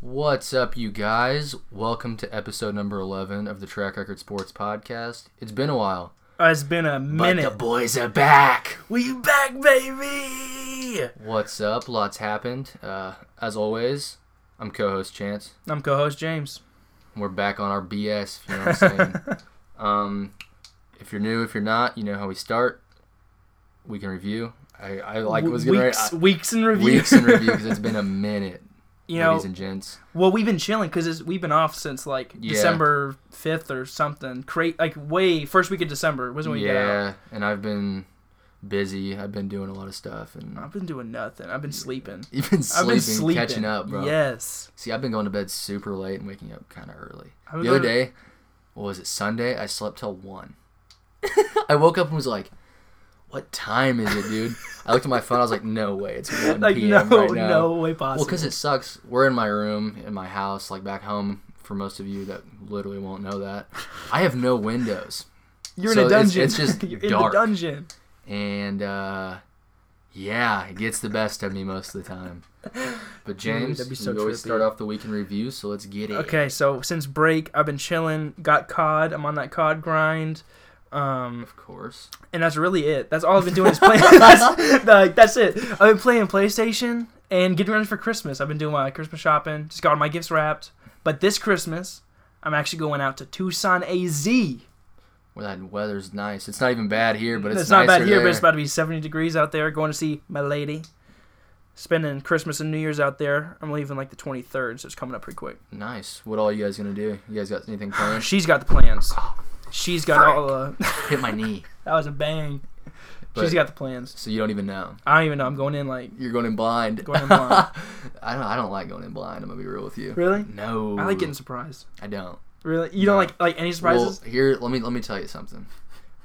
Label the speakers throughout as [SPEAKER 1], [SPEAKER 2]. [SPEAKER 1] What's up, you guys? Welcome to episode number 11 of the Track Record Sports Podcast. It's been a while.
[SPEAKER 2] Uh, It's been a minute.
[SPEAKER 1] But the boys are back.
[SPEAKER 2] we back, baby.
[SPEAKER 1] What's up? Lots happened. Uh, as always, I'm co host Chance.
[SPEAKER 2] I'm co-host James.
[SPEAKER 1] We're back on our BS, if you know what I'm saying. um, if you're new, if you're not, you know how we start. We can review. I, I like was going
[SPEAKER 2] weeks,
[SPEAKER 1] to
[SPEAKER 2] weeks in review.
[SPEAKER 1] Weeks in review because it's been a minute,
[SPEAKER 2] you know,
[SPEAKER 1] ladies and gents.
[SPEAKER 2] well, we've been chilling because we've been off since like
[SPEAKER 1] Yeah.
[SPEAKER 2] December fifth or something. Cra- like way first week of December was when we got out.
[SPEAKER 1] yeah, and I've been busy. I've been doing a lot of stuff and
[SPEAKER 2] I've been doing nothing. I've been sleeping.
[SPEAKER 1] You've been
[SPEAKER 2] I've
[SPEAKER 1] sleeping,
[SPEAKER 2] been sleeping.
[SPEAKER 1] catching up, bro.
[SPEAKER 2] Yes.
[SPEAKER 1] See, I've been going to bed super late and waking up kind of early.
[SPEAKER 2] I would
[SPEAKER 1] The other
[SPEAKER 2] go to-
[SPEAKER 1] day, what was it? Sunday, I slept till one. I woke up and was like, "What time is it, dude?" I looked at my phone. I was like, "No way, it's one
[SPEAKER 2] Like no,
[SPEAKER 1] p.m. right now."
[SPEAKER 2] no way possible.
[SPEAKER 1] Well, because it sucks. We're in my room in my house, like back home. For most of you that literally won't know that, I have no windows,
[SPEAKER 2] you're
[SPEAKER 1] so
[SPEAKER 2] in a
[SPEAKER 1] it's-
[SPEAKER 2] dungeon.
[SPEAKER 1] it's just
[SPEAKER 2] you're
[SPEAKER 1] dark.
[SPEAKER 2] in the dungeon.
[SPEAKER 1] and uh, yeah, it gets the best of me most of the time. But James,
[SPEAKER 2] that'd be so
[SPEAKER 1] we always
[SPEAKER 2] trippy.
[SPEAKER 1] start off the week in review, so let's get it.
[SPEAKER 2] Okay, so since break, I've been chilling. Got COD. I'm on that COD grind. Um,
[SPEAKER 1] Of course.
[SPEAKER 2] and that's really it. That's all I've been doing is playing. that's, like, that's it. I've been playing PlayStation and getting ready for Christmas. I've been doing my Christmas shopping, just got all my gifts wrapped. But this Christmas, I'm actually going out to Tucson, AZ.
[SPEAKER 1] Well, that weather's nice. It's not even bad here, but
[SPEAKER 2] it's,
[SPEAKER 1] it's,
[SPEAKER 2] not bad
[SPEAKER 1] nicer
[SPEAKER 2] here, but
[SPEAKER 1] there.
[SPEAKER 2] it's about to be 70 degrees out there. Going to see my lady. Spending Christmas and New Year's out there. I'm leaving like the 23rd, so it's coming up pretty quick.
[SPEAKER 1] nice. What all you guys gonna do? You guys got anything planned?
[SPEAKER 2] She's got the plans. She's got all the.
[SPEAKER 1] Hit my knee.
[SPEAKER 2] that was a bang.
[SPEAKER 1] But-
[SPEAKER 2] She's got the plans.
[SPEAKER 1] So you don't even know.
[SPEAKER 2] I don't even know. I'm going in like.
[SPEAKER 1] You're going in blind.
[SPEAKER 2] Going in blind.
[SPEAKER 1] I don't. I don't like going in blind. I'm gonna be real with you.
[SPEAKER 2] Really?
[SPEAKER 1] No.
[SPEAKER 2] I like getting surprised.
[SPEAKER 1] I don't.
[SPEAKER 2] Really? You don't like like any surprises?
[SPEAKER 1] Well, here, let me let me tell you something.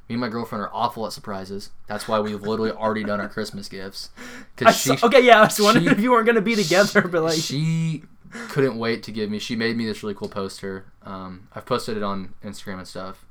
[SPEAKER 1] Me and my girlfriend are awful at surprises. That's why we've literally already done our Christmas gifts.
[SPEAKER 2] I
[SPEAKER 1] Because she,
[SPEAKER 2] saw- okay, yeah, I was wondering
[SPEAKER 1] she-
[SPEAKER 2] if you weren't gonna be together, but like,
[SPEAKER 1] she couldn't wait to give me. She made me this really cool poster. Um, I've posted it on Instagram and stuff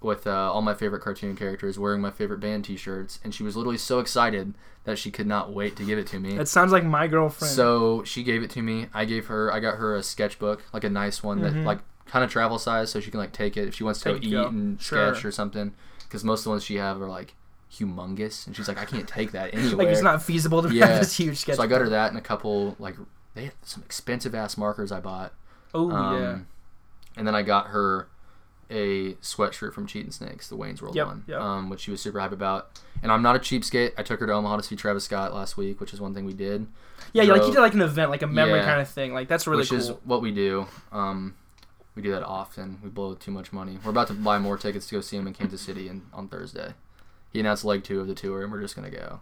[SPEAKER 1] with uh, all my favorite cartoon characters wearing my favorite band T-shirts, and she was literally so excited that she could not wait to give it to me.
[SPEAKER 2] that sounds like my girlfriend.
[SPEAKER 1] So she gave it to me. I gave her. I got her a sketchbook, like a nice one that like kind of travel size, so she can like take it if she wants to
[SPEAKER 2] Mm-hmm. Take it,
[SPEAKER 1] eat
[SPEAKER 2] go.
[SPEAKER 1] and
[SPEAKER 2] Sure.
[SPEAKER 1] sketch or something. Because most of the ones she have are like humongous, and she's like, I can't take that anywhere.
[SPEAKER 2] like, it's not feasible to
[SPEAKER 1] Yeah.
[SPEAKER 2] have this huge sketch.
[SPEAKER 1] So I got her that and a couple like they had some expensive ass markers I bought.
[SPEAKER 2] Oh
[SPEAKER 1] Um,
[SPEAKER 2] yeah.
[SPEAKER 1] And then I got her a sweatshirt from Cheating Snakes, the Wayne's World
[SPEAKER 2] Yep,
[SPEAKER 1] one,
[SPEAKER 2] yep.
[SPEAKER 1] Um, which she was super hype about. And I'm not a cheapskate. I took her to Omaha to see Travis Scott last week, which is one thing we did,
[SPEAKER 2] Yeah, yeah, like you
[SPEAKER 1] drove-
[SPEAKER 2] did like an event, like a memory
[SPEAKER 1] Yeah.
[SPEAKER 2] kind of thing. Like that's really
[SPEAKER 1] which
[SPEAKER 2] cool.
[SPEAKER 1] is what we do. Um, we do that often. We blow too much money. We're about to buy more tickets to go see him in Kansas City and, on Thursday. He announced leg two of the tour, and we're just gonna go.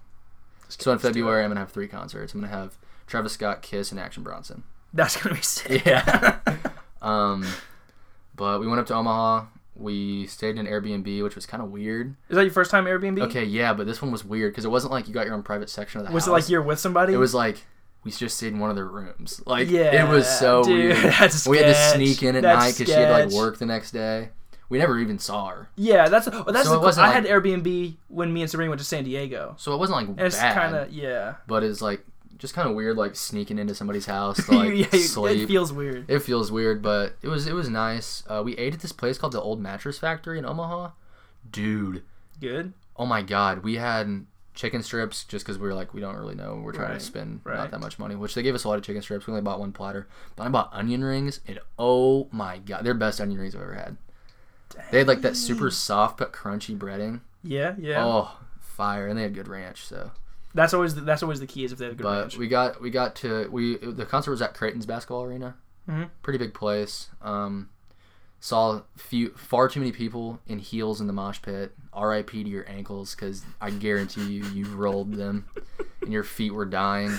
[SPEAKER 1] So in
[SPEAKER 2] let's do it.
[SPEAKER 1] February, I'm gonna have three concerts. I'm gonna have Travis Scott, Kiss, and Action Bronson.
[SPEAKER 2] That's gonna be sick.
[SPEAKER 1] Yeah. um, but we went up to Omaha. We stayed in an Airbnb, which was kind of weird.
[SPEAKER 2] Is that your first time Airbnb?
[SPEAKER 1] Okay, yeah, but this one was weird because it wasn't like you got your own private section of the
[SPEAKER 2] Was
[SPEAKER 1] house.
[SPEAKER 2] it like you're with somebody?
[SPEAKER 1] It was like we just stayed in one of their rooms. Like
[SPEAKER 2] Yeah,
[SPEAKER 1] it was so
[SPEAKER 2] dude,
[SPEAKER 1] weird.
[SPEAKER 2] that's a
[SPEAKER 1] we had to
[SPEAKER 2] sketch.
[SPEAKER 1] sneak in at
[SPEAKER 2] That's
[SPEAKER 1] night because she had to, like
[SPEAKER 2] sketch.
[SPEAKER 1] work the next day. We never even saw her,
[SPEAKER 2] Yeah, that's oh, that's.
[SPEAKER 1] So
[SPEAKER 2] the
[SPEAKER 1] it
[SPEAKER 2] cool-
[SPEAKER 1] wasn't
[SPEAKER 2] I
[SPEAKER 1] like-
[SPEAKER 2] had Airbnb when me and Sabrina went to San Diego.
[SPEAKER 1] so it wasn't like
[SPEAKER 2] And it's
[SPEAKER 1] bad.
[SPEAKER 2] kind of yeah.
[SPEAKER 1] But it's like just kind of weird, like sneaking into somebody's house to like
[SPEAKER 2] Yeah, it
[SPEAKER 1] sleep.
[SPEAKER 2] feels weird.
[SPEAKER 1] It feels weird, but it was it was nice. Uh, we ate at this place called the Old Mattress Factory in Omaha. Dude,
[SPEAKER 2] Good.
[SPEAKER 1] oh my god, we had chicken strips just because we were like we don't really know. We're trying
[SPEAKER 2] Right,
[SPEAKER 1] to spend
[SPEAKER 2] right.
[SPEAKER 1] not that much money, which they gave us a lot of chicken strips. We only bought one platter, but I bought onion rings, and oh my god, they're best onion rings I've ever had. They had like that super soft but crunchy breading.
[SPEAKER 2] Yeah, yeah.
[SPEAKER 1] Oh, fire! And they had good ranch, so.
[SPEAKER 2] That's always the, that's always the key is if they have a good
[SPEAKER 1] But
[SPEAKER 2] ranch.
[SPEAKER 1] we got we got to we the concert was at Creighton's basketball arena,
[SPEAKER 2] Mhm.
[SPEAKER 1] pretty big place. Um, saw few far too many people in heels in the mosh pit. R.I.P. to your ankles, because I guarantee you you rolled them, and your feet were dying.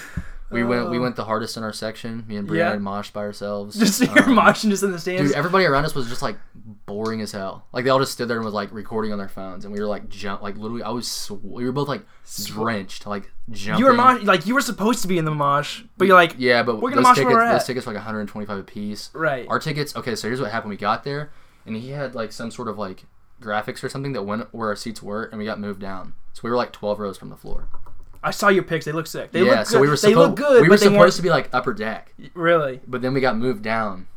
[SPEAKER 1] We went we went the hardest in our section. Me and Brianna
[SPEAKER 2] Oh. Yeah.
[SPEAKER 1] had moshed by ourselves.
[SPEAKER 2] Just your
[SPEAKER 1] Um,
[SPEAKER 2] motion just in the stands.
[SPEAKER 1] Dude, everybody around us was just like boring as hell. Like they all just stood there and was like recording on their phones, and we were like jump, like literally, I was sw- we were both like drenched, like jumping.
[SPEAKER 2] You were mosh, like you were supposed to be in the mosh, but you're like,
[SPEAKER 1] Yeah, but
[SPEAKER 2] We're gonna
[SPEAKER 1] those
[SPEAKER 2] mosh where
[SPEAKER 1] tickets,
[SPEAKER 2] we're
[SPEAKER 1] those
[SPEAKER 2] at.
[SPEAKER 1] tickets were like 125 a piece.
[SPEAKER 2] right.
[SPEAKER 1] Our tickets. Okay, so here's what happened. We got there, and he had like some sort of like graphics or something that went where our seats were, and we got moved down. So we were like 12 rows from the floor.
[SPEAKER 2] I saw your pics. They look sick. They
[SPEAKER 1] yeah,
[SPEAKER 2] look good.
[SPEAKER 1] so we were
[SPEAKER 2] they look
[SPEAKER 1] supposed we
[SPEAKER 2] good,
[SPEAKER 1] were
[SPEAKER 2] but they
[SPEAKER 1] supposed
[SPEAKER 2] weren't
[SPEAKER 1] to be like upper deck,
[SPEAKER 2] really.
[SPEAKER 1] but then we got moved down,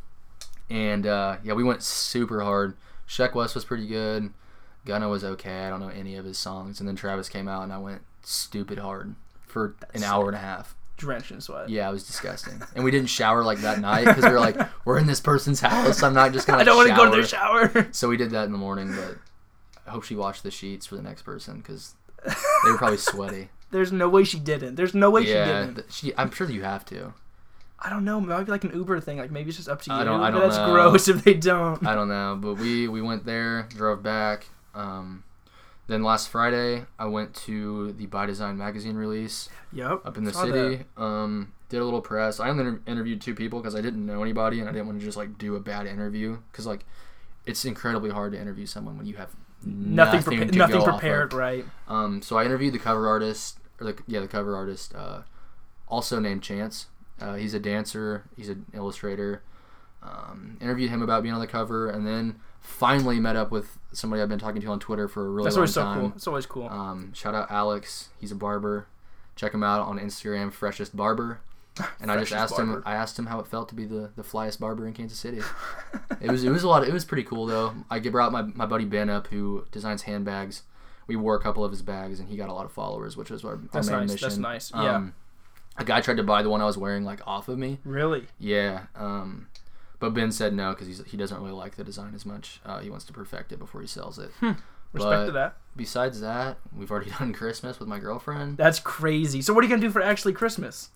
[SPEAKER 1] and uh, yeah, we went super hard. Sheck West was pretty good. Gunna was okay. I don't know any of his songs, and then Travis came out, and I went stupid hard for an hour and a half.
[SPEAKER 2] Drenched in sweat.
[SPEAKER 1] Yeah, it was disgusting, and we didn't shower like that night because we were like, we're in this person's house. I'm not just gonna.
[SPEAKER 2] I don't want to go to
[SPEAKER 1] shower.
[SPEAKER 2] their shower.
[SPEAKER 1] So we did that in the morning, but I hope she watched the sheets for the next person because they were probably sweaty.
[SPEAKER 2] There's no way she didn't. There's no way she
[SPEAKER 1] yeah,
[SPEAKER 2] didn't.
[SPEAKER 1] th- she, I'm sure you have to.
[SPEAKER 2] I don't know. Might be like an Uber thing. Like maybe it's just up to you.
[SPEAKER 1] I don't- I
[SPEAKER 2] but
[SPEAKER 1] don't
[SPEAKER 2] That's
[SPEAKER 1] know.
[SPEAKER 2] gross if they don't.
[SPEAKER 1] I don't know, but we we went there, drove back. Um, then last Friday, I went to the By Design magazine release
[SPEAKER 2] yep.
[SPEAKER 1] up in the
[SPEAKER 2] saw that.
[SPEAKER 1] city. Um, did a little press. I only inter- interviewed two people because I didn't know anybody and I didn't want to just like do a bad interview because like it's incredibly hard to interview someone when you have
[SPEAKER 2] Nothing,
[SPEAKER 1] nothing
[SPEAKER 2] prepa-
[SPEAKER 1] to
[SPEAKER 2] nothing
[SPEAKER 1] go off of.
[SPEAKER 2] prepared, right?
[SPEAKER 1] Um, so I interviewed the cover artist, or the, yeah, the cover artist, uh, also named Chance. Uh, he's a dancer. He's an illustrator. Um, interviewed him about being on the cover, and then finally met up with somebody I've been talking to on Twitter for a really
[SPEAKER 2] That's
[SPEAKER 1] long
[SPEAKER 2] always so
[SPEAKER 1] time.
[SPEAKER 2] cool. It's always cool.
[SPEAKER 1] Um, shout out Alex. He's a barber. Check him out on Instagram, freshest barber. And I just
[SPEAKER 2] Freshest
[SPEAKER 1] asked him.
[SPEAKER 2] barber.
[SPEAKER 1] I asked him how it felt to be the, the flyest barber in Kansas City. it was it was a lot. It was pretty cool though. I g- brought my my buddy Ben up who designs handbags. We wore a couple of his bags, and he got a lot of followers, which was our, our
[SPEAKER 2] That's
[SPEAKER 1] main
[SPEAKER 2] nice.
[SPEAKER 1] mission. Um,
[SPEAKER 2] That's nice. Yeah.
[SPEAKER 1] a guy tried to buy the one I was wearing like off of me.
[SPEAKER 2] Really?
[SPEAKER 1] Yeah. Um, but Ben said no because he doesn't really like the design as much. Uh, he wants to perfect it before he sells it.
[SPEAKER 2] Hmm. Respect
[SPEAKER 1] But-
[SPEAKER 2] to that.
[SPEAKER 1] Besides that, we've already done Christmas with my girlfriend.
[SPEAKER 2] That's crazy. So what are you gonna do for actually Christmas?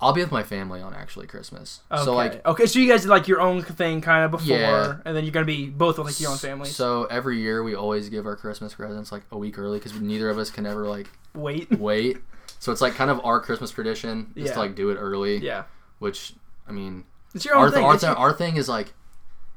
[SPEAKER 1] I'll be with my family on actually Christmas.
[SPEAKER 2] Okay.
[SPEAKER 1] So like
[SPEAKER 2] okay, so you guys did like your own thing kind of before,
[SPEAKER 1] Yeah.
[SPEAKER 2] and then you're gonna be both with like your own families.
[SPEAKER 1] So every year we always give our Christmas presents like a week early because neither of us can ever like
[SPEAKER 2] Wait.
[SPEAKER 1] wait. So it's like kind of our Christmas tradition just
[SPEAKER 2] Yeah.
[SPEAKER 1] to like do it early.
[SPEAKER 2] yeah.
[SPEAKER 1] Which I mean,
[SPEAKER 2] It's your own
[SPEAKER 1] our,
[SPEAKER 2] thing.
[SPEAKER 1] our,
[SPEAKER 2] It's your-
[SPEAKER 1] our thing is like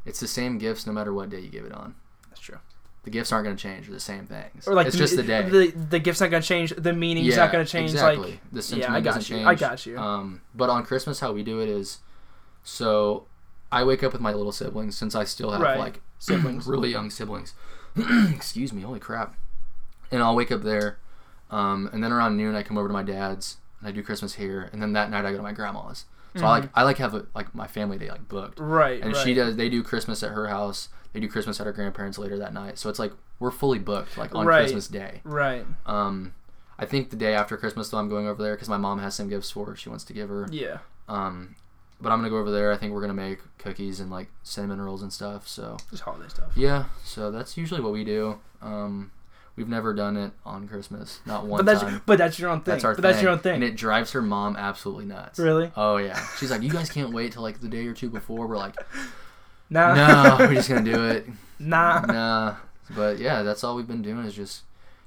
[SPEAKER 1] it's the same gifts no matter what day you give it on.
[SPEAKER 2] That's true.
[SPEAKER 1] The gifts aren't going to change. They're the same things.
[SPEAKER 2] Or like
[SPEAKER 1] it's just the day.
[SPEAKER 2] The the gift's not gonna change. The meaning's not gonna change.
[SPEAKER 1] Exactly.
[SPEAKER 2] Like
[SPEAKER 1] the
[SPEAKER 2] yeah,
[SPEAKER 1] sentiment
[SPEAKER 2] I
[SPEAKER 1] doesn't
[SPEAKER 2] got you.
[SPEAKER 1] change.
[SPEAKER 2] I got you.
[SPEAKER 1] Um, but on Christmas, how we do it is, so I wake up with my little siblings since I still have
[SPEAKER 2] Right.
[SPEAKER 1] like
[SPEAKER 2] Siblings.
[SPEAKER 1] really young siblings. Excuse me, holy crap! And I'll wake up there, um, and then around noon I come over to my dad's and I do Christmas here, and then that night I go to my grandma's. So I like I like have a, like my family day like booked,
[SPEAKER 2] Mm-hmm. right.
[SPEAKER 1] and
[SPEAKER 2] right.
[SPEAKER 1] she does. They do Christmas at her house. They do Christmas at her grandparents later that night. So it's like we're fully booked like on
[SPEAKER 2] Right.
[SPEAKER 1] Christmas day.
[SPEAKER 2] Right.
[SPEAKER 1] Um, I think the day after Christmas, though, I'm going over there because my mom has some gifts for her. She wants to give her.
[SPEAKER 2] Yeah.
[SPEAKER 1] Um, but I'm gonna go over there. I think we're gonna make cookies and like cinnamon rolls and stuff. So
[SPEAKER 2] Just holiday stuff.
[SPEAKER 1] yeah, so that's usually what we do. Um, we've never done it on Christmas, not one
[SPEAKER 2] But that's
[SPEAKER 1] time.
[SPEAKER 2] but that's your own thing.
[SPEAKER 1] That's our
[SPEAKER 2] but
[SPEAKER 1] thing.
[SPEAKER 2] that's your own
[SPEAKER 1] and
[SPEAKER 2] thing.
[SPEAKER 1] it drives her mom absolutely nuts.
[SPEAKER 2] Really?
[SPEAKER 1] Oh yeah, she's like, you guys can't wait till like the day or two before. We're like,
[SPEAKER 2] Nah.
[SPEAKER 1] no, we're just gonna do it.
[SPEAKER 2] nah.
[SPEAKER 1] nah. But yeah, that's all we've been doing is just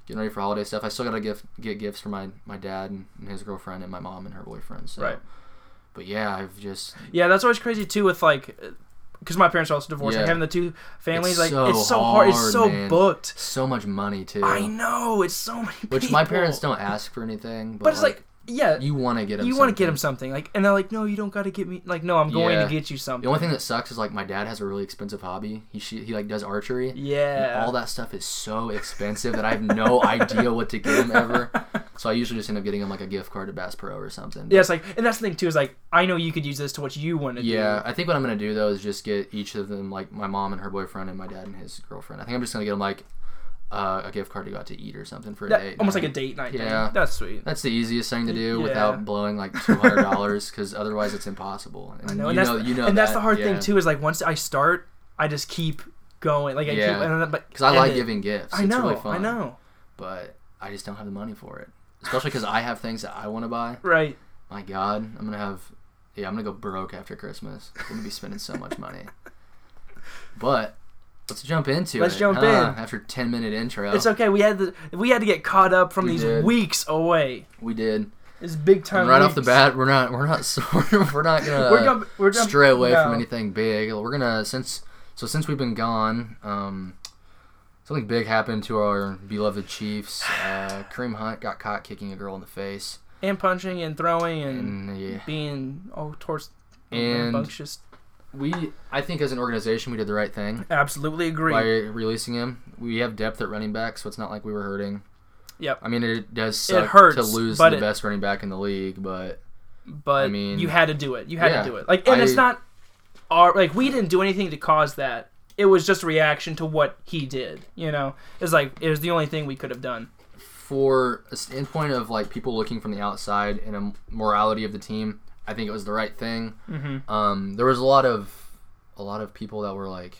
[SPEAKER 1] getting ready for holiday stuff. I still gotta gift get gifts for my my dad and, and his girlfriend and my mom and her boyfriend. So.
[SPEAKER 2] Right.
[SPEAKER 1] But yeah, I've just
[SPEAKER 2] Yeah, that's always crazy too. With like, because my parents are also divorced, like
[SPEAKER 1] Yeah.
[SPEAKER 2] having the two families,
[SPEAKER 1] It's
[SPEAKER 2] like
[SPEAKER 1] so
[SPEAKER 2] it's so hard, it's
[SPEAKER 1] hard,
[SPEAKER 2] so
[SPEAKER 1] man.
[SPEAKER 2] booked.
[SPEAKER 1] so much money too,
[SPEAKER 2] I know it's so many.
[SPEAKER 1] which my
[SPEAKER 2] people.
[SPEAKER 1] parents don't ask for anything. But,
[SPEAKER 2] But it's
[SPEAKER 1] like,
[SPEAKER 2] like, yeah,
[SPEAKER 1] you want to get them.
[SPEAKER 2] you want to get them something, like, and they're like, no, you don't got to get me. Like, no, I'm going
[SPEAKER 1] Yeah.
[SPEAKER 2] to get you something.
[SPEAKER 1] The only thing that sucks is like my dad has a really expensive hobby. He she, he like does archery. And
[SPEAKER 2] yeah,
[SPEAKER 1] all that stuff is so expensive that I have no idea what to get him ever. So I usually just end up getting him like a gift card to Bass Pro or something.
[SPEAKER 2] yeah, it's like, and that's the thing too is like, I know you could use this to what you want to
[SPEAKER 1] Yeah, I think what I'm gonna do though is just get each of them, like my mom and her boyfriend, and my dad and his girlfriend. I think I'm just gonna get them like uh, a gift card to go out to eat or something for a
[SPEAKER 2] do. That,
[SPEAKER 1] date.
[SPEAKER 2] almost
[SPEAKER 1] night.
[SPEAKER 2] like a date night. Yeah,
[SPEAKER 1] Yeah.
[SPEAKER 2] that's sweet.
[SPEAKER 1] That's the easiest thing to do
[SPEAKER 2] Yeah.
[SPEAKER 1] without blowing like two hundred dollars, because otherwise it's impossible. And
[SPEAKER 2] I know,
[SPEAKER 1] you
[SPEAKER 2] and
[SPEAKER 1] know,
[SPEAKER 2] that's
[SPEAKER 1] you know,
[SPEAKER 2] and that's
[SPEAKER 1] that,
[SPEAKER 2] the hard
[SPEAKER 1] yeah.
[SPEAKER 2] thing too is like once I start, I just keep going. Like I
[SPEAKER 1] Yeah.
[SPEAKER 2] keep, and then, but
[SPEAKER 1] Because I like
[SPEAKER 2] and it-
[SPEAKER 1] giving gifts.
[SPEAKER 2] I
[SPEAKER 1] it's
[SPEAKER 2] know,
[SPEAKER 1] really fun,
[SPEAKER 2] I know,
[SPEAKER 1] But I just don't have the money for it, especially because I have things that I want to buy.
[SPEAKER 2] right?
[SPEAKER 1] My God, I'm gonna have, yeah, I'm gonna go broke after Christmas. I'm gonna be spending so much money. But let's jump into
[SPEAKER 2] Let's
[SPEAKER 1] it.
[SPEAKER 2] jump
[SPEAKER 1] huh?
[SPEAKER 2] in.
[SPEAKER 1] After ten minute intro,
[SPEAKER 2] It's okay. We had to, we had to get caught up from
[SPEAKER 1] We
[SPEAKER 2] these
[SPEAKER 1] did.
[SPEAKER 2] weeks away.
[SPEAKER 1] we did.
[SPEAKER 2] It's big time.
[SPEAKER 1] And right off the
[SPEAKER 2] weeks.
[SPEAKER 1] bat, we're not, we're not, we're not gonna
[SPEAKER 2] we're jump, we're jump,
[SPEAKER 1] stray away
[SPEAKER 2] no.
[SPEAKER 1] from anything big. We're gonna since so since we've been gone, um, something big happened to our beloved Chiefs. Uh, Kareem Hunt got caught kicking a girl in the face,
[SPEAKER 2] and punching and throwing and
[SPEAKER 1] and yeah,
[SPEAKER 2] being all torts
[SPEAKER 1] And-
[SPEAKER 2] rambunctious.
[SPEAKER 1] we I think as an organization we did the right thing.
[SPEAKER 2] Absolutely agree.
[SPEAKER 1] by releasing him. We have depth at running back, so it's not like we were hurting.
[SPEAKER 2] Yep.
[SPEAKER 1] I mean, it does suck
[SPEAKER 2] hurts,
[SPEAKER 1] to lose
[SPEAKER 2] but
[SPEAKER 1] the
[SPEAKER 2] it-
[SPEAKER 1] best running back in the league, but
[SPEAKER 2] but
[SPEAKER 1] I mean,
[SPEAKER 2] you had to do it. You had
[SPEAKER 1] yeah.
[SPEAKER 2] to do it. Like, and it's
[SPEAKER 1] I-
[SPEAKER 2] not our like we didn't do anything to cause that. It was just a reaction to what he did. You know, it's like it was the only thing we could have done.
[SPEAKER 1] for a standpoint of like people looking from the outside and a morality of the team, I think it was the right thing.
[SPEAKER 2] Mhm.
[SPEAKER 1] Um, there was a lot of a lot of people that were like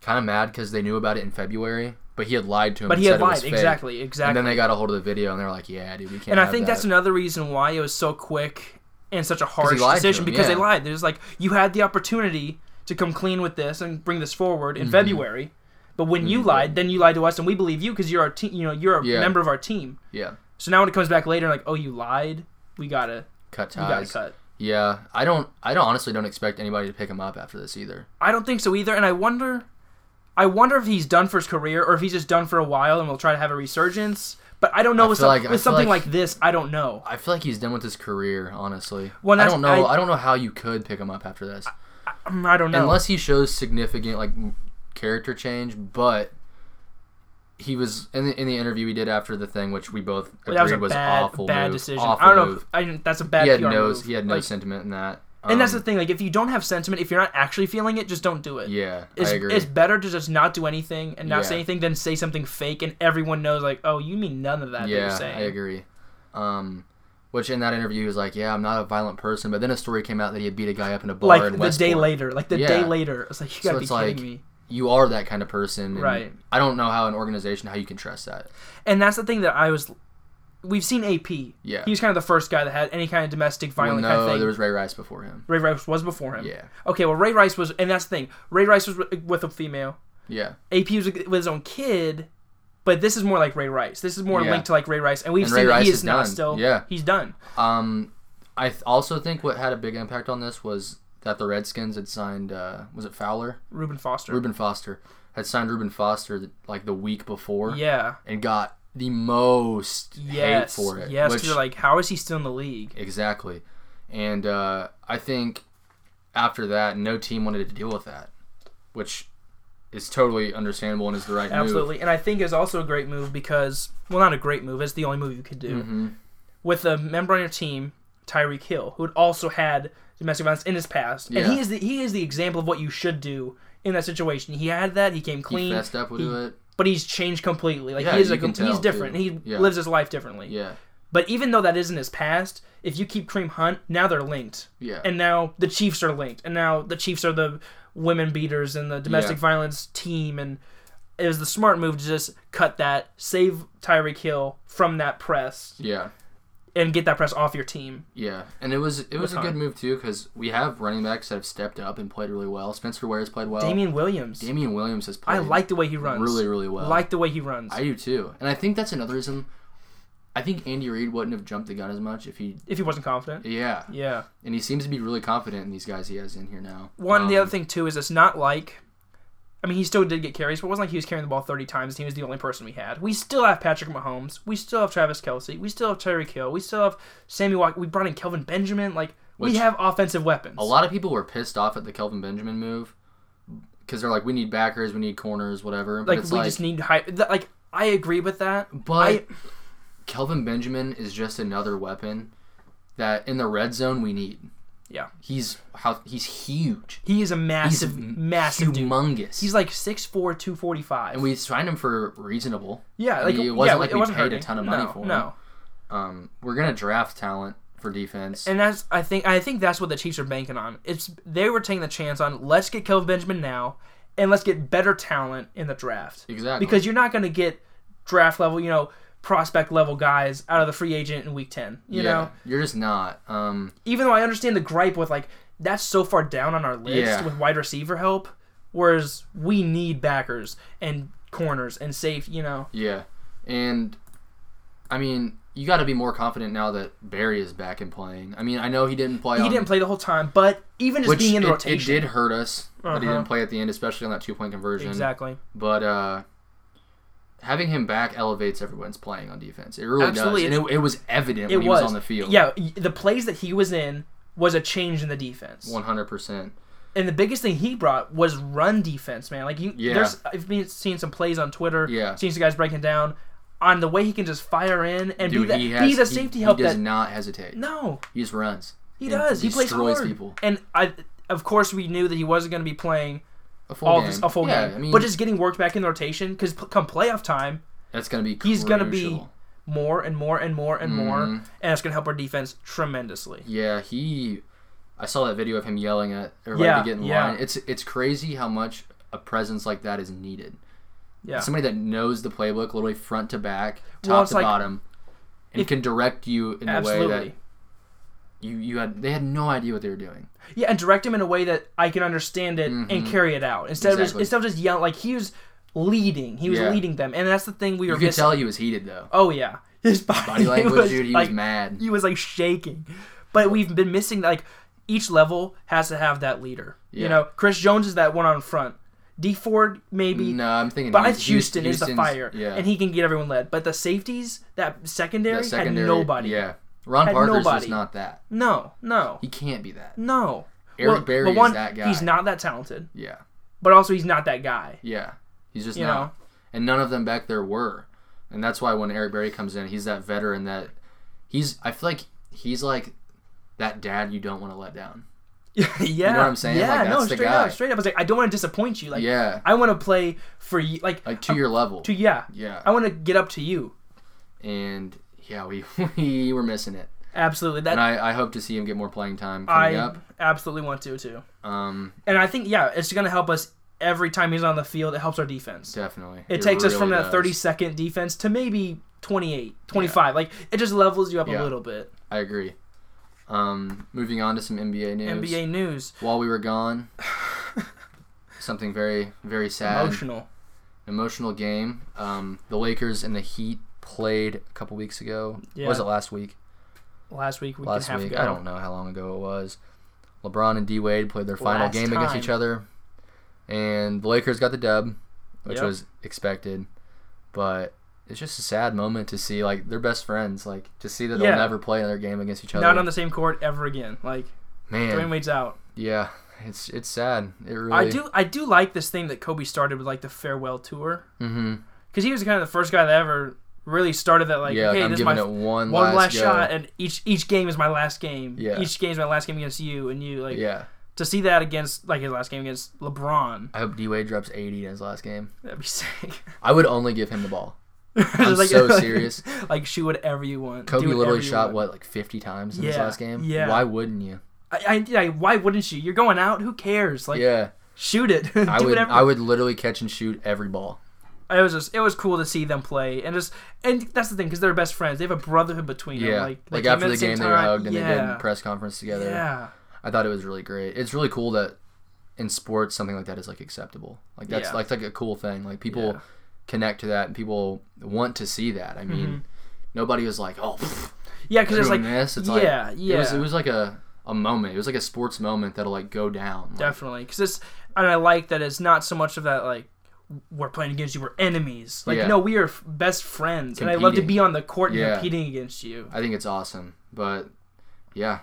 [SPEAKER 1] kind of mad because they knew about it in February, but he had lied to him.
[SPEAKER 2] But
[SPEAKER 1] and
[SPEAKER 2] he
[SPEAKER 1] said
[SPEAKER 2] had
[SPEAKER 1] it was
[SPEAKER 2] lied
[SPEAKER 1] fake.
[SPEAKER 2] exactly,
[SPEAKER 1] And
[SPEAKER 2] exactly.
[SPEAKER 1] then they got a hold of the video and they're like, "Yeah, dude, we can't."
[SPEAKER 2] And I
[SPEAKER 1] have
[SPEAKER 2] think
[SPEAKER 1] that.
[SPEAKER 2] that's another reason why it was so quick and such a
[SPEAKER 1] he
[SPEAKER 2] harsh
[SPEAKER 1] lied to
[SPEAKER 2] decision
[SPEAKER 1] him,
[SPEAKER 2] because they
[SPEAKER 1] yeah.
[SPEAKER 2] lied. There's like you had the opportunity to come clean with this and bring this forward
[SPEAKER 1] Mm-hmm.
[SPEAKER 2] in February, but when you lied, then you lied to us and we believe you because you're our team. You know, you're a
[SPEAKER 1] Yeah.
[SPEAKER 2] member of our team.
[SPEAKER 1] yeah,
[SPEAKER 2] So now when it comes back later, like oh you lied, we gotta
[SPEAKER 1] cut
[SPEAKER 2] we gotta
[SPEAKER 1] ties.
[SPEAKER 2] cut.
[SPEAKER 1] Yeah, I don't. I don't honestly don't expect anybody to pick him up after this either.
[SPEAKER 2] I don't think so either, and I wonder. I wonder if he's done for his career or if he's just done for a while and we'll try to have a resurgence. But I don't know with,
[SPEAKER 1] feel
[SPEAKER 2] some-
[SPEAKER 1] like- I
[SPEAKER 2] with
[SPEAKER 1] feel
[SPEAKER 2] something
[SPEAKER 1] like-
[SPEAKER 2] like, this. I don't know.
[SPEAKER 1] I feel like he's done with his career, honestly.
[SPEAKER 2] Well,
[SPEAKER 1] I
[SPEAKER 2] that's-
[SPEAKER 1] don't know.
[SPEAKER 2] I-
[SPEAKER 1] I, don't know how you could pick him up after this.
[SPEAKER 2] Mm, I don't know.
[SPEAKER 1] unless he shows significant like m- character change but he was in the in the interview he did after the thing which we both
[SPEAKER 2] But
[SPEAKER 1] agreed
[SPEAKER 2] that was a
[SPEAKER 1] was
[SPEAKER 2] bad,
[SPEAKER 1] awful
[SPEAKER 2] bad
[SPEAKER 1] move,
[SPEAKER 2] decision.
[SPEAKER 1] awful
[SPEAKER 2] I don't know.
[SPEAKER 1] move.
[SPEAKER 2] If, I didn't- that's a bad.
[SPEAKER 1] he had
[SPEAKER 2] PR
[SPEAKER 1] no
[SPEAKER 2] move.
[SPEAKER 1] he had no
[SPEAKER 2] Like,
[SPEAKER 1] sentiment in that
[SPEAKER 2] and that's the
[SPEAKER 1] Um,
[SPEAKER 2] thing. Like, if you don't have sentiment, if you're not actually feeling it, just don't do it.
[SPEAKER 1] yeah
[SPEAKER 2] It's,
[SPEAKER 1] i agree
[SPEAKER 2] it's better to just not do anything and not say
[SPEAKER 1] Yeah.
[SPEAKER 2] anything than say something fake and everyone knows like, oh, you mean none of that. that you're
[SPEAKER 1] yeah
[SPEAKER 2] saying.
[SPEAKER 1] i agree um which in that interview he was like yeah i'm not a violent person but then a story came out that he had beat a guy up in a bar
[SPEAKER 2] Like
[SPEAKER 1] in
[SPEAKER 2] the
[SPEAKER 1] Westport.
[SPEAKER 2] day later, like the day
[SPEAKER 1] Yeah.
[SPEAKER 2] later, it's like you
[SPEAKER 1] So
[SPEAKER 2] gotta be
[SPEAKER 1] it's
[SPEAKER 2] kidding
[SPEAKER 1] like-
[SPEAKER 2] me.
[SPEAKER 1] you are that kind of person and
[SPEAKER 2] Right.
[SPEAKER 1] i don't know how an organization how you can trust that
[SPEAKER 2] And that's the thing that I was. We've seen AP.
[SPEAKER 1] Yeah.
[SPEAKER 2] He was kind of the first guy that had any kind of domestic
[SPEAKER 1] well,
[SPEAKER 2] violent
[SPEAKER 1] no
[SPEAKER 2] kind of thing.
[SPEAKER 1] there was ray rice before him
[SPEAKER 2] Ray Rice was before him.
[SPEAKER 1] yeah
[SPEAKER 2] Okay, well, Ray Rice was, and that's the thing. Ray Rice was wi- with a female.
[SPEAKER 1] yeah
[SPEAKER 2] AP was with his own kid, but this is more like Ray Rice. This is more
[SPEAKER 1] Yeah.
[SPEAKER 2] linked to like Ray Rice, and we've
[SPEAKER 1] And
[SPEAKER 2] seen
[SPEAKER 1] Ray
[SPEAKER 2] that
[SPEAKER 1] Rice
[SPEAKER 2] he is,
[SPEAKER 1] is
[SPEAKER 2] now
[SPEAKER 1] done.
[SPEAKER 2] still.
[SPEAKER 1] Yeah.
[SPEAKER 2] He's done.
[SPEAKER 1] Um, I th- also think what had a big impact on this was that the Redskins had signed. Uh, was it Fowler?
[SPEAKER 2] Reuben Foster.
[SPEAKER 1] Reuben Foster had signed Reuben Foster th- like the week before
[SPEAKER 2] Yeah.
[SPEAKER 1] and got the most
[SPEAKER 2] Yes.
[SPEAKER 1] hate for it.
[SPEAKER 2] yes. 'cause
[SPEAKER 1] which-
[SPEAKER 2] you're like, how is he still in the league?
[SPEAKER 1] exactly. And uh, I think after that, no team wanted to deal with that, which is totally understandable and is the right
[SPEAKER 2] Absolutely. And I think it's also a great move because, well, not a great move. It's the only move you could do.
[SPEAKER 1] move. hmm
[SPEAKER 2] with a member on your team, Tyreek Hill, who had also had domestic violence in his past,
[SPEAKER 1] Yeah.
[SPEAKER 2] and he is the he is the example of what you should do in that situation. He had that, he came
[SPEAKER 1] He
[SPEAKER 2] clean,
[SPEAKER 1] fessed up with
[SPEAKER 2] He-
[SPEAKER 1] it.
[SPEAKER 2] but he's changed completely. Like
[SPEAKER 1] Yeah,
[SPEAKER 2] he is
[SPEAKER 1] you
[SPEAKER 2] a,
[SPEAKER 1] can
[SPEAKER 2] com-
[SPEAKER 1] tell,
[SPEAKER 2] he's different.
[SPEAKER 1] dude.
[SPEAKER 2] He
[SPEAKER 1] Yeah.
[SPEAKER 2] lives his life differently.
[SPEAKER 1] Yeah,
[SPEAKER 2] But even though that isn't his past, if you keep Cream Hunt, now they're linked,
[SPEAKER 1] yeah.
[SPEAKER 2] and now the Chiefs are linked, and now the Chiefs are the women beaters and the domestic
[SPEAKER 1] Yeah.
[SPEAKER 2] violence team and. It was the smart move to just cut that, save Tyreek Hill from that press,
[SPEAKER 1] yeah.
[SPEAKER 2] and get that press off your team.
[SPEAKER 1] Yeah, and it was it was a
[SPEAKER 2] Hunt.
[SPEAKER 1] good move too because we have running backs that have stepped up and played really well. Spencer Ware has played well.
[SPEAKER 2] Damian Williams.
[SPEAKER 1] Oh. Damian Williams has played.
[SPEAKER 2] I like the way he runs.
[SPEAKER 1] really really well.
[SPEAKER 2] like the way he runs.
[SPEAKER 1] I do too, and I think that's another reason. I think Andy Reid wouldn't have jumped the gun as much if he.
[SPEAKER 2] if he wasn't confident.
[SPEAKER 1] Yeah,
[SPEAKER 2] Yeah.
[SPEAKER 1] and he seems to be really confident in these guys he has in here now.
[SPEAKER 2] One. the
[SPEAKER 1] Um,
[SPEAKER 2] other thing too is it's not like. I mean, he still did get carries, but it wasn't like he was carrying the ball 30 times. and He was the only person we had. We still have Patrick Mahomes. We still have Travis Kelsey. We still have Terry Hill. We still have Sammy Watkins. We brought in Kelvin Benjamin. Like, we
[SPEAKER 1] Which-
[SPEAKER 2] have offensive weapons.
[SPEAKER 1] A lot of people were pissed off at the Kelvin Benjamin move because they're like, we need backers, we need corners, whatever. but
[SPEAKER 2] Like,
[SPEAKER 1] it's
[SPEAKER 2] we just need high. Th- like, I agree with that.
[SPEAKER 1] But Kelvin Benjamin is just another weapon that in the red zone we need.
[SPEAKER 2] Yeah.
[SPEAKER 1] He's how he's huge.
[SPEAKER 2] He is a
[SPEAKER 1] He's
[SPEAKER 2] massive, massive dude.
[SPEAKER 1] humongous.
[SPEAKER 2] He's like 6'4, 245.
[SPEAKER 1] and we signed him for reasonable.
[SPEAKER 2] yeah, like,
[SPEAKER 1] it
[SPEAKER 2] yeah,
[SPEAKER 1] wasn't like
[SPEAKER 2] it
[SPEAKER 1] we
[SPEAKER 2] wasn't
[SPEAKER 1] paid a
[SPEAKER 2] hurting.
[SPEAKER 1] ton of money
[SPEAKER 2] No,
[SPEAKER 1] for him.
[SPEAKER 2] No.
[SPEAKER 1] Um, we're gonna draft talent for defense.
[SPEAKER 2] And that's I think I think that's what the Chiefs are banking on. It's they were taking the chance on let's get Kelvin Benjamin now and let's get better talent in the draft.
[SPEAKER 1] exactly.
[SPEAKER 2] Because you're not gonna get draft level, you know, prospect level guys out of the free agent in week ten. You
[SPEAKER 1] yeah,
[SPEAKER 2] know?
[SPEAKER 1] you're just not. Um,
[SPEAKER 2] Even though I understand the gripe with like that's so far down on our list
[SPEAKER 1] Yeah.
[SPEAKER 2] with wide receiver help, whereas we need backers and corners and safe, you know.
[SPEAKER 1] yeah, and I mean, you got to be more confident now that Barry is back and playing. I mean, I know he didn't play.
[SPEAKER 2] He
[SPEAKER 1] on,
[SPEAKER 2] didn't play the whole time, but even just
[SPEAKER 1] which
[SPEAKER 2] being in the
[SPEAKER 1] it, it
[SPEAKER 2] rotation.
[SPEAKER 1] did hurt us that he
[SPEAKER 2] Uh-huh.
[SPEAKER 1] didn't play at the end, especially on that two point conversion.
[SPEAKER 2] Exactly.
[SPEAKER 1] But uh, having him back elevates everyone's playing on defense. It really
[SPEAKER 2] Absolutely.
[SPEAKER 1] does, and it, it was evident
[SPEAKER 2] it
[SPEAKER 1] when he was on the field.
[SPEAKER 2] Yeah, y- the plays that he was in was a change in the defense.
[SPEAKER 1] one hundred percent.
[SPEAKER 2] And the biggest thing he brought was run defense, man. Like you,
[SPEAKER 1] Yeah.
[SPEAKER 2] there's I've been seeing some plays on Twitter.
[SPEAKER 1] Yeah.
[SPEAKER 2] Seeing some guys breaking down. on the way he can just fire in and
[SPEAKER 1] Dude,
[SPEAKER 2] be
[SPEAKER 1] he
[SPEAKER 2] the,
[SPEAKER 1] has
[SPEAKER 2] be the safety
[SPEAKER 1] he,
[SPEAKER 2] help
[SPEAKER 1] He does
[SPEAKER 2] that
[SPEAKER 1] not hesitate.
[SPEAKER 2] no
[SPEAKER 1] He just runs.
[SPEAKER 2] he
[SPEAKER 1] and
[SPEAKER 2] does he plays
[SPEAKER 1] destroys
[SPEAKER 2] hard.
[SPEAKER 1] people.
[SPEAKER 2] and I of course we knew that he wasn't going to be playing
[SPEAKER 1] A full
[SPEAKER 2] all
[SPEAKER 1] game.
[SPEAKER 2] this a full
[SPEAKER 1] yeah,
[SPEAKER 2] game
[SPEAKER 1] I mean,
[SPEAKER 2] but just getting worked back in rotation because p- come playoff time
[SPEAKER 1] that's gonna be.
[SPEAKER 2] he's
[SPEAKER 1] crucial.
[SPEAKER 2] gonna be- more and more and more and more and
[SPEAKER 1] Mhm.
[SPEAKER 2] it's going to help our defense tremendously
[SPEAKER 1] Yeah, he. I saw that video of him yelling at everybody
[SPEAKER 2] Yeah,
[SPEAKER 1] to get in
[SPEAKER 2] yeah.
[SPEAKER 1] line. It's it's crazy how much a presence like that is needed.
[SPEAKER 2] yeah
[SPEAKER 1] Somebody that knows the playbook, literally front to back, top
[SPEAKER 2] Well, it's
[SPEAKER 1] to
[SPEAKER 2] like-
[SPEAKER 1] bottom, and
[SPEAKER 2] if-
[SPEAKER 1] can direct you in a way
[SPEAKER 2] absolutely
[SPEAKER 1] that you you had. They had no idea what they were doing.
[SPEAKER 2] yeah and direct him in a way that I can understand it and carry it out instead of just,
[SPEAKER 1] Mm-hmm. Exactly.
[SPEAKER 2] instead of just yelling like he was leading he was
[SPEAKER 1] Yeah.
[SPEAKER 2] leading them and that's the thing we
[SPEAKER 1] You
[SPEAKER 2] were
[SPEAKER 1] could
[SPEAKER 2] missing
[SPEAKER 1] tell he was heated though.
[SPEAKER 2] oh yeah his body,
[SPEAKER 1] Body language,
[SPEAKER 2] was,
[SPEAKER 1] dude. He
[SPEAKER 2] like,
[SPEAKER 1] was mad.
[SPEAKER 2] he was like shaking. But we've been missing like each level has to have that leader. You
[SPEAKER 1] Yeah.
[SPEAKER 2] know, Chris Jones is that one on front. D Ford maybe,
[SPEAKER 1] No, I'm thinking.
[SPEAKER 2] but I
[SPEAKER 1] Hous-
[SPEAKER 2] think Houston is the
[SPEAKER 1] Houston's-
[SPEAKER 2] fire,
[SPEAKER 1] Yeah,
[SPEAKER 2] and he can get everyone led. But the safeties, that secondary,
[SPEAKER 1] that secondary.
[SPEAKER 2] had nobody.
[SPEAKER 1] Yeah, Ron
[SPEAKER 2] Had
[SPEAKER 1] Parker's
[SPEAKER 2] nobody.
[SPEAKER 1] just not that.
[SPEAKER 2] No, no,
[SPEAKER 1] He can't be that.
[SPEAKER 2] no.
[SPEAKER 1] Eric
[SPEAKER 2] Well,
[SPEAKER 1] Berry
[SPEAKER 2] but
[SPEAKER 1] is
[SPEAKER 2] one,
[SPEAKER 1] that guy.
[SPEAKER 2] He's not that talented,
[SPEAKER 1] Yeah,
[SPEAKER 2] but also he's not that guy.
[SPEAKER 1] yeah. He's just
[SPEAKER 2] You
[SPEAKER 1] not.
[SPEAKER 2] know?
[SPEAKER 1] And none of them back there were. And that's why when Eric Berry comes in, he's that veteran that he's. I feel like he's like that dad you don't want to let down.
[SPEAKER 2] yeah, you
[SPEAKER 1] know what I'm saying?
[SPEAKER 2] Yeah,
[SPEAKER 1] Like,
[SPEAKER 2] no,
[SPEAKER 1] that's the
[SPEAKER 2] straight
[SPEAKER 1] guy.
[SPEAKER 2] up, straight up. I was like, I don't want to disappoint you. Like,
[SPEAKER 1] yeah,
[SPEAKER 2] I want to play for you. Like,
[SPEAKER 1] like to your level.
[SPEAKER 2] to yeah,
[SPEAKER 1] yeah,
[SPEAKER 2] I want to get up to you.
[SPEAKER 1] and yeah, we we were missing it.
[SPEAKER 2] Absolutely. That
[SPEAKER 1] And I, I hope to see him get more playing time coming
[SPEAKER 2] I
[SPEAKER 1] up.
[SPEAKER 2] absolutely want to too.
[SPEAKER 1] Um,
[SPEAKER 2] And I think yeah, it's gonna help us every time he's on the field. It helps our defense.
[SPEAKER 1] definitely.
[SPEAKER 2] It, takes us
[SPEAKER 1] really
[SPEAKER 2] from that
[SPEAKER 1] does.
[SPEAKER 2] 30 second defense to maybe 28, 25. Like it just levels you up
[SPEAKER 1] Yeah.
[SPEAKER 2] a little bit.
[SPEAKER 1] I agree. Um, moving on to some NBA news.
[SPEAKER 2] NBA news,
[SPEAKER 1] While we were gone, something very, very sad.
[SPEAKER 2] emotional.
[SPEAKER 1] Emotional game. Um, the Lakers and the Heat played a couple weeks ago.
[SPEAKER 2] Yeah.
[SPEAKER 1] Was it last week?
[SPEAKER 2] Last week we
[SPEAKER 1] last
[SPEAKER 2] can have
[SPEAKER 1] week.
[SPEAKER 2] go.
[SPEAKER 1] I don't know how long ago it was. LeBron and D Wade played their final
[SPEAKER 2] Last
[SPEAKER 1] game against
[SPEAKER 2] time.
[SPEAKER 1] each other, and the Lakers got the dub, which
[SPEAKER 2] Yep.
[SPEAKER 1] was expected. But it's just a sad moment to see like their best friends, like to see that
[SPEAKER 2] Yeah.
[SPEAKER 1] they'll never play another game against each other.
[SPEAKER 2] Not on the same court ever again. Like
[SPEAKER 1] Man,
[SPEAKER 2] Dwayne Wade's out.
[SPEAKER 1] yeah, it's it's sad. It really.
[SPEAKER 2] I do I do like this thing that Kobe started with like the farewell tour
[SPEAKER 1] Mm-hmm.
[SPEAKER 2] because he was kind of the first guy that ever really started that like
[SPEAKER 1] yeah,
[SPEAKER 2] hey
[SPEAKER 1] I'm
[SPEAKER 2] this is
[SPEAKER 1] giving
[SPEAKER 2] my
[SPEAKER 1] it one,
[SPEAKER 2] one last
[SPEAKER 1] go.
[SPEAKER 2] shot and each each game is my last game
[SPEAKER 1] Yeah.
[SPEAKER 2] each game is my last game against you and you like
[SPEAKER 1] yeah,
[SPEAKER 2] to see that against like his last game against lebron
[SPEAKER 1] I hope D Wade drops 80 in his last game.
[SPEAKER 2] that'd be sick
[SPEAKER 1] I would only give him the ball.
[SPEAKER 2] Just
[SPEAKER 1] I'm so serious.
[SPEAKER 2] like shoot whatever you want
[SPEAKER 1] Kobe
[SPEAKER 2] do whatever
[SPEAKER 1] literally
[SPEAKER 2] you
[SPEAKER 1] shot
[SPEAKER 2] want.
[SPEAKER 1] what like 50 times in his
[SPEAKER 2] Yeah,
[SPEAKER 1] last game.
[SPEAKER 2] yeah.
[SPEAKER 1] Why wouldn't you?
[SPEAKER 2] I, I, yeah, why wouldn't you you're going out who cares like
[SPEAKER 1] yeah,
[SPEAKER 2] shoot it do
[SPEAKER 1] I would.
[SPEAKER 2] whatever
[SPEAKER 1] I would literally catch and shoot every ball.
[SPEAKER 2] it was just it was cool to see them play and just and that's the thing because they're best friends they have a brotherhood between
[SPEAKER 1] Yeah,
[SPEAKER 2] them
[SPEAKER 1] like,
[SPEAKER 2] like, they came
[SPEAKER 1] after
[SPEAKER 2] in
[SPEAKER 1] the
[SPEAKER 2] same
[SPEAKER 1] game, they were
[SPEAKER 2] time.
[SPEAKER 1] hugged and
[SPEAKER 2] yeah.
[SPEAKER 1] they did press conference together.
[SPEAKER 2] yeah
[SPEAKER 1] I thought it was really great. It's really cool that in sports something like that is like acceptable. Like that's
[SPEAKER 2] Yeah.
[SPEAKER 1] like like a cool thing. Like people
[SPEAKER 2] Yeah.
[SPEAKER 1] connect to that and people want to see that. I mean, nobody was like, oh,
[SPEAKER 2] yeah Mm-hmm. because it's like
[SPEAKER 1] doing this. It's like
[SPEAKER 2] yeah yeah
[SPEAKER 1] It was, it was like a a moment. It was like a sports moment that'll like go down. Like,
[SPEAKER 2] definitely because it's and i like that it's not so much of that like we're playing against you we're enemies like
[SPEAKER 1] Yeah.
[SPEAKER 2] no we are f- best friends and i love to
[SPEAKER 1] Competing.
[SPEAKER 2] be on the court and
[SPEAKER 1] Yeah.
[SPEAKER 2] competing against you
[SPEAKER 1] I think it's awesome. But yeah,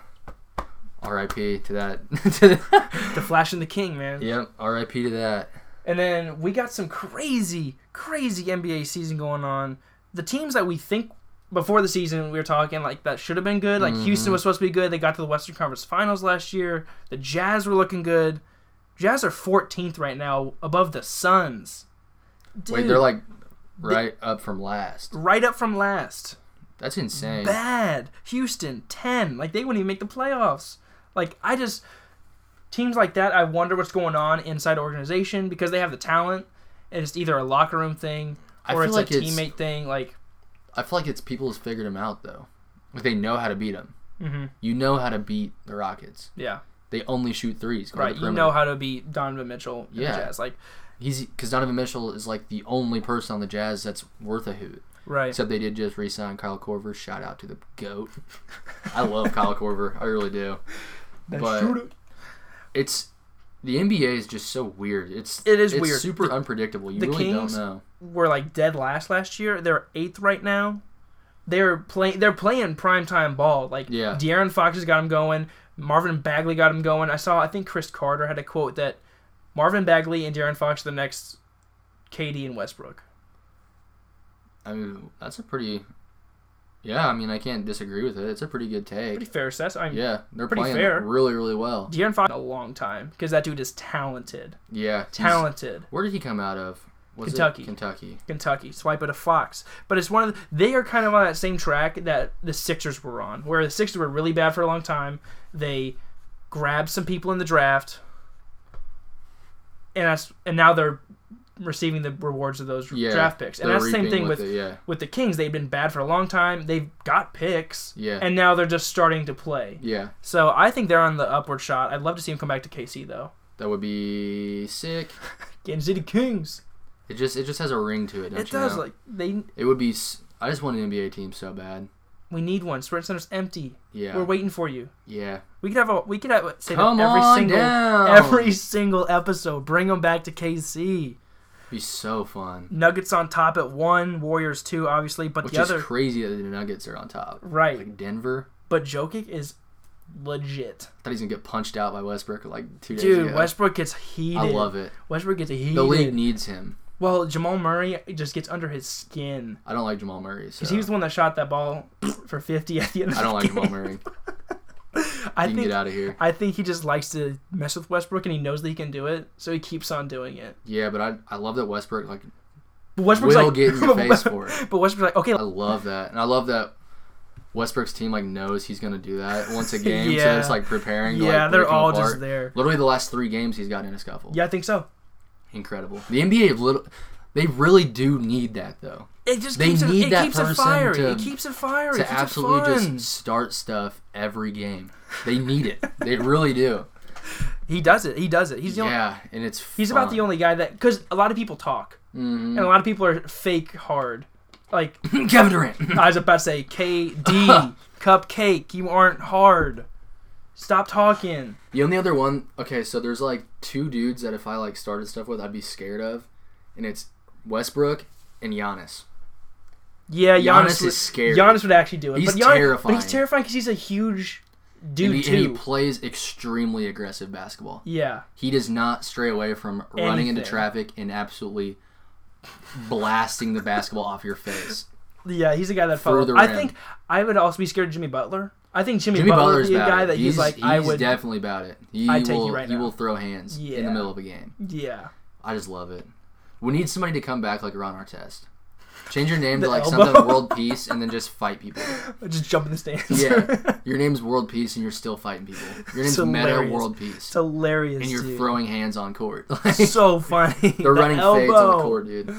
[SPEAKER 1] R.I.P. to that. to that.
[SPEAKER 2] the flash and the king man
[SPEAKER 1] Yep, R.I.P. to that.
[SPEAKER 2] and then we got some crazy crazy nba season going on the teams that we think before the season we were talking like that should have been good
[SPEAKER 1] Mm-hmm.
[SPEAKER 2] like houston was supposed to be good they got to the western conference finals last year the jazz were looking good jazz are 14th right now above the suns Dude,
[SPEAKER 1] Wait, they're like right up from last.
[SPEAKER 2] right up from last
[SPEAKER 1] That's insane.
[SPEAKER 2] bad. Houston, 10. Like, they wouldn't even make the playoffs. Like, I just. Teams like that, I wonder what's going on inside organization because they have the talent. And it's either a locker room thing
[SPEAKER 1] I
[SPEAKER 2] or
[SPEAKER 1] feel
[SPEAKER 2] it's
[SPEAKER 1] like
[SPEAKER 2] a
[SPEAKER 1] it's-
[SPEAKER 2] teammate thing. Like,
[SPEAKER 1] I feel like it's people who's figured them out though. Like they know how to beat them.
[SPEAKER 2] Mhm.
[SPEAKER 1] You know how to beat the Rockets.
[SPEAKER 2] yeah,
[SPEAKER 1] They only shoot threes. go to
[SPEAKER 2] right.
[SPEAKER 1] the
[SPEAKER 2] You
[SPEAKER 1] perimeter.
[SPEAKER 2] know how to beat Donovan Mitchell and
[SPEAKER 1] Yeah.
[SPEAKER 2] the Jazz. Like,
[SPEAKER 1] he's because Donovan Mitchell is like the only person on the Jazz that's worth a hoot.
[SPEAKER 2] right.
[SPEAKER 1] Except they did just re-sign Kyle Corver. Shout out to the goat. I love Kyle Corver. I really do. but- It's the NBA is just so weird. It's
[SPEAKER 2] It is
[SPEAKER 1] it's
[SPEAKER 2] weird.
[SPEAKER 1] Super unpredictable. You
[SPEAKER 2] the
[SPEAKER 1] really
[SPEAKER 2] Kings-
[SPEAKER 1] don't know.
[SPEAKER 2] were like dead last last year. They're eighth right now. They're playing. They're playing primetime ball. Like
[SPEAKER 1] Yeah.
[SPEAKER 2] De'Aaron Fox has got him going. Marvin Bagley got him going. I saw. I think Chris Carter had a quote that Marvin Bagley and De'Aaron Fox are the next KD and Westbrook.
[SPEAKER 1] I mean, that's a pretty. Yeah, I mean, I can't disagree with it. It's a pretty good take.
[SPEAKER 2] Pretty fair assessment. I mean,
[SPEAKER 1] yeah, they're
[SPEAKER 2] pretty
[SPEAKER 1] playing
[SPEAKER 2] fair.
[SPEAKER 1] really, really well.
[SPEAKER 2] De'Aaron Fox a long time because that dude is talented.
[SPEAKER 1] Yeah, he's-
[SPEAKER 2] Talented.
[SPEAKER 1] Where did he come out of? Was it
[SPEAKER 2] Kentucky.
[SPEAKER 1] Kentucky.
[SPEAKER 2] Kentucky. Swipe at a Fox. But it's one of the, they are kind of on that same track that the Sixers were on, where the Sixers were really bad for a long time. They grabbed some people in the draft, and that's and now they're receiving the rewards of those
[SPEAKER 1] Yeah,
[SPEAKER 2] draft picks. And
[SPEAKER 1] They're
[SPEAKER 2] that's the same
[SPEAKER 1] reaping
[SPEAKER 2] thing with
[SPEAKER 1] it, yeah,
[SPEAKER 2] with the Kings. They've been bad for a long time. They've got picks,
[SPEAKER 1] yeah,
[SPEAKER 2] and now they're just starting to play.
[SPEAKER 1] yeah.
[SPEAKER 2] So I think they're on the upward shot. I'd love to see him come back to KC though.
[SPEAKER 1] That would be sick.
[SPEAKER 2] Kansas City Kings.
[SPEAKER 1] It just it just has a ring to it. Don't
[SPEAKER 2] It
[SPEAKER 1] you
[SPEAKER 2] does
[SPEAKER 1] know?
[SPEAKER 2] like they.
[SPEAKER 1] It would be. s- I just want an NBA team so bad.
[SPEAKER 2] We need one. Sprint Center's empty.
[SPEAKER 1] Yeah.
[SPEAKER 2] We're waiting for you.
[SPEAKER 1] yeah.
[SPEAKER 2] We could have a we could have say that
[SPEAKER 1] Come
[SPEAKER 2] every
[SPEAKER 1] on
[SPEAKER 2] single
[SPEAKER 1] down.
[SPEAKER 2] every single episode. Bring them back to KC.
[SPEAKER 1] be so fun.
[SPEAKER 2] Nuggets on top at one, Warriors two, obviously, but
[SPEAKER 1] Which
[SPEAKER 2] the other
[SPEAKER 1] is crazy that the Nuggets are on top.
[SPEAKER 2] right.
[SPEAKER 1] Like Denver.
[SPEAKER 2] but Jokic is legit,
[SPEAKER 1] I thought he's gonna get punched out by Westbrook like two days
[SPEAKER 2] dude.
[SPEAKER 1] ago.
[SPEAKER 2] Westbrook gets heated.
[SPEAKER 1] I love it.
[SPEAKER 2] Westbrook gets heated.
[SPEAKER 1] The league needs him.
[SPEAKER 2] Well, Jamal Murray just gets under his skin
[SPEAKER 1] I don't like Jamal Murray. So
[SPEAKER 2] because he was the one that shot that ball for fifty at the end. Of
[SPEAKER 1] I don't
[SPEAKER 2] the
[SPEAKER 1] like
[SPEAKER 2] game.
[SPEAKER 1] Jamal Murray.
[SPEAKER 2] I
[SPEAKER 1] You can
[SPEAKER 2] think
[SPEAKER 1] get out of here.
[SPEAKER 2] I think he just likes to mess with Westbrook and he knows that he can do it, so he keeps on doing it.
[SPEAKER 1] Yeah, but I I love that Westbrook like
[SPEAKER 2] But Westbrook's
[SPEAKER 1] will
[SPEAKER 2] like,
[SPEAKER 1] get in your face for it.
[SPEAKER 2] but Westbrook's like, okay,
[SPEAKER 1] I love that, and I love that Westbrook's team like knows he's gonna do that once a game.
[SPEAKER 2] Yeah.
[SPEAKER 1] So it's like preparing. To,
[SPEAKER 2] yeah,
[SPEAKER 1] like,
[SPEAKER 2] they're
[SPEAKER 1] break him
[SPEAKER 2] all
[SPEAKER 1] apart.
[SPEAKER 2] just there.
[SPEAKER 1] Literally the last three games he's gotten in a scuffle.
[SPEAKER 2] Yeah, I think so.
[SPEAKER 1] Incredible. The NBA little they really do need that though.
[SPEAKER 2] It just
[SPEAKER 1] They
[SPEAKER 2] keeps
[SPEAKER 1] need
[SPEAKER 2] it, it
[SPEAKER 1] that
[SPEAKER 2] keeps it
[SPEAKER 1] person
[SPEAKER 2] fiery.
[SPEAKER 1] to-
[SPEAKER 2] it keeps it fiery. it
[SPEAKER 1] To
[SPEAKER 2] keeps
[SPEAKER 1] absolutely
[SPEAKER 2] it fun.
[SPEAKER 1] just start stuff every game. They need it. they really do.
[SPEAKER 2] he does it. He does it. He's the only,
[SPEAKER 1] yeah, and it's fun.
[SPEAKER 2] he's about the only guy that because a lot of people talk
[SPEAKER 1] Mhm.
[SPEAKER 2] and a lot of people are fake hard. Like
[SPEAKER 1] Kevin Durant.
[SPEAKER 2] I was about to say, KD cupcake, you aren't hard. Stop talking.
[SPEAKER 1] The only other one, okay, so there's like two dudes that if I like started stuff with, I'd be scared of, and it's Westbrook and Giannis.
[SPEAKER 2] Yeah, Giannis,
[SPEAKER 1] Giannis
[SPEAKER 2] would,
[SPEAKER 1] is scary.
[SPEAKER 2] Giannis would actually do it.
[SPEAKER 1] He's
[SPEAKER 2] but Gian-
[SPEAKER 1] terrifying.
[SPEAKER 2] But he's terrifying because he's a huge dude
[SPEAKER 1] and, he,
[SPEAKER 2] too.
[SPEAKER 1] and he plays extremely aggressive basketball.
[SPEAKER 2] yeah,
[SPEAKER 1] He does not stray away from running into
[SPEAKER 2] Anything.
[SPEAKER 1] traffic and absolutely blasting the basketball off your face.
[SPEAKER 2] yeah, he's a guy that
[SPEAKER 1] Through
[SPEAKER 2] follows.
[SPEAKER 1] the
[SPEAKER 2] I
[SPEAKER 1] rim.
[SPEAKER 2] think I would also be scared of Jimmy Butler. I think Jimmy,
[SPEAKER 1] Jimmy
[SPEAKER 2] Butler
[SPEAKER 1] Butler's
[SPEAKER 2] would be a
[SPEAKER 1] about
[SPEAKER 2] guy
[SPEAKER 1] it.
[SPEAKER 2] that he's,
[SPEAKER 1] he's
[SPEAKER 2] like,
[SPEAKER 1] he's
[SPEAKER 2] I would.
[SPEAKER 1] definitely about it. He
[SPEAKER 2] I'd take you
[SPEAKER 1] will
[SPEAKER 2] right
[SPEAKER 1] he
[SPEAKER 2] now.
[SPEAKER 1] will throw hands in
[SPEAKER 2] Yeah.
[SPEAKER 1] the middle of a game.
[SPEAKER 2] yeah,
[SPEAKER 1] I just love it. We need somebody to come back like Ron Artest. Change your name
[SPEAKER 2] The
[SPEAKER 1] to like
[SPEAKER 2] elbow.
[SPEAKER 1] something World Peace and then just fight people.
[SPEAKER 2] just jump in the stands.
[SPEAKER 1] Yeah. Your name's World Peace and you're still fighting people. Your name's
[SPEAKER 2] It's
[SPEAKER 1] Meta
[SPEAKER 2] hilarious.
[SPEAKER 1] World
[SPEAKER 2] it's
[SPEAKER 1] Peace.
[SPEAKER 2] hilarious.
[SPEAKER 1] And you're
[SPEAKER 2] dude.
[SPEAKER 1] throwing hands on court.
[SPEAKER 2] so funny.
[SPEAKER 1] They're running fades on the
[SPEAKER 2] elbow.
[SPEAKER 1] court, dude.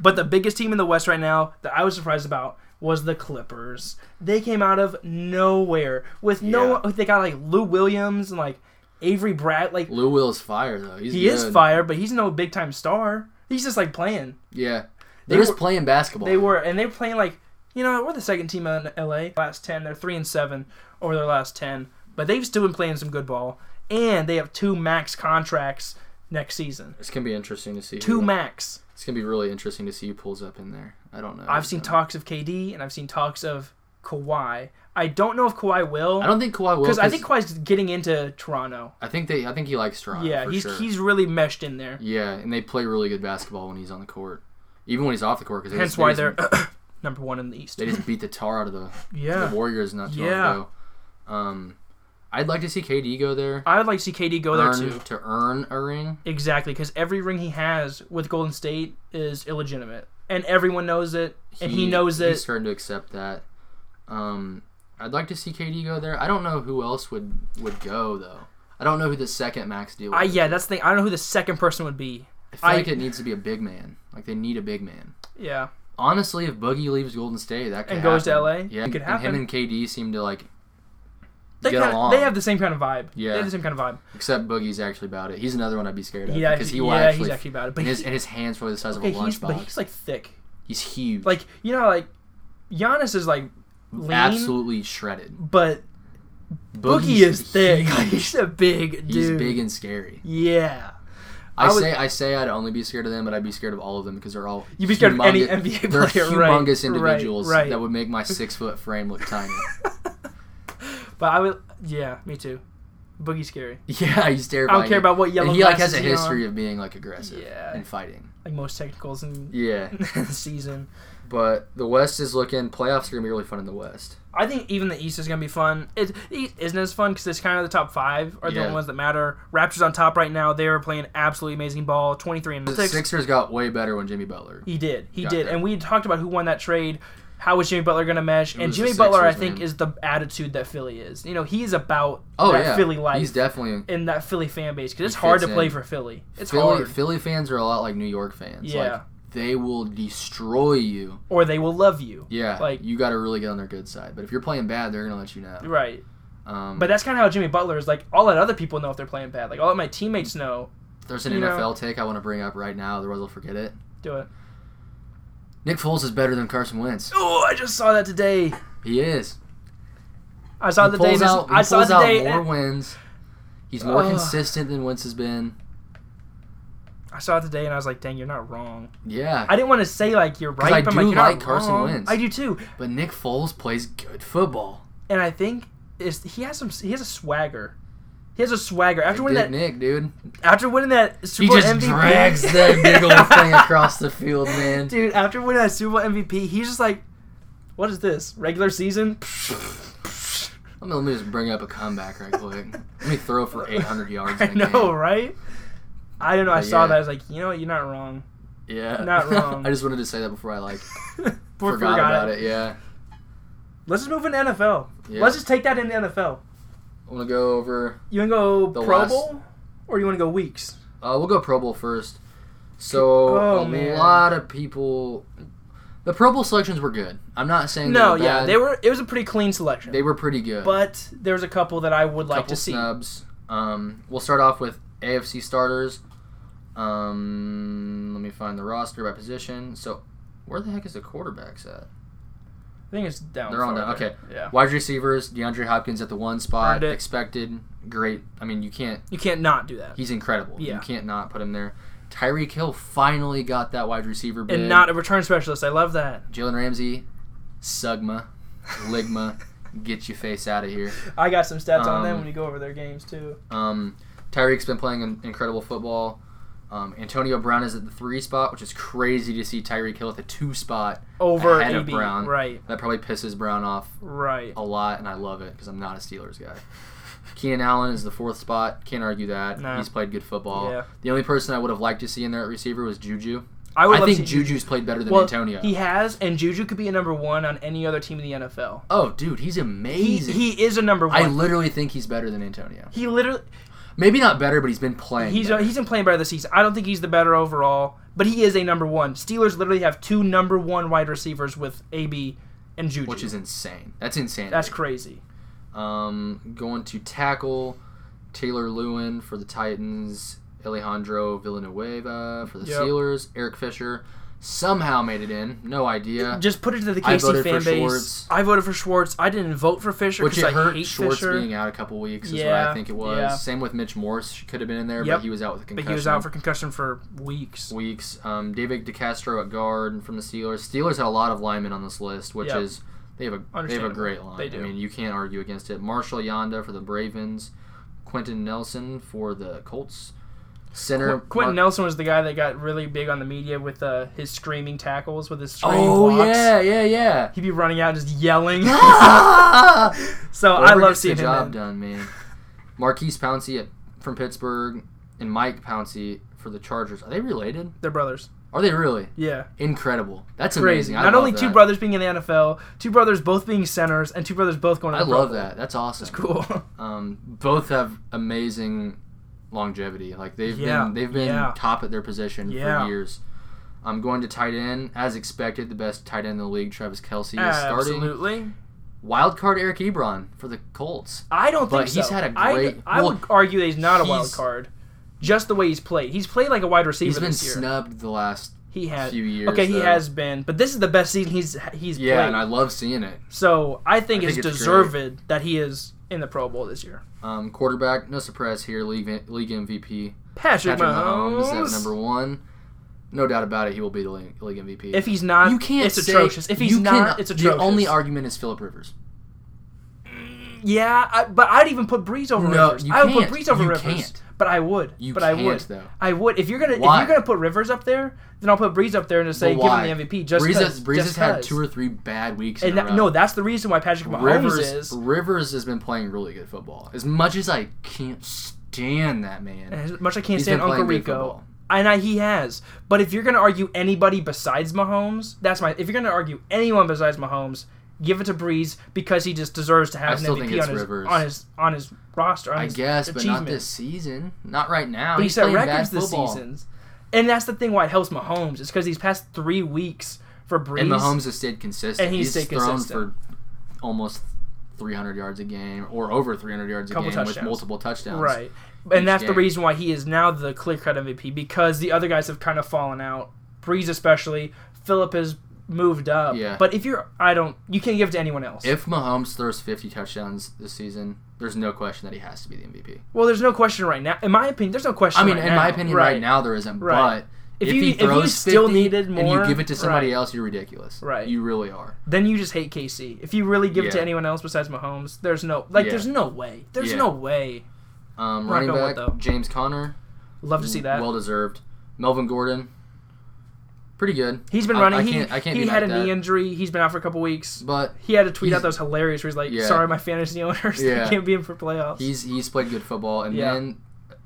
[SPEAKER 2] But the biggest team in the West right now that I was surprised about was the Clippers. They came out of nowhere with no. They got like Lou Williams and like Avery Brad. Like
[SPEAKER 1] Lou Will's fire though. He's
[SPEAKER 2] he
[SPEAKER 1] good.
[SPEAKER 2] is fire, but he's no big time star. He's just like playing.
[SPEAKER 1] Yeah.
[SPEAKER 2] They
[SPEAKER 1] They're just
[SPEAKER 2] were-
[SPEAKER 1] playing basketball.
[SPEAKER 2] They were and they were playing like you know we're the second team in LA. Last ten, they're three and seven over their last ten, but they've still been playing some good ball, and they have two max contracts next season.
[SPEAKER 1] It's gonna be interesting to see.
[SPEAKER 2] Two
[SPEAKER 1] who-
[SPEAKER 2] max.
[SPEAKER 1] it's gonna be really interesting to see who pulls up in there. I don't know.
[SPEAKER 2] I've seen
[SPEAKER 1] So-
[SPEAKER 2] talks of KD and I've seen talks of Kawhi. I don't know if Kawhi will
[SPEAKER 1] I don't think Kawhi will.
[SPEAKER 2] because I think Kawhi's getting into Toronto.
[SPEAKER 1] I think they. I think he likes Toronto.
[SPEAKER 2] yeah,
[SPEAKER 1] for
[SPEAKER 2] he's
[SPEAKER 1] sure.
[SPEAKER 2] he's really meshed in there.
[SPEAKER 1] Yeah, and they play really good basketball when he's on the court, even when he's off the court. Because
[SPEAKER 2] Hence
[SPEAKER 1] just,
[SPEAKER 2] why
[SPEAKER 1] they
[SPEAKER 2] they're
[SPEAKER 1] just,
[SPEAKER 2] number one in the East.
[SPEAKER 1] they just beat the tar out of the,
[SPEAKER 2] yeah,
[SPEAKER 1] the Warriors not too
[SPEAKER 2] Yeah.
[SPEAKER 1] long ago. Um, I'd like to see KD go there,
[SPEAKER 2] I would like to see KD go there
[SPEAKER 1] earn-
[SPEAKER 2] too.
[SPEAKER 1] to earn a ring.
[SPEAKER 2] Exactly, because every ring he has with Golden State is illegitimate, and everyone knows it, and he, knows
[SPEAKER 1] he's
[SPEAKER 2] it.
[SPEAKER 1] starting to accept that. Um, I'd like to see KD go there. I don't know who else would would go though. I don't know who the second max deal.
[SPEAKER 2] I
[SPEAKER 1] is.
[SPEAKER 2] yeah, that's the thing. I don't know who the second person would be.
[SPEAKER 1] I feel
[SPEAKER 2] I-
[SPEAKER 1] like it needs to be a big man. Like they need a big man.
[SPEAKER 2] Yeah,
[SPEAKER 1] honestly, if Boogie leaves Golden State, that could
[SPEAKER 2] And goes to
[SPEAKER 1] happen.
[SPEAKER 2] LA?
[SPEAKER 1] yeah,
[SPEAKER 2] It could
[SPEAKER 1] and
[SPEAKER 2] happen.
[SPEAKER 1] him and KD seem to like
[SPEAKER 2] they
[SPEAKER 1] get
[SPEAKER 2] kinda,
[SPEAKER 1] along.
[SPEAKER 2] they have the same kind of vibe. they
[SPEAKER 1] Yeah.
[SPEAKER 2] have the same kind of vibe.
[SPEAKER 1] except Boogie's actually about it. He's another one I'd be scared of
[SPEAKER 2] Yeah,
[SPEAKER 1] because he will
[SPEAKER 2] yeah,
[SPEAKER 1] actually,
[SPEAKER 2] he's actually about it, but
[SPEAKER 1] and, his,
[SPEAKER 2] he-
[SPEAKER 1] and his hands were the size
[SPEAKER 2] Okay,
[SPEAKER 1] of a
[SPEAKER 2] he's but
[SPEAKER 1] lunchbox.
[SPEAKER 2] he's like thick.
[SPEAKER 1] He's huge,
[SPEAKER 2] Like you know, like Giannis is like lean,
[SPEAKER 1] absolutely shredded.
[SPEAKER 2] but Boogie
[SPEAKER 1] Boogie's
[SPEAKER 2] is thick.
[SPEAKER 1] huge.
[SPEAKER 2] he's a big dude.
[SPEAKER 1] He's big and scary.
[SPEAKER 2] yeah,
[SPEAKER 1] I,
[SPEAKER 2] I would-
[SPEAKER 1] say I say I'd only be scared of them, but I'd be scared of all of them because they're all
[SPEAKER 2] You'd be scared of any
[SPEAKER 1] humongous-
[SPEAKER 2] NBA
[SPEAKER 1] They're
[SPEAKER 2] player, right,
[SPEAKER 1] humongous
[SPEAKER 2] right,
[SPEAKER 1] individuals
[SPEAKER 2] right.
[SPEAKER 1] that would make my six foot frame look tiny.
[SPEAKER 2] but I would. Yeah, me too. Boogie's scary.
[SPEAKER 1] Yeah, he's terrifying.
[SPEAKER 2] I don't care about what yellow.
[SPEAKER 1] And he like has a
[SPEAKER 2] glasses he's on.
[SPEAKER 1] history of being like aggressive
[SPEAKER 2] Yeah.
[SPEAKER 1] and fighting.
[SPEAKER 2] like most technicals in
[SPEAKER 1] Yeah,
[SPEAKER 2] the season.
[SPEAKER 1] but the West is looking. Playoffs are gonna be really fun in the West.
[SPEAKER 2] I think even the East is gonna be fun. It the East isn't as fun because it's kind of the top five are the
[SPEAKER 1] Yeah.
[SPEAKER 2] ones that matter. Raptors on top right now. They are playing absolutely amazing ball. Twenty three and
[SPEAKER 1] The
[SPEAKER 2] six.
[SPEAKER 1] Sixers got way better when Jimmy Butler.
[SPEAKER 2] He did. He
[SPEAKER 1] Got
[SPEAKER 2] did.
[SPEAKER 1] that.
[SPEAKER 2] And we talked about who won that trade. How was Jimmy Butler going to mesh? And
[SPEAKER 1] was the
[SPEAKER 2] Jimmy Butler, I
[SPEAKER 1] Sixers,
[SPEAKER 2] think,
[SPEAKER 1] man.
[SPEAKER 2] is the attitude that Philly is. You know, he's about
[SPEAKER 1] Oh
[SPEAKER 2] that
[SPEAKER 1] yeah,
[SPEAKER 2] Philly life
[SPEAKER 1] He's definitely
[SPEAKER 2] and that Philly fan base because it's
[SPEAKER 1] He
[SPEAKER 2] hard to
[SPEAKER 1] fits
[SPEAKER 2] play
[SPEAKER 1] in.
[SPEAKER 2] for Philly. It's
[SPEAKER 1] Philly.
[SPEAKER 2] hard.
[SPEAKER 1] Philly fans are a lot like New York fans.
[SPEAKER 2] Yeah.
[SPEAKER 1] Like, they will destroy you.
[SPEAKER 2] Or they will love you.
[SPEAKER 1] Yeah,
[SPEAKER 2] Like-
[SPEAKER 1] like you got to really get on their good side. But if you're playing bad, they're gonna let you know.
[SPEAKER 2] Right.
[SPEAKER 1] Um,
[SPEAKER 2] But that's kind of how Jimmy Butler is. Like, I'll let other people know if they're playing bad. Like, I'll let my teammates know.
[SPEAKER 1] there's an
[SPEAKER 2] you know-
[SPEAKER 1] NFL take I want to bring up right now. Otherwise, I'll forget it.
[SPEAKER 2] Do it.
[SPEAKER 1] Nick Foles is better than Carson Wentz.
[SPEAKER 2] Oh, I just saw that today.
[SPEAKER 1] He is.
[SPEAKER 2] I saw
[SPEAKER 1] he
[SPEAKER 2] the day.
[SPEAKER 1] pulls
[SPEAKER 2] This,
[SPEAKER 1] out, he
[SPEAKER 2] I saw
[SPEAKER 1] pulls
[SPEAKER 2] the
[SPEAKER 1] out
[SPEAKER 2] day.
[SPEAKER 1] more wins. He's more
[SPEAKER 2] Ugh.
[SPEAKER 1] consistent than Wentz has been.
[SPEAKER 2] I saw it today, and I was like, "Dang, you're not wrong."
[SPEAKER 1] Yeah,
[SPEAKER 2] I didn't want to say like you're
[SPEAKER 1] 'Cause
[SPEAKER 2] right,
[SPEAKER 1] I
[SPEAKER 2] but I'm
[SPEAKER 1] do
[SPEAKER 2] like, you're not
[SPEAKER 1] like Carson
[SPEAKER 2] wrong.
[SPEAKER 1] Wentz.
[SPEAKER 2] I do too.
[SPEAKER 1] but Nick Foles plays good football.
[SPEAKER 2] and I think is he has some he has a swagger. He has a swagger after winning
[SPEAKER 1] Dick
[SPEAKER 2] that
[SPEAKER 1] Nick, dude.
[SPEAKER 2] after winning that
[SPEAKER 1] He
[SPEAKER 2] Super Bowl
[SPEAKER 1] just
[SPEAKER 2] MVP.
[SPEAKER 1] drags that big old thing across the field, man.
[SPEAKER 2] Dude, after winning that Super Bowl MVP, he's just like, what is this regular season?
[SPEAKER 1] Let me, let me just bring up a comeback right quick. Let me throw for 800 yards.
[SPEAKER 2] I
[SPEAKER 1] In a
[SPEAKER 2] know,
[SPEAKER 1] Game.
[SPEAKER 2] right? I don't know. I
[SPEAKER 1] But
[SPEAKER 2] saw
[SPEAKER 1] yeah.
[SPEAKER 2] that. I was like, you know what? You're not wrong.
[SPEAKER 1] Yeah,
[SPEAKER 2] Not wrong.
[SPEAKER 1] I just wanted to say that before I like
[SPEAKER 2] We
[SPEAKER 1] forgot, about it. Yeah,
[SPEAKER 2] Let's just move into NFL.
[SPEAKER 1] Yeah.
[SPEAKER 2] Let's just take that into NFL.
[SPEAKER 1] I'm gonna go over.
[SPEAKER 2] You want to go
[SPEAKER 1] The
[SPEAKER 2] Pro
[SPEAKER 1] last-
[SPEAKER 2] Bowl or you want to go weeks?
[SPEAKER 1] Uh, we'll go Pro Bowl first. So
[SPEAKER 2] Oh,
[SPEAKER 1] a
[SPEAKER 2] man.
[SPEAKER 1] lot of people, the Pro Bowl selections were good. I'm not saying
[SPEAKER 2] No,
[SPEAKER 1] they were
[SPEAKER 2] yeah,
[SPEAKER 1] bad.
[SPEAKER 2] they were. It was a pretty clean selection,
[SPEAKER 1] they were pretty good.
[SPEAKER 2] but there was a couple that I would like
[SPEAKER 1] couple
[SPEAKER 2] to see.
[SPEAKER 1] snubs. Um, we'll start off with AFC starters. Um, let me find the roster by position. So, where the heck is the quarterbacks at?
[SPEAKER 2] I think it's down.
[SPEAKER 1] They're on down.
[SPEAKER 2] farther.
[SPEAKER 1] Okay.
[SPEAKER 2] Yeah.
[SPEAKER 1] Wide receivers, DeAndre Hopkins at the one spot,
[SPEAKER 2] Earned it.
[SPEAKER 1] expected. Great. I mean, you can't.
[SPEAKER 2] You can't not do that.
[SPEAKER 1] He's incredible.
[SPEAKER 2] Yeah.
[SPEAKER 1] You can't not put him there. Tyreek Hill finally got that wide receiver bid.
[SPEAKER 2] And not a return specialist. I love that.
[SPEAKER 1] Jalen Ramsey, Sugma, Ligma, get your face out of here.
[SPEAKER 2] I got some stats on them
[SPEAKER 1] Um,
[SPEAKER 2] when you go over their games too.
[SPEAKER 1] Um, Tyreek's been playing in- incredible football. Um, Antonio Brown is at the three spot, which is crazy to see Tyreek Hill at the two spot.
[SPEAKER 2] Over
[SPEAKER 1] ahead of
[SPEAKER 2] AB.
[SPEAKER 1] Brown.
[SPEAKER 2] Right.
[SPEAKER 1] That probably pisses Brown off
[SPEAKER 2] Right.
[SPEAKER 1] a lot, and I love it because I'm not a Steelers guy. Keenan Allen is the fourth spot. Can't argue that.
[SPEAKER 2] Nah.
[SPEAKER 1] He's played good football.
[SPEAKER 2] Yeah.
[SPEAKER 1] The only person I would have liked to see in there at receiver was Juju.
[SPEAKER 2] I would
[SPEAKER 1] I,
[SPEAKER 2] love
[SPEAKER 1] think
[SPEAKER 2] to see
[SPEAKER 1] Juju's played better than
[SPEAKER 2] Well,
[SPEAKER 1] Antonio.
[SPEAKER 2] He has, and Juju could be a number one on any other team in the NFL.
[SPEAKER 1] oh, dude, he's amazing.
[SPEAKER 2] He he is a number one.
[SPEAKER 1] I literally think he's better than Antonio.
[SPEAKER 2] he literally
[SPEAKER 1] Maybe not better, but he's been playing.
[SPEAKER 2] he's uh,
[SPEAKER 1] better.
[SPEAKER 2] he's been playing better this season. I don't think he's the better overall, but he is a number one. Steelers literally have two number one wide receivers with AB and Juju,
[SPEAKER 1] which is insane. That's insane.
[SPEAKER 2] that's crazy.
[SPEAKER 1] Um, going to tackle Taylor Lewin for the Titans, Alejandro Villanueva for the
[SPEAKER 2] Yep.
[SPEAKER 1] Steelers, Eric Fisher somehow made it in. No idea.
[SPEAKER 2] Just put it to the KC
[SPEAKER 1] I voted for
[SPEAKER 2] fan base.
[SPEAKER 1] Schwartz.
[SPEAKER 2] I voted for Schwartz. I didn't vote for Fisher
[SPEAKER 1] Which
[SPEAKER 2] because
[SPEAKER 1] it
[SPEAKER 2] I
[SPEAKER 1] hurt
[SPEAKER 2] hate
[SPEAKER 1] Schwartz
[SPEAKER 2] Fisher,
[SPEAKER 1] being out a couple weeks is what
[SPEAKER 2] Yeah,
[SPEAKER 1] I think it was.
[SPEAKER 2] yeah.
[SPEAKER 1] Same with Mitch Morse could have been in there,
[SPEAKER 2] Yep.
[SPEAKER 1] but he was out with a
[SPEAKER 2] but
[SPEAKER 1] concussion.
[SPEAKER 2] he was out for concussion for weeks.
[SPEAKER 1] weeks. Um, David DeCastro at guard from the Steelers. Steelers had a lot of linemen on this list, which
[SPEAKER 2] Yep.
[SPEAKER 1] is they have a they have a
[SPEAKER 2] Understandable.
[SPEAKER 1] great line.
[SPEAKER 2] They do.
[SPEAKER 1] I mean, you can't argue against it. Marshall Yonda for the Bravens, Quentin Nelson for the Colts, center
[SPEAKER 2] Qu- Quentin
[SPEAKER 1] Mark-
[SPEAKER 2] Nelson was the guy that got really big on the media with uh, his screaming tackles, with his screaming
[SPEAKER 1] Oh
[SPEAKER 2] blocks.
[SPEAKER 1] yeah, yeah, yeah.
[SPEAKER 2] He'd be running out just yelling.
[SPEAKER 1] Ah!
[SPEAKER 2] so I
[SPEAKER 1] Whoever
[SPEAKER 2] love
[SPEAKER 1] gets
[SPEAKER 2] seeing
[SPEAKER 1] the
[SPEAKER 2] him.
[SPEAKER 1] job
[SPEAKER 2] in.
[SPEAKER 1] done, man. Marquise Pouncey at, from Pittsburgh and Mike Pouncey for the Chargers. Are they related?
[SPEAKER 2] They're brothers.
[SPEAKER 1] Are they really?
[SPEAKER 2] Yeah,
[SPEAKER 1] Incredible. That's
[SPEAKER 2] crazy.
[SPEAKER 1] amazing. I
[SPEAKER 2] Not
[SPEAKER 1] love
[SPEAKER 2] only two
[SPEAKER 1] that.
[SPEAKER 2] brothers being in the NFL, two brothers both being centers, and two brothers both going. To
[SPEAKER 1] I
[SPEAKER 2] the Pro
[SPEAKER 1] love
[SPEAKER 2] Bowl.
[SPEAKER 1] that. That's awesome.
[SPEAKER 2] Cool.
[SPEAKER 1] um, both have amazing longevity. Like they've
[SPEAKER 2] Yeah,
[SPEAKER 1] been they've been
[SPEAKER 2] yeah.
[SPEAKER 1] top at their position
[SPEAKER 2] Yeah.
[SPEAKER 1] for years. I'm going to tight end as expected. The best tight end in the league, Travis Kelsey, is starting.
[SPEAKER 2] Absolutely.
[SPEAKER 1] Wild card Eric Ebron for the Colts.
[SPEAKER 2] I don't
[SPEAKER 1] But
[SPEAKER 2] think so.
[SPEAKER 1] he's had a
[SPEAKER 2] I-
[SPEAKER 1] great-
[SPEAKER 2] I, would
[SPEAKER 1] well,
[SPEAKER 2] argue that he's not a wild
[SPEAKER 1] he's-
[SPEAKER 2] card. Just the way he's played, he's played like a wide receiver
[SPEAKER 1] He's been
[SPEAKER 2] this year.
[SPEAKER 1] snubbed the last
[SPEAKER 2] he has.
[SPEAKER 1] few years.
[SPEAKER 2] okay, he
[SPEAKER 1] though.
[SPEAKER 2] has been, but this is the best season he's he's
[SPEAKER 1] Yeah,
[SPEAKER 2] played.
[SPEAKER 1] and I love seeing it.
[SPEAKER 2] so I think
[SPEAKER 1] I
[SPEAKER 2] it's
[SPEAKER 1] think it's
[SPEAKER 2] deserved that he is in the Pro Bowl this year.
[SPEAKER 1] Um, quarterback, no surprise here. League league MVP
[SPEAKER 2] Patrick,
[SPEAKER 1] Patrick
[SPEAKER 2] Mahomes,
[SPEAKER 1] Mahomes at number one. No doubt about it. He will be the league, league MVP.
[SPEAKER 2] If he's not,
[SPEAKER 1] you can't
[SPEAKER 2] it's
[SPEAKER 1] say-
[SPEAKER 2] atrocious. If he's
[SPEAKER 1] you
[SPEAKER 2] not,
[SPEAKER 1] can-
[SPEAKER 2] it's atrocious.
[SPEAKER 1] The only argument is Philip Rivers.
[SPEAKER 2] yeah, I, but I'd even put Breeze over
[SPEAKER 1] No,
[SPEAKER 2] Rivers.
[SPEAKER 1] you
[SPEAKER 2] I would put
[SPEAKER 1] can't.
[SPEAKER 2] Breeze over
[SPEAKER 1] You
[SPEAKER 2] Rivers.
[SPEAKER 1] can't.
[SPEAKER 2] But I would.
[SPEAKER 1] You
[SPEAKER 2] but
[SPEAKER 1] can't
[SPEAKER 2] I would.
[SPEAKER 1] though.
[SPEAKER 2] I would. If you're gonna
[SPEAKER 1] Why?
[SPEAKER 2] if you're gonna put Rivers up there, then I'll put Breeze up there and just say
[SPEAKER 1] But
[SPEAKER 2] give
[SPEAKER 1] why?
[SPEAKER 2] him the MVP. Just
[SPEAKER 1] Breeze,
[SPEAKER 2] 'cause-
[SPEAKER 1] has, Breeze
[SPEAKER 2] just
[SPEAKER 1] has had
[SPEAKER 2] 'cause.
[SPEAKER 1] two or three bad weeks.
[SPEAKER 2] And
[SPEAKER 1] in a
[SPEAKER 2] that,
[SPEAKER 1] row.
[SPEAKER 2] no, that's the reason why Patrick Mahomes
[SPEAKER 1] Rivers
[SPEAKER 2] is.
[SPEAKER 1] Rivers has been playing really good football. As much as I can't stand that man,
[SPEAKER 2] As much I can't
[SPEAKER 1] he's
[SPEAKER 2] stand
[SPEAKER 1] been
[SPEAKER 2] Uncle
[SPEAKER 1] playing good
[SPEAKER 2] Rico,
[SPEAKER 1] football.
[SPEAKER 2] and I, he has. But if you're gonna argue anybody besides Mahomes, that's my. If you're gonna argue anyone besides Mahomes, give it to Breeze because he just deserves to have
[SPEAKER 1] I
[SPEAKER 2] an
[SPEAKER 1] still
[SPEAKER 2] MVP
[SPEAKER 1] think it's
[SPEAKER 2] on his
[SPEAKER 1] Rivers.
[SPEAKER 2] on his on his roster. On
[SPEAKER 1] I
[SPEAKER 2] his
[SPEAKER 1] guess, but not
[SPEAKER 2] achievement.
[SPEAKER 1] this season. Not right now.
[SPEAKER 2] But he
[SPEAKER 1] he's
[SPEAKER 2] set
[SPEAKER 1] playing
[SPEAKER 2] records
[SPEAKER 1] bad
[SPEAKER 2] this
[SPEAKER 1] football.
[SPEAKER 2] seasons, and that's the thing why it helps Mahomes is because these past three weeks for Breeze.
[SPEAKER 1] And Mahomes has stayed consistent.
[SPEAKER 2] And he's stayed
[SPEAKER 1] thrown
[SPEAKER 2] consistent.
[SPEAKER 1] for almost 300 yards a game or over 300 yards a
[SPEAKER 2] Couple
[SPEAKER 1] game with
[SPEAKER 2] touchdowns.
[SPEAKER 1] multiple touchdowns.
[SPEAKER 2] Right. And
[SPEAKER 1] each
[SPEAKER 2] that's the
[SPEAKER 1] game.
[SPEAKER 2] reason why he is now the clear cut MVP because the other guys have kind of fallen out. Breeze especially. Philip has moved up.
[SPEAKER 1] Yeah.
[SPEAKER 2] But if you're I don't you can't give it to anyone else.
[SPEAKER 1] If Mahomes throws 50 touchdowns this season, there's no question that he has to be the MVP.
[SPEAKER 2] well, there's no question right now. In my opinion, there's no question
[SPEAKER 1] I mean,
[SPEAKER 2] right
[SPEAKER 1] in
[SPEAKER 2] now.
[SPEAKER 1] my opinion, right, now there isn't.
[SPEAKER 2] Right.
[SPEAKER 1] But
[SPEAKER 2] If
[SPEAKER 1] if,
[SPEAKER 2] you-
[SPEAKER 1] he
[SPEAKER 2] if you
[SPEAKER 1] throws
[SPEAKER 2] still
[SPEAKER 1] 50
[SPEAKER 2] needed
[SPEAKER 1] and
[SPEAKER 2] more-
[SPEAKER 1] you give it to somebody
[SPEAKER 2] right.
[SPEAKER 1] else, you're ridiculous.
[SPEAKER 2] Right.
[SPEAKER 1] You really are.
[SPEAKER 2] Then you just hate KC. If you really give it to
[SPEAKER 1] Yeah.
[SPEAKER 2] anyone else besides Mahomes, there's no like
[SPEAKER 1] Yeah.
[SPEAKER 2] there's no way. There's
[SPEAKER 1] Yeah.
[SPEAKER 2] no way.
[SPEAKER 1] Um,
[SPEAKER 2] We're not
[SPEAKER 1] running
[SPEAKER 2] going
[SPEAKER 1] back
[SPEAKER 2] with though.
[SPEAKER 1] James Conner,
[SPEAKER 2] Love to see that.
[SPEAKER 1] well deserved. Melvin Gordon, pretty good.
[SPEAKER 2] He's been
[SPEAKER 1] I-
[SPEAKER 2] running.
[SPEAKER 1] I
[SPEAKER 2] he
[SPEAKER 1] can't- I can't
[SPEAKER 2] he
[SPEAKER 1] deny
[SPEAKER 2] had a
[SPEAKER 1] that.
[SPEAKER 2] knee injury. He's been out for a couple weeks.
[SPEAKER 1] But
[SPEAKER 2] He had a tweet
[SPEAKER 1] He's-
[SPEAKER 2] out that was hilarious where he's like,
[SPEAKER 1] Yeah.
[SPEAKER 2] "Sorry, my fantasy owners,
[SPEAKER 1] Yeah.
[SPEAKER 2] they can't be in for playoffs."
[SPEAKER 1] he's he's played good football, and
[SPEAKER 2] Yeah.
[SPEAKER 1] then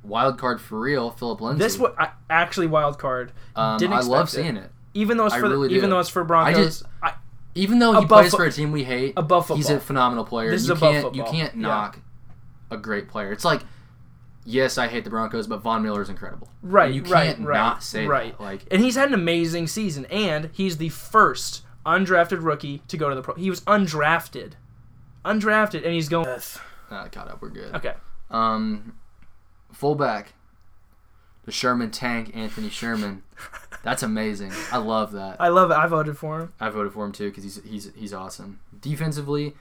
[SPEAKER 1] wild card for real, Philip Lindsay.
[SPEAKER 2] This was I- actually wild card.
[SPEAKER 1] um,
[SPEAKER 2] didn't
[SPEAKER 1] I love
[SPEAKER 2] expect it.
[SPEAKER 1] seeing it.
[SPEAKER 2] Even though it's
[SPEAKER 1] I
[SPEAKER 2] for
[SPEAKER 1] really
[SPEAKER 2] the, even
[SPEAKER 1] do.
[SPEAKER 2] though it's for Broncos, I
[SPEAKER 1] just- Even though he
[SPEAKER 2] Above
[SPEAKER 1] plays
[SPEAKER 2] fo-
[SPEAKER 1] for a team we hate,
[SPEAKER 2] above
[SPEAKER 1] he's
[SPEAKER 2] football.
[SPEAKER 1] a phenomenal player.
[SPEAKER 2] This is
[SPEAKER 1] you
[SPEAKER 2] above
[SPEAKER 1] can't you
[SPEAKER 2] football.
[SPEAKER 1] can't
[SPEAKER 2] Yeah.
[SPEAKER 1] knock a great player. It's like, yes, I hate the Broncos, but Von Miller is incredible.
[SPEAKER 2] right,
[SPEAKER 1] And you
[SPEAKER 2] right,
[SPEAKER 1] can't
[SPEAKER 2] right,
[SPEAKER 1] not say that.
[SPEAKER 2] right.
[SPEAKER 1] Like
[SPEAKER 2] and he's had an amazing season, and he's the first undrafted rookie to go to the pro. He was undrafted, undrafted, and he's going.
[SPEAKER 1] uh, caught up. We're good.
[SPEAKER 2] Okay,
[SPEAKER 1] Um, fullback, the Sherman tank, Anthony Sherman. That's amazing. I love that.
[SPEAKER 2] I love it. I voted for him.
[SPEAKER 1] I voted for him too because he's he's he's awesome. Defensively,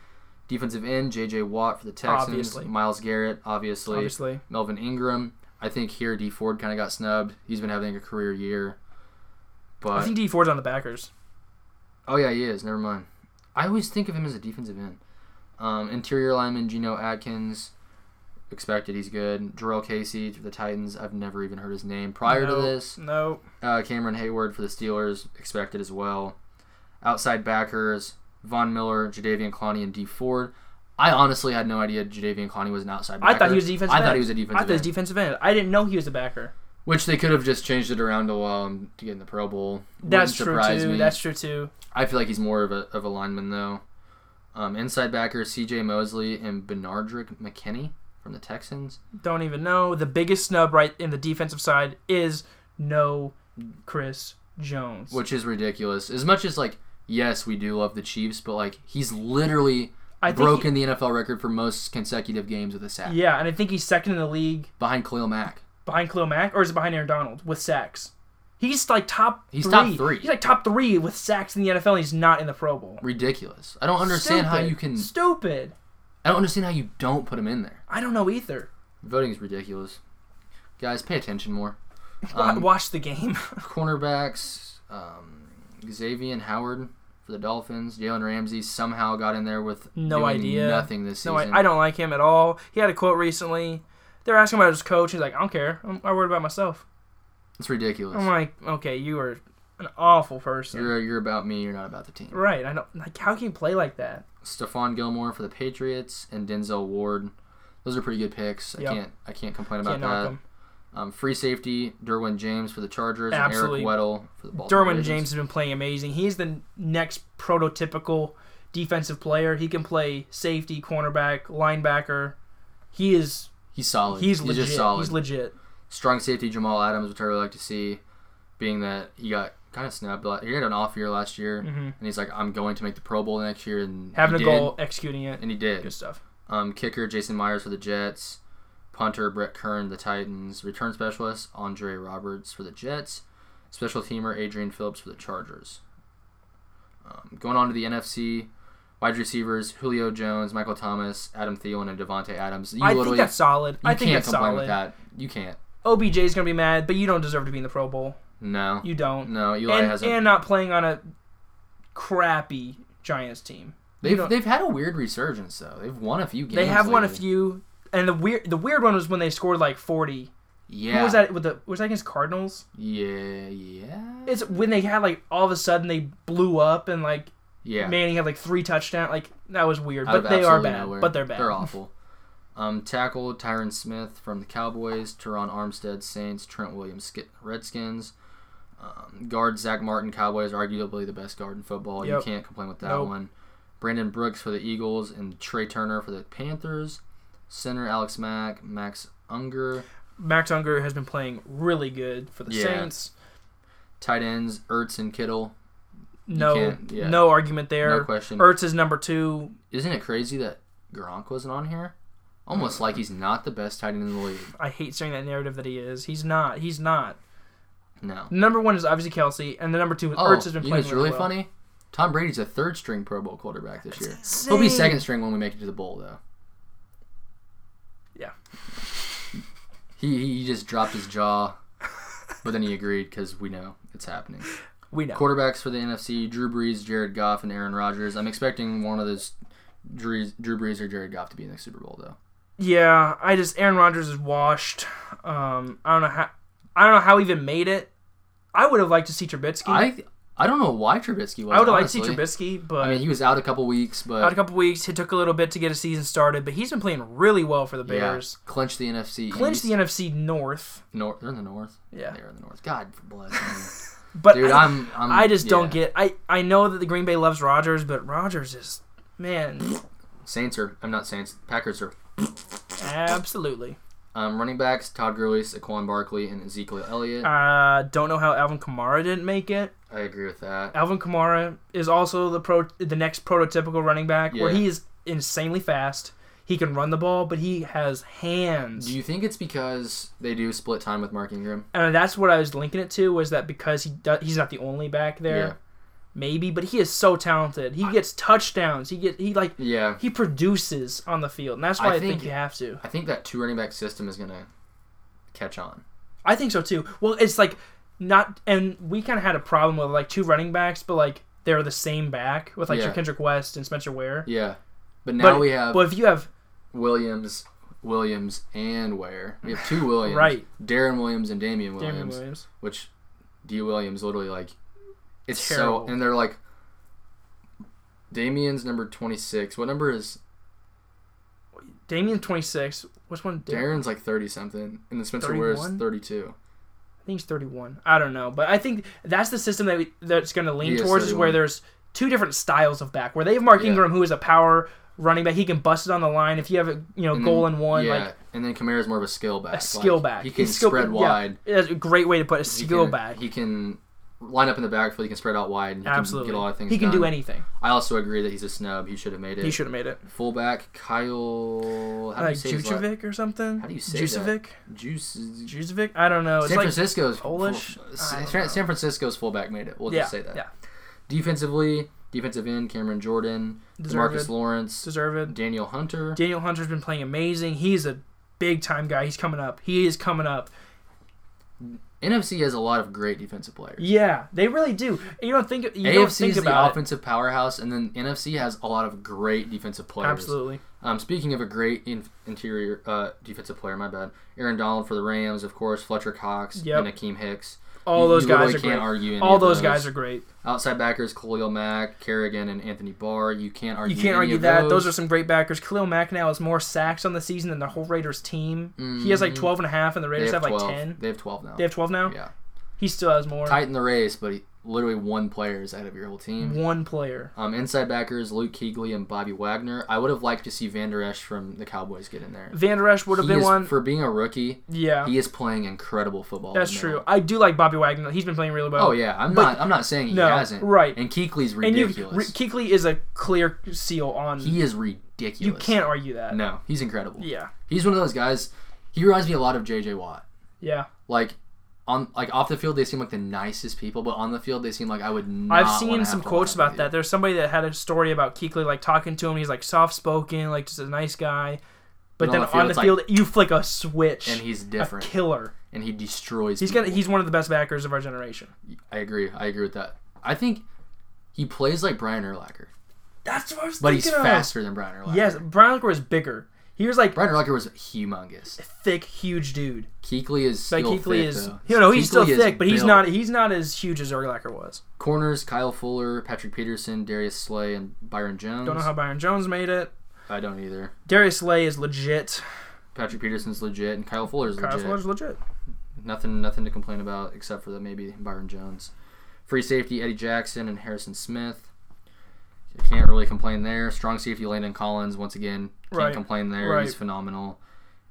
[SPEAKER 1] defensive end J.J. Watt for the Texans.
[SPEAKER 2] Obviously.
[SPEAKER 1] Miles Garrett, obviously.
[SPEAKER 2] Obviously,
[SPEAKER 1] Melvin Ingram. I think here D Ford kind of got snubbed. He's been having a career year.
[SPEAKER 2] I
[SPEAKER 1] But
[SPEAKER 2] think D Ford's on the backers.
[SPEAKER 1] oh yeah, he is. Never mind. I always think of him as a defensive end. Um, interior lineman Geno Atkins. Expected he's good. Jarrell Casey for the Titans. I've never even heard his name prior
[SPEAKER 2] No,
[SPEAKER 1] to this.
[SPEAKER 2] no,
[SPEAKER 1] Uh, Cameron Hayward for the Steelers, expected as well. Outside backers, Von Miller, Jadavian Clowney, and D Ford. I honestly had no idea Jadavian Clowney was an outside
[SPEAKER 2] I
[SPEAKER 1] backer.
[SPEAKER 2] thought he was a defensive
[SPEAKER 1] I thought
[SPEAKER 2] end.
[SPEAKER 1] he was a
[SPEAKER 2] I thought
[SPEAKER 1] defensive
[SPEAKER 2] he was
[SPEAKER 1] end.
[SPEAKER 2] defensive end. I didn't know he was a backer.
[SPEAKER 1] which they could have just changed it around to allow him to get in the Pro Bowl. Wouldn't
[SPEAKER 2] That's true
[SPEAKER 1] surprise
[SPEAKER 2] too.
[SPEAKER 1] me.
[SPEAKER 2] That's true too.
[SPEAKER 1] I feel like he's more of a, of a lineman, though. Um, inside backers, C.J. Mosley and Benardrick McKinney from the Texans.
[SPEAKER 2] Don't even know. The biggest snub right in the defensive side is no Chris Jones.
[SPEAKER 1] which is ridiculous. As much as like, yes, we do love the Chiefs, but like he's literally
[SPEAKER 2] I think
[SPEAKER 1] broken the NFL record for most consecutive games with a sack
[SPEAKER 2] Yeah, and I think he's second in the league
[SPEAKER 1] behind Khalil Mack.
[SPEAKER 2] behind Khalil Mack, or is it behind Aaron Donald with sacks? He's like top.
[SPEAKER 1] He's
[SPEAKER 2] three.
[SPEAKER 1] top three.
[SPEAKER 2] He's like top three with sacks in the NFL. and He's not in the Pro Bowl.
[SPEAKER 1] Ridiculous. I don't understand how
[SPEAKER 2] Stupid.
[SPEAKER 1] you can.
[SPEAKER 2] Stupid.
[SPEAKER 1] I don't understand how you don't put him in there.
[SPEAKER 2] I don't know either.
[SPEAKER 1] Voting is ridiculous. Guys, pay attention more.
[SPEAKER 2] Wa-
[SPEAKER 1] Um,
[SPEAKER 2] Watch the game.
[SPEAKER 1] cornerbacks, um, Xavier Howard for the Dolphins. Jalen Ramsey somehow got in there with
[SPEAKER 2] No
[SPEAKER 1] doing
[SPEAKER 2] idea.
[SPEAKER 1] nothing this season.
[SPEAKER 2] no, I, I don't like him at all. He had a quote recently. They're asking about his coach. He's like, I don't care. I'm, I worried about myself.
[SPEAKER 1] It's ridiculous.
[SPEAKER 2] I'm like, okay, you are an awful person.
[SPEAKER 1] You're you're about me. You're not about the team.
[SPEAKER 2] Right. I don't like how can you play like that?
[SPEAKER 1] Stephon Gilmore for the Patriots and Denzel Ward. Those are pretty good picks.
[SPEAKER 2] Yep.
[SPEAKER 1] I can't I can't complain about
[SPEAKER 2] Can't knock him.
[SPEAKER 1] that. Um, free safety Derwin James for the Chargers
[SPEAKER 2] Absolutely.
[SPEAKER 1] and Eric Weddle for the Baltimore.
[SPEAKER 2] Derwin
[SPEAKER 1] Ravens.
[SPEAKER 2] James has been playing amazing. He's the next prototypical defensive player. He can play safety, cornerback, linebacker. He is
[SPEAKER 1] He's solid.
[SPEAKER 2] he's,
[SPEAKER 1] He's,
[SPEAKER 2] legit.
[SPEAKER 1] just solid.
[SPEAKER 2] He's legit.
[SPEAKER 1] Strong safety Jamal Adams, which I really like to see, being that he got kind of snubbed. la- He had an off year last year,
[SPEAKER 2] Mhm.
[SPEAKER 1] and he's like, I'm going to make the Pro Bowl next year, and
[SPEAKER 2] Having
[SPEAKER 1] he
[SPEAKER 2] a
[SPEAKER 1] did,
[SPEAKER 2] goal, executing it,
[SPEAKER 1] and he did.
[SPEAKER 2] good stuff.
[SPEAKER 1] Um, kicker Jason Myers for the Jets, punter Brett Kern the Titans, return specialist Andre Roberts for the Jets, special teamer Adrian Phillips for the Chargers. Um, going on to the NFC, wide receivers Julio Jones, Michael Thomas, Adam Thielen, and Devonte Adams. You
[SPEAKER 2] I think
[SPEAKER 1] literally
[SPEAKER 2] that's solid.
[SPEAKER 1] you
[SPEAKER 2] I think
[SPEAKER 1] can't
[SPEAKER 2] that's
[SPEAKER 1] complain with
[SPEAKER 2] solid.
[SPEAKER 1] that. You can't.
[SPEAKER 2] OBJ is gonna be mad, but you don't deserve to be in the Pro Bowl.
[SPEAKER 1] No,
[SPEAKER 2] You don't.
[SPEAKER 1] no. Eli
[SPEAKER 2] and,
[SPEAKER 1] hasn't.
[SPEAKER 2] and not playing on a crappy Giants team.
[SPEAKER 1] They've,
[SPEAKER 2] know-
[SPEAKER 1] they've had a weird resurgence though. They've won a few games.
[SPEAKER 2] They have won a
[SPEAKER 1] lately.
[SPEAKER 2] few, and the weird the weird one was when they scored like forty.
[SPEAKER 1] Yeah.
[SPEAKER 2] Who was that with the was that against Cardinals?
[SPEAKER 1] Yeah, yeah.
[SPEAKER 2] It's when they had like all of a sudden they blew up and like
[SPEAKER 1] yeah.
[SPEAKER 2] Manning had like three touchdowns. Like that was weird,
[SPEAKER 1] Out
[SPEAKER 2] but
[SPEAKER 1] of
[SPEAKER 2] they are
[SPEAKER 1] absolutely
[SPEAKER 2] bad.
[SPEAKER 1] nowhere.
[SPEAKER 2] But they're bad.
[SPEAKER 1] They're awful. Um, tackle Tyron Smith from the Cowboys, Teron Armstead Saints, Trent Williams Sk- Redskins. Um, guard Zach Martin Cowboys, arguably the best guard in football.
[SPEAKER 2] Yep.
[SPEAKER 1] You can't complain with that
[SPEAKER 2] Nope.
[SPEAKER 1] one. Brandon Brooks for the Eagles and Trey Turner for the Panthers. Center Alex Mack, Max Unger.
[SPEAKER 2] Max Unger has been playing really good for the
[SPEAKER 1] Yeah.
[SPEAKER 2] Saints.
[SPEAKER 1] Tight ends Ertz and Kittle.
[SPEAKER 2] No,
[SPEAKER 1] can't- yeah.
[SPEAKER 2] no argument there.
[SPEAKER 1] No question.
[SPEAKER 2] Ertz is number two.
[SPEAKER 1] Isn't it crazy that Gronk wasn't on here? Almost like he's not the best tight end in the league.
[SPEAKER 2] I hate saying that narrative that he is. He's not. He's not.
[SPEAKER 1] No.
[SPEAKER 2] Number one is obviously Kelsey, and the number two is
[SPEAKER 1] Oh,
[SPEAKER 2] Ertz has been
[SPEAKER 1] you know
[SPEAKER 2] playing
[SPEAKER 1] what's really
[SPEAKER 2] well.
[SPEAKER 1] funny? Tom Brady's a third string Pro Bowl quarterback this year. He'll be
[SPEAKER 2] insane.
[SPEAKER 1] second string when we make it to the bowl, though.
[SPEAKER 2] Yeah.
[SPEAKER 1] He, he just dropped his jaw, but then he agreed because we know it's happening.
[SPEAKER 2] We know.
[SPEAKER 1] Quarterbacks for the NFC Drew Brees, Jared Goff, and Aaron Rodgers. I'm expecting one of those Drew, Drew Brees or Jared Goff to be in the Super Bowl, though.
[SPEAKER 2] Yeah, I just Aaron Rodgers is washed. Um, I don't know how. I don't know how he even made it. I would have liked to see Trubisky. I,
[SPEAKER 1] I I don't know why Trubisky was.
[SPEAKER 2] would have liked to
[SPEAKER 1] honestly.
[SPEAKER 2] see Trubisky, but
[SPEAKER 1] I mean, he was out a couple weeks, but
[SPEAKER 2] out a couple weeks, it took a little bit to get a season started. But he's been playing really well for the
[SPEAKER 1] yeah,
[SPEAKER 2] Bears.
[SPEAKER 1] clinched the NFC.
[SPEAKER 2] Clinched
[SPEAKER 1] East.
[SPEAKER 2] the NFC North.
[SPEAKER 1] North. They're in the north.
[SPEAKER 2] Yeah.
[SPEAKER 1] they're in the north. God bless. Man.
[SPEAKER 2] But
[SPEAKER 1] Dude,
[SPEAKER 2] I,
[SPEAKER 1] I'm, I'm.
[SPEAKER 2] I just don't
[SPEAKER 1] yeah.
[SPEAKER 2] get. I I know that the Green Bay loves Rodgers, but Rodgers is man,
[SPEAKER 1] Saints are. I'm not Saints. Packers are.
[SPEAKER 2] absolutely.
[SPEAKER 1] Um, running backs: Todd Gurley, Saquon Barkley, and Ezekiel Elliott.
[SPEAKER 2] Uh, don't know how Alvin Kamara didn't make it.
[SPEAKER 1] I agree with that.
[SPEAKER 2] Alvin Kamara is also the pro the next prototypical running back where
[SPEAKER 1] Yeah.
[SPEAKER 2] he is insanely fast. He can run the ball, but he has hands.
[SPEAKER 1] Do you think it's because they do split time with Mark Ingram?
[SPEAKER 2] and that's what I was linking it to was that because he do, he's not the only back there,
[SPEAKER 1] Yeah.
[SPEAKER 2] maybe, but he is so talented. He gets touchdowns. He get he like
[SPEAKER 1] Yeah.
[SPEAKER 2] he produces on the field, and that's why
[SPEAKER 1] I
[SPEAKER 2] I, think,
[SPEAKER 1] think-
[SPEAKER 2] you have to.
[SPEAKER 1] I think that two running back system is gonna catch on.
[SPEAKER 2] I think so too. Well, it's like not, and we kind of had a problem with like two running backs, but like they're the same back with like
[SPEAKER 1] Yeah.
[SPEAKER 2] Kendrick West and Spencer Ware.
[SPEAKER 1] Yeah. But now
[SPEAKER 2] But-
[SPEAKER 1] we have
[SPEAKER 2] But if you have
[SPEAKER 1] Williams, Williams, and Ware. We have two Williams.
[SPEAKER 2] Right.
[SPEAKER 1] Darren Williams and Damian Williams.
[SPEAKER 2] Damian Williams,
[SPEAKER 1] Which D Williams literally like it's
[SPEAKER 2] Terrible.
[SPEAKER 1] so and they're like Damian's number twenty six. What number is
[SPEAKER 2] Damian twenty six. Which one? Dam-
[SPEAKER 1] Darren's like thirty something, and then Spencer Ware's
[SPEAKER 2] 31?
[SPEAKER 1] thirty two.
[SPEAKER 2] I think he's thirty one. I don't know, but I think that's the system that we, that's going to lean
[SPEAKER 1] He is
[SPEAKER 2] towards is where
[SPEAKER 1] 31.
[SPEAKER 2] there's two different styles of back. Where they have Mark
[SPEAKER 1] Yeah.
[SPEAKER 2] Ingram, who is a power running back, he can bust it on the line. If you have a you know goal in one,
[SPEAKER 1] yeah,
[SPEAKER 2] like
[SPEAKER 1] and then Kamara's more of a skill back.
[SPEAKER 2] a skill
[SPEAKER 1] Like,
[SPEAKER 2] back,
[SPEAKER 1] He can
[SPEAKER 2] He's skill-
[SPEAKER 1] spread
[SPEAKER 2] yeah,
[SPEAKER 1] wide.
[SPEAKER 2] that's a great way to put it.
[SPEAKER 1] He
[SPEAKER 2] Skill
[SPEAKER 1] can-
[SPEAKER 2] back.
[SPEAKER 1] He can line up in the backfield. He can spread out wide. And he
[SPEAKER 2] Absolutely,
[SPEAKER 1] can get a lot of things.
[SPEAKER 2] he can do
[SPEAKER 1] done.
[SPEAKER 2] anything.
[SPEAKER 1] I also agree that he's a snub. He should have made it.
[SPEAKER 2] He should have made it.
[SPEAKER 1] Fullback Kyle. How do
[SPEAKER 2] like
[SPEAKER 1] you say his last-
[SPEAKER 2] Jucevic or something.
[SPEAKER 1] How do you say that?
[SPEAKER 2] Jucevic?
[SPEAKER 1] Juice. is-
[SPEAKER 2] Jucevic? I don't know. It's
[SPEAKER 1] San
[SPEAKER 2] like
[SPEAKER 1] Francisco's
[SPEAKER 2] Polish?
[SPEAKER 1] full-
[SPEAKER 2] I
[SPEAKER 1] San,
[SPEAKER 2] don't
[SPEAKER 1] San Francisco's fullback made it. We'll
[SPEAKER 2] yeah,
[SPEAKER 1] just say that.
[SPEAKER 2] yeah,
[SPEAKER 1] Defensively, defensive end Cameron Jordan,
[SPEAKER 2] Deserved
[SPEAKER 1] Marcus
[SPEAKER 2] it.
[SPEAKER 1] Lawrence,
[SPEAKER 2] deserved.
[SPEAKER 1] Daniel Hunter.
[SPEAKER 2] Daniel Hunter's been playing amazing. He's a big time guy. He's coming up. He is coming up.
[SPEAKER 1] NFC has a lot of great defensive players.
[SPEAKER 2] Yeah, they really do. You don't think you don't
[SPEAKER 1] AFC
[SPEAKER 2] think
[SPEAKER 1] is the
[SPEAKER 2] about it.
[SPEAKER 1] offensive powerhouse, and then NFC has a lot of great defensive players.
[SPEAKER 2] Absolutely.
[SPEAKER 1] Um, speaking of a great in- interior uh, defensive player, my bad. Aaron Donald for the Rams, of course. Fletcher Cox
[SPEAKER 2] Yep.
[SPEAKER 1] and Akeem Hicks.
[SPEAKER 2] All
[SPEAKER 1] You-
[SPEAKER 2] those
[SPEAKER 1] you
[SPEAKER 2] guys
[SPEAKER 1] literally
[SPEAKER 2] are
[SPEAKER 1] can't
[SPEAKER 2] great.
[SPEAKER 1] argue any
[SPEAKER 2] All
[SPEAKER 1] of
[SPEAKER 2] those
[SPEAKER 1] those.
[SPEAKER 2] guys are great.
[SPEAKER 1] Outside backers Khalil Mack, Kerrigan, and Anthony Barr. You can't
[SPEAKER 2] You
[SPEAKER 1] argue.
[SPEAKER 2] can't
[SPEAKER 1] any
[SPEAKER 2] argue
[SPEAKER 1] of
[SPEAKER 2] that. Those.
[SPEAKER 1] Those.
[SPEAKER 2] are some great backers. Khalil Mack now has more sacks on the season than the whole Raiders team. He has like 12 and a half, and the
[SPEAKER 1] Mm-hmm. They
[SPEAKER 2] Raiders have, like
[SPEAKER 1] 12.
[SPEAKER 2] 10.
[SPEAKER 1] They have twelve now.
[SPEAKER 2] They have 12 now?
[SPEAKER 1] yeah,
[SPEAKER 2] He still has more.
[SPEAKER 1] tighten the race, but he, literally one player is out of your whole team.
[SPEAKER 2] One player.
[SPEAKER 1] Um, inside backers Luke Keegley and Bobby Wagner. I would have liked to see Van Der Esch from the Cowboys get in there.
[SPEAKER 2] Van Der Esch would have
[SPEAKER 1] He
[SPEAKER 2] been
[SPEAKER 1] is-
[SPEAKER 2] one.
[SPEAKER 1] for being a rookie.
[SPEAKER 2] yeah.
[SPEAKER 1] He is playing incredible football.
[SPEAKER 2] That's
[SPEAKER 1] now.
[SPEAKER 2] true. I do like Bobby Wagner. He's been playing really well.
[SPEAKER 1] Oh yeah, I'm
[SPEAKER 2] But-
[SPEAKER 1] not. I'm not saying he
[SPEAKER 2] No,
[SPEAKER 1] hasn't.
[SPEAKER 2] right.
[SPEAKER 1] And Keekly's
[SPEAKER 2] and you,
[SPEAKER 1] ridiculous.
[SPEAKER 2] Re- Kuechly is a clear seal on.
[SPEAKER 1] he is
[SPEAKER 2] you
[SPEAKER 1] ridiculous.
[SPEAKER 2] can't argue that.
[SPEAKER 1] No, he's incredible.
[SPEAKER 2] Yeah,
[SPEAKER 1] He's one of those guys. He reminds me a lot of J.J. Watt.
[SPEAKER 2] yeah.
[SPEAKER 1] Like on like off the field, they seem like the nicest people, but on the field, they seem like I would. Not
[SPEAKER 2] I've
[SPEAKER 1] wanna
[SPEAKER 2] seen
[SPEAKER 1] have
[SPEAKER 2] some
[SPEAKER 1] to
[SPEAKER 2] quotes
[SPEAKER 1] line up
[SPEAKER 2] about that.
[SPEAKER 1] with
[SPEAKER 2] There's somebody that had a story about Kuechly like talking to him. He's like soft spoken, like just a nice guy. But then on the field,
[SPEAKER 1] it's like-
[SPEAKER 2] you flick a switch.
[SPEAKER 1] you. And he's
[SPEAKER 2] a
[SPEAKER 1] different,
[SPEAKER 2] killer.
[SPEAKER 1] and he destroys.
[SPEAKER 2] He's gonna. He's one of the best backers of our generation.
[SPEAKER 1] I agree. I agree with that. I think he plays like Brian Urlacher.
[SPEAKER 2] That's what I was
[SPEAKER 1] But he's
[SPEAKER 2] thinking. of.
[SPEAKER 1] faster than Brian Urlacher.
[SPEAKER 2] Yes, Brian Urlacher is bigger. He was like
[SPEAKER 1] Brian Urlacher was humongous.
[SPEAKER 2] thick, huge dude.
[SPEAKER 1] Keekly is
[SPEAKER 2] Like
[SPEAKER 1] still
[SPEAKER 2] Keekly
[SPEAKER 1] thick,
[SPEAKER 2] is,
[SPEAKER 1] though.
[SPEAKER 2] you know, he's still
[SPEAKER 1] Kuechly is
[SPEAKER 2] thick, but he's
[SPEAKER 1] built.
[SPEAKER 2] not. He's not as huge as Urlacher was.
[SPEAKER 1] Corners: Kyle Fuller, Patrick Peterson, Darius Slay, and Byron Jones.
[SPEAKER 2] Don't know how Byron Jones made it.
[SPEAKER 1] I don't either.
[SPEAKER 2] Darius Slay is legit.
[SPEAKER 1] Patrick Peterson's legit, and Kyle Fuller's
[SPEAKER 2] Kyle
[SPEAKER 1] legit.
[SPEAKER 2] Fuller's legit.
[SPEAKER 1] Nothing, nothing to complain about except for that maybe Byron Jones. Free safety: Eddie Jackson and Harrison Smith. You can't really complain there. Strong safety: Landon Collins. Once again, can't
[SPEAKER 2] Right.
[SPEAKER 1] complain there.
[SPEAKER 2] Right.
[SPEAKER 1] He's phenomenal.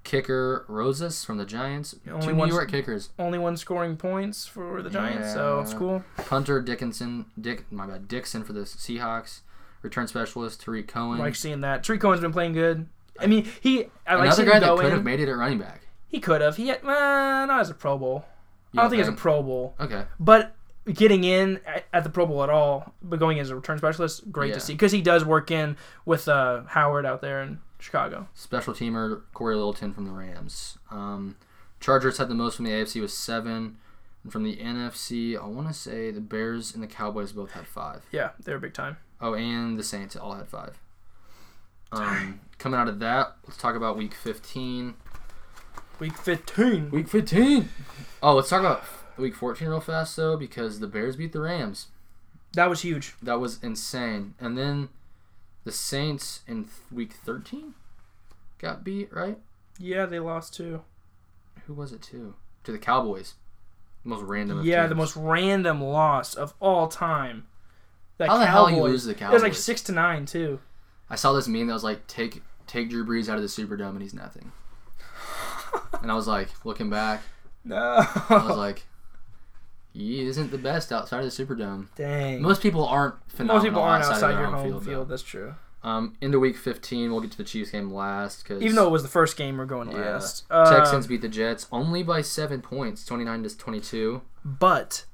[SPEAKER 1] Kicker: Rosas from the Giants.
[SPEAKER 2] Only
[SPEAKER 1] Two New
[SPEAKER 2] one-
[SPEAKER 1] York kickers.
[SPEAKER 2] Only one scoring points for the Giants, so it's
[SPEAKER 1] Yeah.
[SPEAKER 2] cool.
[SPEAKER 1] Punter Dickinson, Dick, my bad, Dixon for the Seahawks. Return specialist Tariq Cohen.
[SPEAKER 2] like seeing that. Tree Cohen's been playing good. I mean, he. I like
[SPEAKER 1] Another
[SPEAKER 2] seeing
[SPEAKER 1] guy
[SPEAKER 2] him
[SPEAKER 1] that
[SPEAKER 2] go
[SPEAKER 1] could have
[SPEAKER 2] in.
[SPEAKER 1] made it at running back.
[SPEAKER 2] He could have. He had, uh, not as a Pro Bowl.
[SPEAKER 1] You
[SPEAKER 2] I don't think as a
[SPEAKER 1] think?
[SPEAKER 2] Pro Bowl,
[SPEAKER 1] Okay.
[SPEAKER 2] but getting in at, at the Pro Bowl at all, but going as a return specialist, great
[SPEAKER 1] Yeah.
[SPEAKER 2] to see because he does work in with uh, Howard out there in Chicago.
[SPEAKER 1] Special teamer Corey Littleton from the Rams. Um, Chargers had the most from the AFC with seven. And from the NFC, I want to say the Bears and the Cowboys both had five.
[SPEAKER 2] Yeah, they were big time.
[SPEAKER 1] Oh, and the Saints all had five. Um, coming out of that, let's talk about Week 15.
[SPEAKER 2] Week fifteen.
[SPEAKER 1] Week 15. Oh, let's talk about Week 14 real fast though, because the Bears beat the Rams.
[SPEAKER 2] That was huge.
[SPEAKER 1] That was insane. And then the Saints in th- Week 13 got beat, right?
[SPEAKER 2] Yeah, they lost too.
[SPEAKER 1] Who was it to? To the Cowboys. The most random. of
[SPEAKER 2] Yeah, the
[SPEAKER 1] teams.
[SPEAKER 2] most random loss of all time. That
[SPEAKER 1] How the hell you
[SPEAKER 2] Cowboys-
[SPEAKER 1] lose to the
[SPEAKER 2] It was like
[SPEAKER 1] Cowboys?
[SPEAKER 2] six to nine too.
[SPEAKER 1] I saw this meme that was like, take take Drew Brees out of the Superdome and he's nothing. and I was like, looking back,
[SPEAKER 2] No.
[SPEAKER 1] I was like, he isn't the best outside of the Superdome.
[SPEAKER 2] Dang.
[SPEAKER 1] Most people aren't phenomenal
[SPEAKER 2] Most people aren't
[SPEAKER 1] outside,
[SPEAKER 2] outside
[SPEAKER 1] of their
[SPEAKER 2] your
[SPEAKER 1] home,
[SPEAKER 2] home
[SPEAKER 1] field.
[SPEAKER 2] field.
[SPEAKER 1] though.
[SPEAKER 2] That's true.
[SPEAKER 1] Um, into week 15, we'll get to the Chiefs game last because
[SPEAKER 2] Even though it was the first game, we're going
[SPEAKER 1] Yeah.
[SPEAKER 2] last. Uh,
[SPEAKER 1] Texans beat the Jets only by seven points, 29 to 22.
[SPEAKER 2] but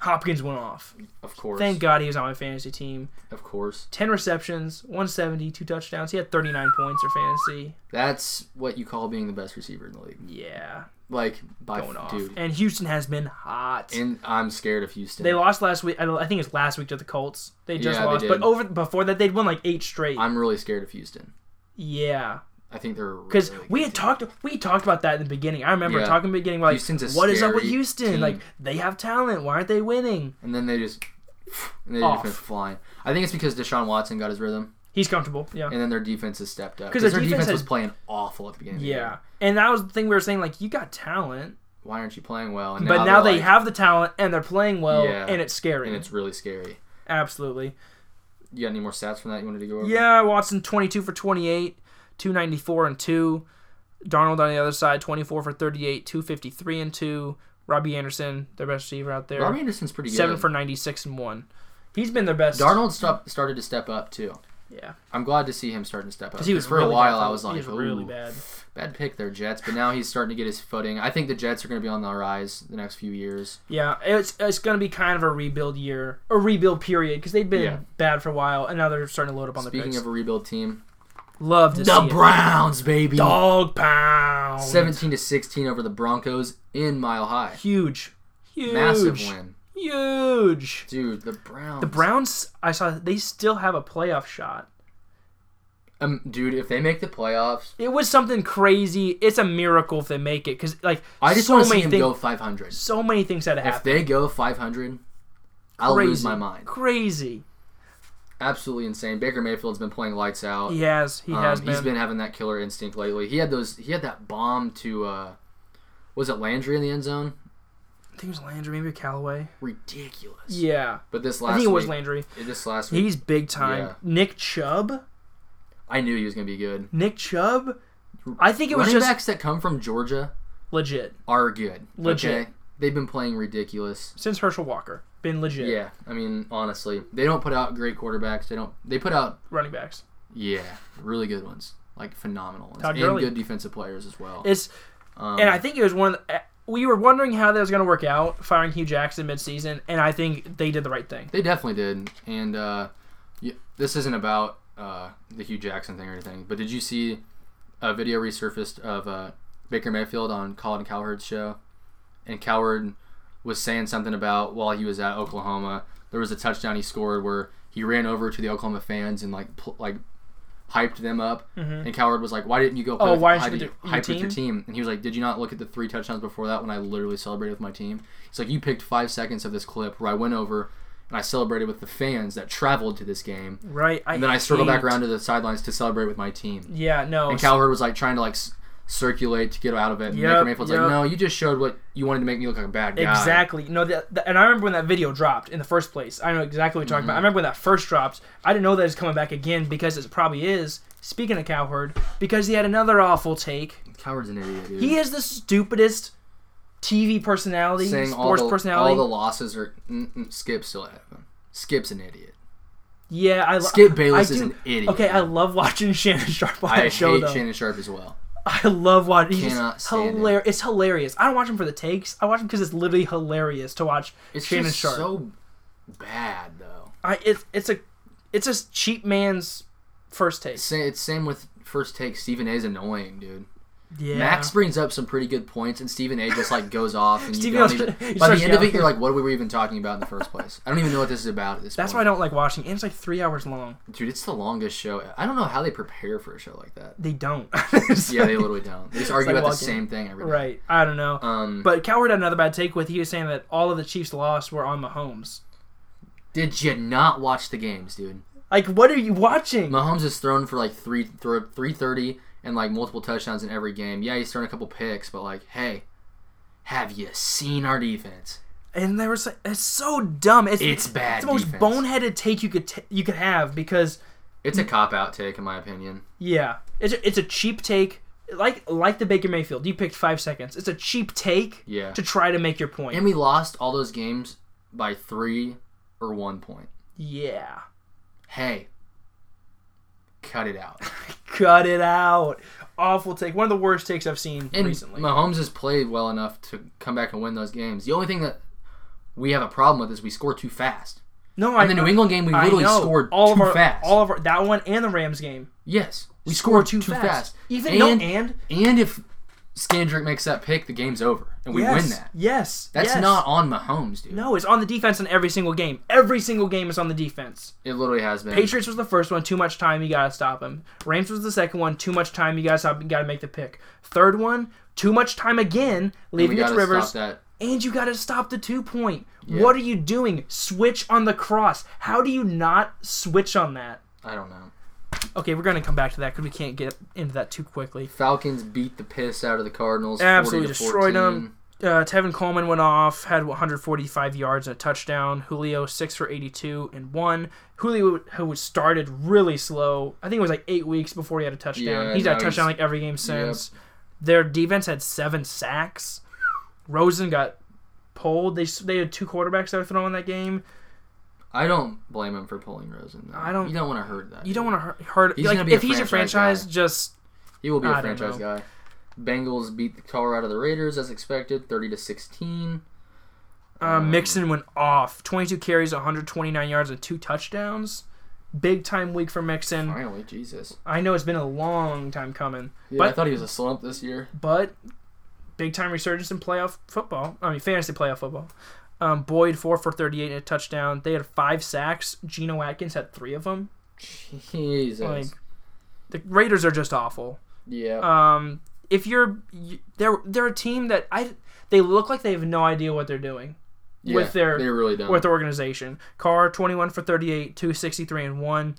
[SPEAKER 2] Hopkins went off.
[SPEAKER 1] Of course.
[SPEAKER 2] Thank God he was on my fantasy team.
[SPEAKER 1] Of course.
[SPEAKER 2] Ten receptions, 170, two touchdowns. He had 39 points for fantasy.
[SPEAKER 1] That's what you call being the best receiver in the league.
[SPEAKER 2] Yeah,
[SPEAKER 1] Like by
[SPEAKER 2] going off.
[SPEAKER 1] dude.
[SPEAKER 2] And Houston has been hot.
[SPEAKER 1] And I'm scared of Houston.
[SPEAKER 2] they lost last week. I don't- I think it's last week to the Colts. They just
[SPEAKER 1] Yeah, they
[SPEAKER 2] lost,
[SPEAKER 1] did.
[SPEAKER 2] but over before that they'd won like eight straight.
[SPEAKER 1] I'm really scared of Houston.
[SPEAKER 2] yeah,
[SPEAKER 1] I think they're
[SPEAKER 2] because
[SPEAKER 1] really
[SPEAKER 2] we
[SPEAKER 1] good
[SPEAKER 2] had
[SPEAKER 1] team.
[SPEAKER 2] talked we talked about that in the beginning. I remember
[SPEAKER 1] Yeah.
[SPEAKER 2] talking in the beginning like,
[SPEAKER 1] Houston's a
[SPEAKER 2] what is up with
[SPEAKER 1] scary
[SPEAKER 2] Houston?
[SPEAKER 1] team.
[SPEAKER 2] Like they have talent. Why aren't they winning?
[SPEAKER 1] and then they just and they
[SPEAKER 2] Off.
[SPEAKER 1] defense flying. I think it's because Deshaun Watson got his rhythm,
[SPEAKER 2] He's comfortable. Yeah.
[SPEAKER 1] and then their defense has stepped up. Because
[SPEAKER 2] 'Cause their
[SPEAKER 1] their defense,
[SPEAKER 2] defense had-
[SPEAKER 1] was playing awful at the beginning. Of the
[SPEAKER 2] Yeah.
[SPEAKER 1] year.
[SPEAKER 2] And that was the thing we were saying, like, you got talent,
[SPEAKER 1] Why aren't you playing well? And
[SPEAKER 2] but now
[SPEAKER 1] they're
[SPEAKER 2] they
[SPEAKER 1] like-
[SPEAKER 2] have the talent and they're playing well
[SPEAKER 1] Yeah.
[SPEAKER 2] and it's scary.
[SPEAKER 1] and it's really scary.
[SPEAKER 2] Absolutely.
[SPEAKER 1] You got any more stats from that you wanted to go over?
[SPEAKER 2] Yeah, Watson 22 for 28, 294 and 2. Darnold on the other side 24 for 38, 253 and 2. Robbie Anderson, their best receiver out there,
[SPEAKER 1] Robbie Anderson's pretty good.
[SPEAKER 2] 7 for 96 and 1. He's been their best.
[SPEAKER 1] Darnold stop, started to step up too.
[SPEAKER 2] Yeah.
[SPEAKER 1] I'm glad to see him starting to step up.
[SPEAKER 2] Cuz he was
[SPEAKER 1] for
[SPEAKER 2] really
[SPEAKER 1] a while.
[SPEAKER 2] bad.
[SPEAKER 1] I was like,
[SPEAKER 2] he was really
[SPEAKER 1] "Ooh,
[SPEAKER 2] bad.
[SPEAKER 1] bad pick there, Jets. But now he's starting to get his footing. I think the Jets are going to be on the rise the next few years.
[SPEAKER 2] Yeah, it's it's going to be kind of a rebuild year, a rebuild period because they've been
[SPEAKER 1] Yeah.
[SPEAKER 2] bad for a while and now they're starting to load up on
[SPEAKER 1] Speaking
[SPEAKER 2] the picks.
[SPEAKER 1] of a rebuild team,
[SPEAKER 2] Love to
[SPEAKER 1] the
[SPEAKER 2] see it.
[SPEAKER 1] Browns, baby,
[SPEAKER 2] Dog pound.
[SPEAKER 1] 17 to 16 over the Broncos in Mile High.
[SPEAKER 2] Huge. Huge.
[SPEAKER 1] Massive win,
[SPEAKER 2] Huge.
[SPEAKER 1] dude. The Browns.
[SPEAKER 2] The Browns, I saw they still have a playoff shot.
[SPEAKER 1] Um, dude, if they make the playoffs,
[SPEAKER 2] It was something crazy. It's a miracle if they make it because like
[SPEAKER 1] I just
[SPEAKER 2] so
[SPEAKER 1] want to see
[SPEAKER 2] many
[SPEAKER 1] him
[SPEAKER 2] things,
[SPEAKER 1] go 500.
[SPEAKER 2] so many things had to
[SPEAKER 1] If
[SPEAKER 2] happen.
[SPEAKER 1] they go 500, I'll
[SPEAKER 2] Crazy.
[SPEAKER 1] lose my mind.
[SPEAKER 2] Crazy.
[SPEAKER 1] Absolutely insane. Baker Mayfield's been playing lights out.
[SPEAKER 2] He has. He
[SPEAKER 1] Um,
[SPEAKER 2] has
[SPEAKER 1] He's
[SPEAKER 2] been.
[SPEAKER 1] been having that killer instinct lately. He had those. He had that bomb to. uh Was it Landry in the end zone?
[SPEAKER 2] I think it was Landry, maybe Callaway.
[SPEAKER 1] Ridiculous.
[SPEAKER 2] Yeah,
[SPEAKER 1] But this
[SPEAKER 2] I
[SPEAKER 1] last
[SPEAKER 2] think it was
[SPEAKER 1] week,
[SPEAKER 2] Landry.
[SPEAKER 1] this last week,
[SPEAKER 2] He's big time.
[SPEAKER 1] Yeah.
[SPEAKER 2] Nick Chubb.
[SPEAKER 1] I knew he was gonna be good.
[SPEAKER 2] Nick Chubb. I think it was
[SPEAKER 1] Running
[SPEAKER 2] just
[SPEAKER 1] backs that come from Georgia
[SPEAKER 2] legit
[SPEAKER 1] are good.
[SPEAKER 2] Legit.
[SPEAKER 1] Okay? They've been playing ridiculous.
[SPEAKER 2] since Herschel Walker. Been legit
[SPEAKER 1] Yeah, I mean, honestly, they don't put out great quarterbacks. They don't. They put out
[SPEAKER 2] running backs.
[SPEAKER 1] yeah, really good ones, like phenomenal ones,
[SPEAKER 2] Todd
[SPEAKER 1] and
[SPEAKER 2] Gurley.
[SPEAKER 1] good defensive players as well.
[SPEAKER 2] It's
[SPEAKER 1] Um,
[SPEAKER 2] and I think it was one. Of the, we were wondering how that was going to work out, firing Hugh Jackson midseason, and I think they did the right thing.
[SPEAKER 1] they definitely did. And uh, y this isn't about uh, the Hugh Jackson thing or anything, but did you see a video resurfaced of uh, Baker Mayfield on Colin Cowherd's show? And Cowherd was saying something about while he was at Oklahoma, there was a touchdown he scored where he ran over to the Oklahoma fans and like pl- like hyped them up. And Coward was like, "Why didn't you go play
[SPEAKER 2] Mm-hmm. Oh,
[SPEAKER 1] with,
[SPEAKER 2] why
[SPEAKER 1] hype,
[SPEAKER 2] didn't you
[SPEAKER 1] with
[SPEAKER 2] do-
[SPEAKER 1] your- hype
[SPEAKER 2] your
[SPEAKER 1] with your team?" And he was like, "Did you not look at the three touchdowns before that when I literally celebrated with my team?" He's like, "You picked five seconds of this clip where I went over." And I celebrated with the fans that traveled to this game,
[SPEAKER 2] Right. I
[SPEAKER 1] and then I circled back
[SPEAKER 2] hate-
[SPEAKER 1] around to the sidelines to celebrate with my team.
[SPEAKER 2] Yeah. No.
[SPEAKER 1] And Cowherd was like trying to like s- circulate to get out of it. And
[SPEAKER 2] Yep,
[SPEAKER 1] Baker Mayfield's
[SPEAKER 2] yep.
[SPEAKER 1] like, no, you just showed what you wanted to make me look like a bad guy.
[SPEAKER 2] Exactly. No, that, that- and I remember when that video dropped in the first place. I know exactly what you're
[SPEAKER 1] Mm-hmm.
[SPEAKER 2] talking about. I remember when that first dropped. I didn't know that it's coming back again because it probably is. Speaking of Cowherd, because he had another awful take.
[SPEAKER 1] Cowherd's an idiot, dude.
[SPEAKER 2] He is the stupidest TV personality,
[SPEAKER 1] saying all
[SPEAKER 2] sports
[SPEAKER 1] the,
[SPEAKER 2] personality.
[SPEAKER 1] all the losses are mm, mm, Skip still at him. Skip's an idiot.
[SPEAKER 2] yeah, I lo-
[SPEAKER 1] Skip Bayless
[SPEAKER 2] I
[SPEAKER 1] is
[SPEAKER 2] do-
[SPEAKER 1] an idiot.
[SPEAKER 2] Okay, I love watching Shannon Sharp on
[SPEAKER 1] I
[SPEAKER 2] that show
[SPEAKER 1] hate
[SPEAKER 2] though.
[SPEAKER 1] Shannon Sharp as well.
[SPEAKER 2] I love watching. He's
[SPEAKER 1] Cannot stand him.
[SPEAKER 2] hilarious. It's hilarious. I don't watch him for the takes. I watch him because it's literally hilarious to watch
[SPEAKER 1] It's
[SPEAKER 2] Shannon
[SPEAKER 1] just
[SPEAKER 2] Sharp.
[SPEAKER 1] so bad though.
[SPEAKER 2] I it's it's a it's a cheap man's first take.
[SPEAKER 1] Sa- It's same with first take. Stephen A's annoying, dude.
[SPEAKER 2] Yeah.
[SPEAKER 1] Max brings up some pretty good points, and Stephen A just like goes off, and you
[SPEAKER 2] Stephen
[SPEAKER 1] don't
[SPEAKER 2] A's-
[SPEAKER 1] even.
[SPEAKER 2] he
[SPEAKER 1] By
[SPEAKER 2] starts
[SPEAKER 1] the end of
[SPEAKER 2] yelling.
[SPEAKER 1] it, you're like, "What were we even talking about in the first place?" I don't even know what this is about at this
[SPEAKER 2] That's
[SPEAKER 1] point.
[SPEAKER 2] why I don't like watching. And it's like three hours long.
[SPEAKER 1] Dude, it's the longest show. I don't know how they prepare for a show like that.
[SPEAKER 2] They don't. It's
[SPEAKER 1] Yeah, they
[SPEAKER 2] like-
[SPEAKER 1] literally don't. They just argue
[SPEAKER 2] like
[SPEAKER 1] about the
[SPEAKER 2] walking-
[SPEAKER 1] same thing every day.
[SPEAKER 2] Right. I don't know.
[SPEAKER 1] Um,
[SPEAKER 2] but Coward had another bad take with he was saying that all of the Chiefs' loss were on Mahomes.
[SPEAKER 1] did you not watch the games, dude?
[SPEAKER 2] Like, what are you watching?
[SPEAKER 1] Mahomes is thrown for like three, thro three thirty, and like multiple touchdowns in every game. Yeah, he's thrown a couple picks, but like, hey, have you seen our defense?
[SPEAKER 2] and they were so, it's so dumb. It's
[SPEAKER 1] It's bad
[SPEAKER 2] It's the most
[SPEAKER 1] defense.
[SPEAKER 2] boneheaded take you could t- you could have because
[SPEAKER 1] It's
[SPEAKER 2] Mm.
[SPEAKER 1] a cop out take, in my opinion.
[SPEAKER 2] yeah, it's a, it's a cheap take. Like like the Baker Mayfield, you picked five seconds. It's a cheap take
[SPEAKER 1] Yeah,
[SPEAKER 2] to try to make your point.
[SPEAKER 1] and we lost all those games by three or one point.
[SPEAKER 2] yeah.
[SPEAKER 1] Hey, cut it out.
[SPEAKER 2] Cut it out. Awful take. One of the worst takes I've seen
[SPEAKER 1] And
[SPEAKER 2] recently.
[SPEAKER 1] Mahomes has played well enough to come back and win those games. The only thing that we have a problem with is we score too fast.
[SPEAKER 2] no,
[SPEAKER 1] In the New England game, we
[SPEAKER 2] I
[SPEAKER 1] literally
[SPEAKER 2] know.
[SPEAKER 1] scored
[SPEAKER 2] all
[SPEAKER 1] too
[SPEAKER 2] of our,
[SPEAKER 1] fast.
[SPEAKER 2] All of our that one and the Rams game.
[SPEAKER 1] yes, we
[SPEAKER 2] Scored
[SPEAKER 1] scored too, fast.
[SPEAKER 2] Even
[SPEAKER 1] and,
[SPEAKER 2] no and
[SPEAKER 1] and if Skandrick makes that pick, the game's over and we
[SPEAKER 2] yes,
[SPEAKER 1] win that.
[SPEAKER 2] Yes.
[SPEAKER 1] That's
[SPEAKER 2] yes.
[SPEAKER 1] not on Mahomes, dude.
[SPEAKER 2] No, it's on the defense in every single game. Every single game is on the defense.
[SPEAKER 1] It literally has been.
[SPEAKER 2] Patriots was the first one, too much time, you gotta stop him. Rams was the second one, too much time, you gotta stop, you gotta make the pick. Third one, too much time again,
[SPEAKER 1] we
[SPEAKER 2] leaving it
[SPEAKER 1] gotta
[SPEAKER 2] to Rivers.
[SPEAKER 1] stop that.
[SPEAKER 2] and you got to stop the two point. What are you doing? Switch on the cross. How do you not switch on that?
[SPEAKER 1] I don't know.
[SPEAKER 2] Okay, we're gonna come back to that because we can't get into that too quickly.
[SPEAKER 1] Falcons beat the piss out of the Cardinals. 40
[SPEAKER 2] Absolutely
[SPEAKER 1] to 14.
[SPEAKER 2] destroyed them. Uh, Tevin Coleman went off, had 145 yards and a touchdown. Julio six for 82 and one. Julio, who started really slow, I think it was like eight weeks before he had a touchdown.
[SPEAKER 1] Yeah,
[SPEAKER 2] he's had a
[SPEAKER 1] now
[SPEAKER 2] touchdown
[SPEAKER 1] he's-
[SPEAKER 2] like every game since. Their defense had seven sacks. Rosen got pulled. They s- they had two quarterbacks that were thrown in that game.
[SPEAKER 1] I don't blame him for pulling Rosen. Though.
[SPEAKER 2] I don't-
[SPEAKER 1] You don't want to hurt that.
[SPEAKER 2] You don't
[SPEAKER 1] dude.
[SPEAKER 2] want to hurt.
[SPEAKER 1] He's
[SPEAKER 2] like,
[SPEAKER 1] gonna be a
[SPEAKER 2] if he's a
[SPEAKER 1] franchise
[SPEAKER 2] franchise, just
[SPEAKER 1] He will be
[SPEAKER 2] I
[SPEAKER 1] a
[SPEAKER 2] don't
[SPEAKER 1] franchise
[SPEAKER 2] know.
[SPEAKER 1] guy. Bengals beat the Colorado the Raiders as expected, thirty to sixteen.
[SPEAKER 2] uh, Mixon went off. 22 carries, 129 yards, and two touchdowns. Big time week for Mixon.
[SPEAKER 1] Finally, Jesus.
[SPEAKER 2] I know it's been a long time coming,
[SPEAKER 1] Yeah, I
[SPEAKER 2] But-
[SPEAKER 1] thought he was a slump this year.
[SPEAKER 2] but big time resurgence in playoff football. I mean, fantasy playoff football. Um, Boyd four for 38 and a touchdown. They had five sacks. Geno Atkins had three of them.
[SPEAKER 1] Jesus.
[SPEAKER 2] Like the Raiders are just awful.
[SPEAKER 1] yeah.
[SPEAKER 2] Um, if you're you, they're they're a team that I they look like they have no idea what they're doing.
[SPEAKER 1] yeah.
[SPEAKER 2] with their-
[SPEAKER 1] they really don't.
[SPEAKER 2] with the organization. Carr, 21 for 38, 263 and 1.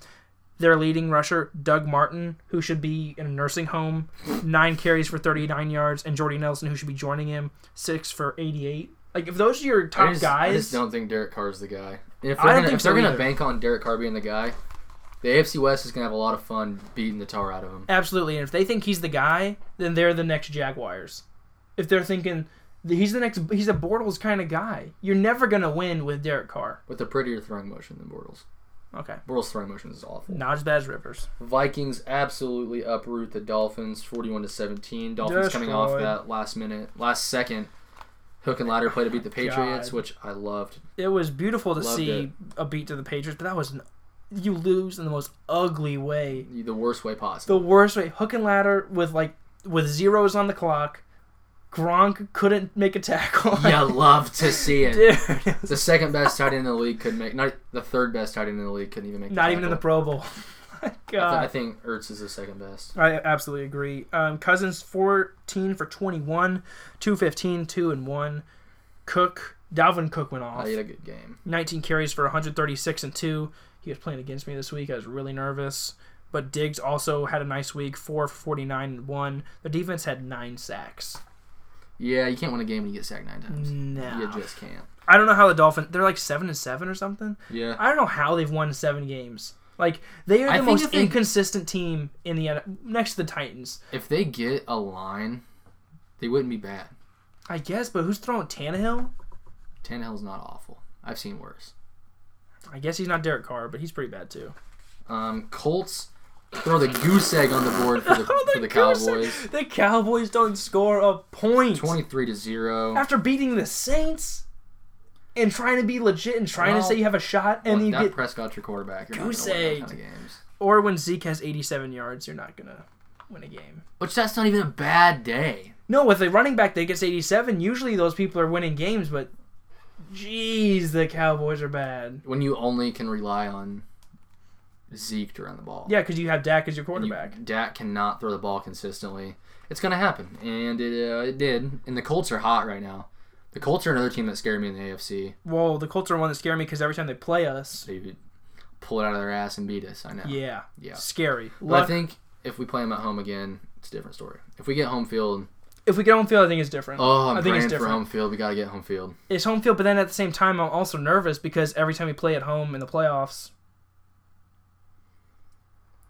[SPEAKER 2] Their leading rusher, Doug Martin, who should be in a nursing home, 9 carries for 39 yards, and Jordy Nelson, who should be joining him, 6 for 88. Like, if those are your
[SPEAKER 1] I
[SPEAKER 2] top
[SPEAKER 1] just- I just
[SPEAKER 2] guys,
[SPEAKER 1] don't think Derek Carr's the guy. And if
[SPEAKER 2] I
[SPEAKER 1] they're,
[SPEAKER 2] don't
[SPEAKER 1] gonna,
[SPEAKER 2] think
[SPEAKER 1] if they're
[SPEAKER 2] so
[SPEAKER 1] gonna
[SPEAKER 2] either.
[SPEAKER 1] bank on Derek Carr being the guy, the AFC West is gonna have a lot of fun beating the tar out of him.
[SPEAKER 2] absolutely. And if they think he's the guy, then they're the next Jaguars. If they're thinking that he's the next, he's a Bortles kind of guy, you're never going to win with Derek Carr.
[SPEAKER 1] With a prettier throwing motion than Bortles.
[SPEAKER 2] Okay.
[SPEAKER 1] Bortles' throwing motion is awful.
[SPEAKER 2] Not as bad as Rivers.
[SPEAKER 1] Vikings absolutely uproot the Dolphins, forty-one to seventeen. Dolphins coming off
[SPEAKER 2] Destroyed.
[SPEAKER 1] that last minute, last second hook and ladder play to beat the Patriots,
[SPEAKER 2] God.
[SPEAKER 1] which I loved.
[SPEAKER 2] it was beautiful to
[SPEAKER 1] Loved
[SPEAKER 2] see
[SPEAKER 1] it.
[SPEAKER 2] a beat to the Patriots, but that was an, you lose in the most ugly way,
[SPEAKER 1] The worst way possible.
[SPEAKER 2] the worst way. Hook and ladder with like with zeros on the clock, Gronk couldn't make a tackle.
[SPEAKER 1] You love to see it.
[SPEAKER 2] Dude, it was
[SPEAKER 1] The second best tight end in the league couldn't make. Not the third best tight end in the league couldn't even make.
[SPEAKER 2] not even in the uh,
[SPEAKER 1] tackle.
[SPEAKER 2] Pro Bowl.
[SPEAKER 1] I,
[SPEAKER 2] My
[SPEAKER 1] th- I
[SPEAKER 2] God.
[SPEAKER 1] think Ertz is the second best.
[SPEAKER 2] I absolutely agree. Um, Cousins 14 for 21, 215, 2 and 1. Cook, Dalvin Cook went
[SPEAKER 1] I
[SPEAKER 2] off.
[SPEAKER 1] Uh, had a good game.
[SPEAKER 2] 19 carries for 136 and 2. He was playing against me this week. I was really nervous. But Diggs also had a nice week, 4 for 49 and 1. The defense had 9 sacks.
[SPEAKER 1] Yeah, you can't win a game when you get sacked nine times.
[SPEAKER 2] No.
[SPEAKER 1] You just can't.
[SPEAKER 2] I don't know how the Dolphins, they're like 7 and 7 or something.
[SPEAKER 1] Yeah.
[SPEAKER 2] I don't know how they've won 7 games. Like
[SPEAKER 1] I
[SPEAKER 2] they are the
[SPEAKER 1] think
[SPEAKER 2] most
[SPEAKER 1] if they-
[SPEAKER 2] inconsistent team in the N- next to the Titans.
[SPEAKER 1] If they get a line, they wouldn't be bad.
[SPEAKER 2] I guess, but who's throwing Tannehill?
[SPEAKER 1] Tannehill's not awful. I've seen worse.
[SPEAKER 2] I guess he's not Derek Carr, but he's pretty bad too.
[SPEAKER 1] Um, Colts throw the goose egg on the board for the, for the
[SPEAKER 2] Cowboys-
[SPEAKER 1] Cowboys,
[SPEAKER 2] Oh The Cowboys don't score a point.
[SPEAKER 1] twenty-three to zero.
[SPEAKER 2] after beating the Saints and trying to be legit and trying to
[SPEAKER 1] Well,
[SPEAKER 2] say you have a shot, and
[SPEAKER 1] Well,
[SPEAKER 2] then you
[SPEAKER 1] Dak
[SPEAKER 2] get
[SPEAKER 1] Prescott's your quarterback. You're
[SPEAKER 2] Goose
[SPEAKER 1] not gonna win
[SPEAKER 2] egg.
[SPEAKER 1] those kind of games.
[SPEAKER 2] or when Zeke has 87 yards, you're not gonna win a game.
[SPEAKER 1] Which that's not even a bad day.
[SPEAKER 2] No, with a running back that gets 87, usually those people are winning games, but jeez, the Cowboys are bad.
[SPEAKER 1] When you only can rely on Zeke to run the ball.
[SPEAKER 2] Yeah, because you have Dak as your
[SPEAKER 1] You-
[SPEAKER 2] quarterback.
[SPEAKER 1] Dak cannot throw the ball consistently. It's gonna happen, and it uh, it did. And the Colts are hot right now. The Colts are another team that scared me in the AFC.
[SPEAKER 2] Whoa, the Colts are one that scare me because every time they play us,
[SPEAKER 1] They would pull it out of their ass and beat us. I know.
[SPEAKER 2] yeah,
[SPEAKER 1] Yeah.
[SPEAKER 2] scary.
[SPEAKER 1] But I
[SPEAKER 2] Luck,
[SPEAKER 1] think if we play them at home again, it's a different story. If we get home field,
[SPEAKER 2] if we get home field, I think it's different.
[SPEAKER 1] oh,
[SPEAKER 2] I
[SPEAKER 1] I'm
[SPEAKER 2] think
[SPEAKER 1] praying
[SPEAKER 2] it's
[SPEAKER 1] for
[SPEAKER 2] different.
[SPEAKER 1] home field. We gotta get home field.
[SPEAKER 2] It's home field, but then at the same time, I'm also nervous because every time we play at home in the playoffs,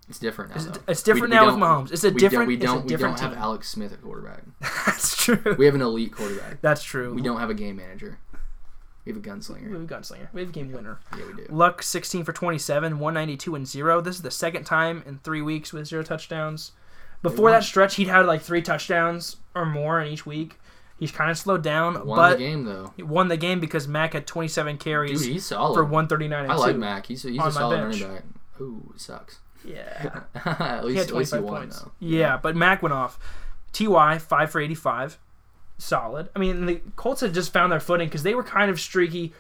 [SPEAKER 1] It's different now.
[SPEAKER 2] It's,
[SPEAKER 1] though.
[SPEAKER 2] it's different
[SPEAKER 1] Uh, We- we
[SPEAKER 2] now with
[SPEAKER 1] don't-
[SPEAKER 2] Mahomes. It's a
[SPEAKER 1] we
[SPEAKER 2] different.
[SPEAKER 1] Don't, we don't.
[SPEAKER 2] It's a different
[SPEAKER 1] we don't have
[SPEAKER 2] team.
[SPEAKER 1] Alex Smith at quarterback.
[SPEAKER 2] That's true.
[SPEAKER 1] We have an elite quarterback.
[SPEAKER 2] That's true.
[SPEAKER 1] We don't have a game manager. We have a gunslinger.
[SPEAKER 2] We have a gunslinger. We have a game winner.
[SPEAKER 1] Yeah, we do.
[SPEAKER 2] Luck 16 for 27, 192 and zero. This is the second time in three weeks with zero touchdowns. Before
[SPEAKER 1] won.
[SPEAKER 2] that stretch, he'd had like three touchdowns or more in each week. He's kind of slowed down,
[SPEAKER 1] Won
[SPEAKER 2] but
[SPEAKER 1] the game though.
[SPEAKER 2] he won the game because Mack had 27 carries
[SPEAKER 1] Dude, he's solid.
[SPEAKER 2] for 139 and
[SPEAKER 1] I like
[SPEAKER 2] two.
[SPEAKER 1] Mac. He's a, he's
[SPEAKER 2] on
[SPEAKER 1] a
[SPEAKER 2] my
[SPEAKER 1] solid
[SPEAKER 2] bench.
[SPEAKER 1] running back. Ooh, it sucks.
[SPEAKER 2] Yeah.
[SPEAKER 1] at
[SPEAKER 2] He
[SPEAKER 1] least
[SPEAKER 2] had
[SPEAKER 1] at least he
[SPEAKER 2] 25
[SPEAKER 1] won
[SPEAKER 2] points.
[SPEAKER 1] though.
[SPEAKER 2] Yeah, but Mac went off. Ty five for eighty-five, solid. I mean, the Colts had just found their footing because they were kind of streaky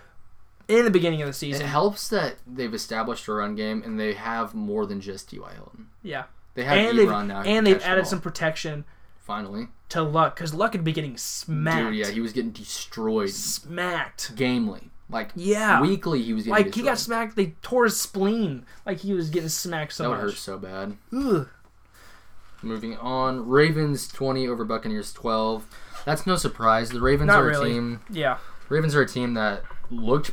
[SPEAKER 2] in the beginning of the
[SPEAKER 1] It
[SPEAKER 2] season.
[SPEAKER 1] helps that they've established a run game and they have more than just T.Y. Hilton.
[SPEAKER 2] Yeah,
[SPEAKER 1] They have
[SPEAKER 2] and they've
[SPEAKER 1] Ebron now. who can
[SPEAKER 2] and they've
[SPEAKER 1] catch the
[SPEAKER 2] added
[SPEAKER 1] ball.
[SPEAKER 2] some protection
[SPEAKER 1] Finally,
[SPEAKER 2] to Luck because Luck would be getting smacked,
[SPEAKER 1] dude. Yeah, he was getting destroyed.
[SPEAKER 2] smacked.
[SPEAKER 1] Gamely, like
[SPEAKER 2] Yeah,
[SPEAKER 1] weekly, he was getting
[SPEAKER 2] like he
[SPEAKER 1] destroyed.
[SPEAKER 2] got smacked. They tore his spleen. Like he was getting smacked so
[SPEAKER 1] that would hurt
[SPEAKER 2] much.
[SPEAKER 1] so bad.
[SPEAKER 2] Ugh.
[SPEAKER 1] Moving on, Ravens twenty over Buccaneers twelve. That's no surprise. The Ravens
[SPEAKER 2] Not
[SPEAKER 1] are
[SPEAKER 2] really.
[SPEAKER 1] a team.
[SPEAKER 2] Yeah,
[SPEAKER 1] Ravens are a team that looked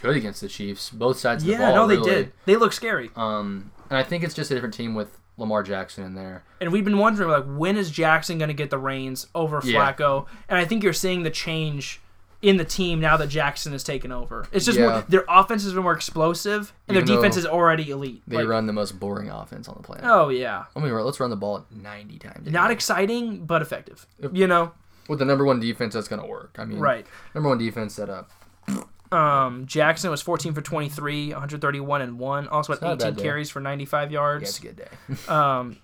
[SPEAKER 1] good against the Chiefs. Both sides of the
[SPEAKER 2] yeah.
[SPEAKER 1] ball.
[SPEAKER 2] no, they
[SPEAKER 1] really.
[SPEAKER 2] did. They look scary.
[SPEAKER 1] Um, and I think it's just a different team with Lamar Jackson in there.
[SPEAKER 2] And we've been wondering, like, when is Jackson going to get the reins over
[SPEAKER 1] Yeah.
[SPEAKER 2] Flacco? And I think you're seeing the change in the team now that Jackson has taken over. It's just
[SPEAKER 1] Yeah.
[SPEAKER 2] more, their offense has been more explosive, and
[SPEAKER 1] Even
[SPEAKER 2] their defense
[SPEAKER 1] though
[SPEAKER 2] is already elite.
[SPEAKER 1] They
[SPEAKER 2] Like,
[SPEAKER 1] run the most boring offense on the planet.
[SPEAKER 2] oh yeah,
[SPEAKER 1] I mean, let's run the ball 90 times. a
[SPEAKER 2] not
[SPEAKER 1] game.
[SPEAKER 2] exciting but effective. You know,
[SPEAKER 1] with the number one defense that's going to work. I mean,
[SPEAKER 2] right?
[SPEAKER 1] number one defense setup.
[SPEAKER 2] Um, Jackson was 14 for 23, 131 and one. Also
[SPEAKER 1] not a
[SPEAKER 2] had 18
[SPEAKER 1] bad day.
[SPEAKER 2] carries for 95
[SPEAKER 1] Yeah, it's
[SPEAKER 2] yards.
[SPEAKER 1] a good day.
[SPEAKER 2] um,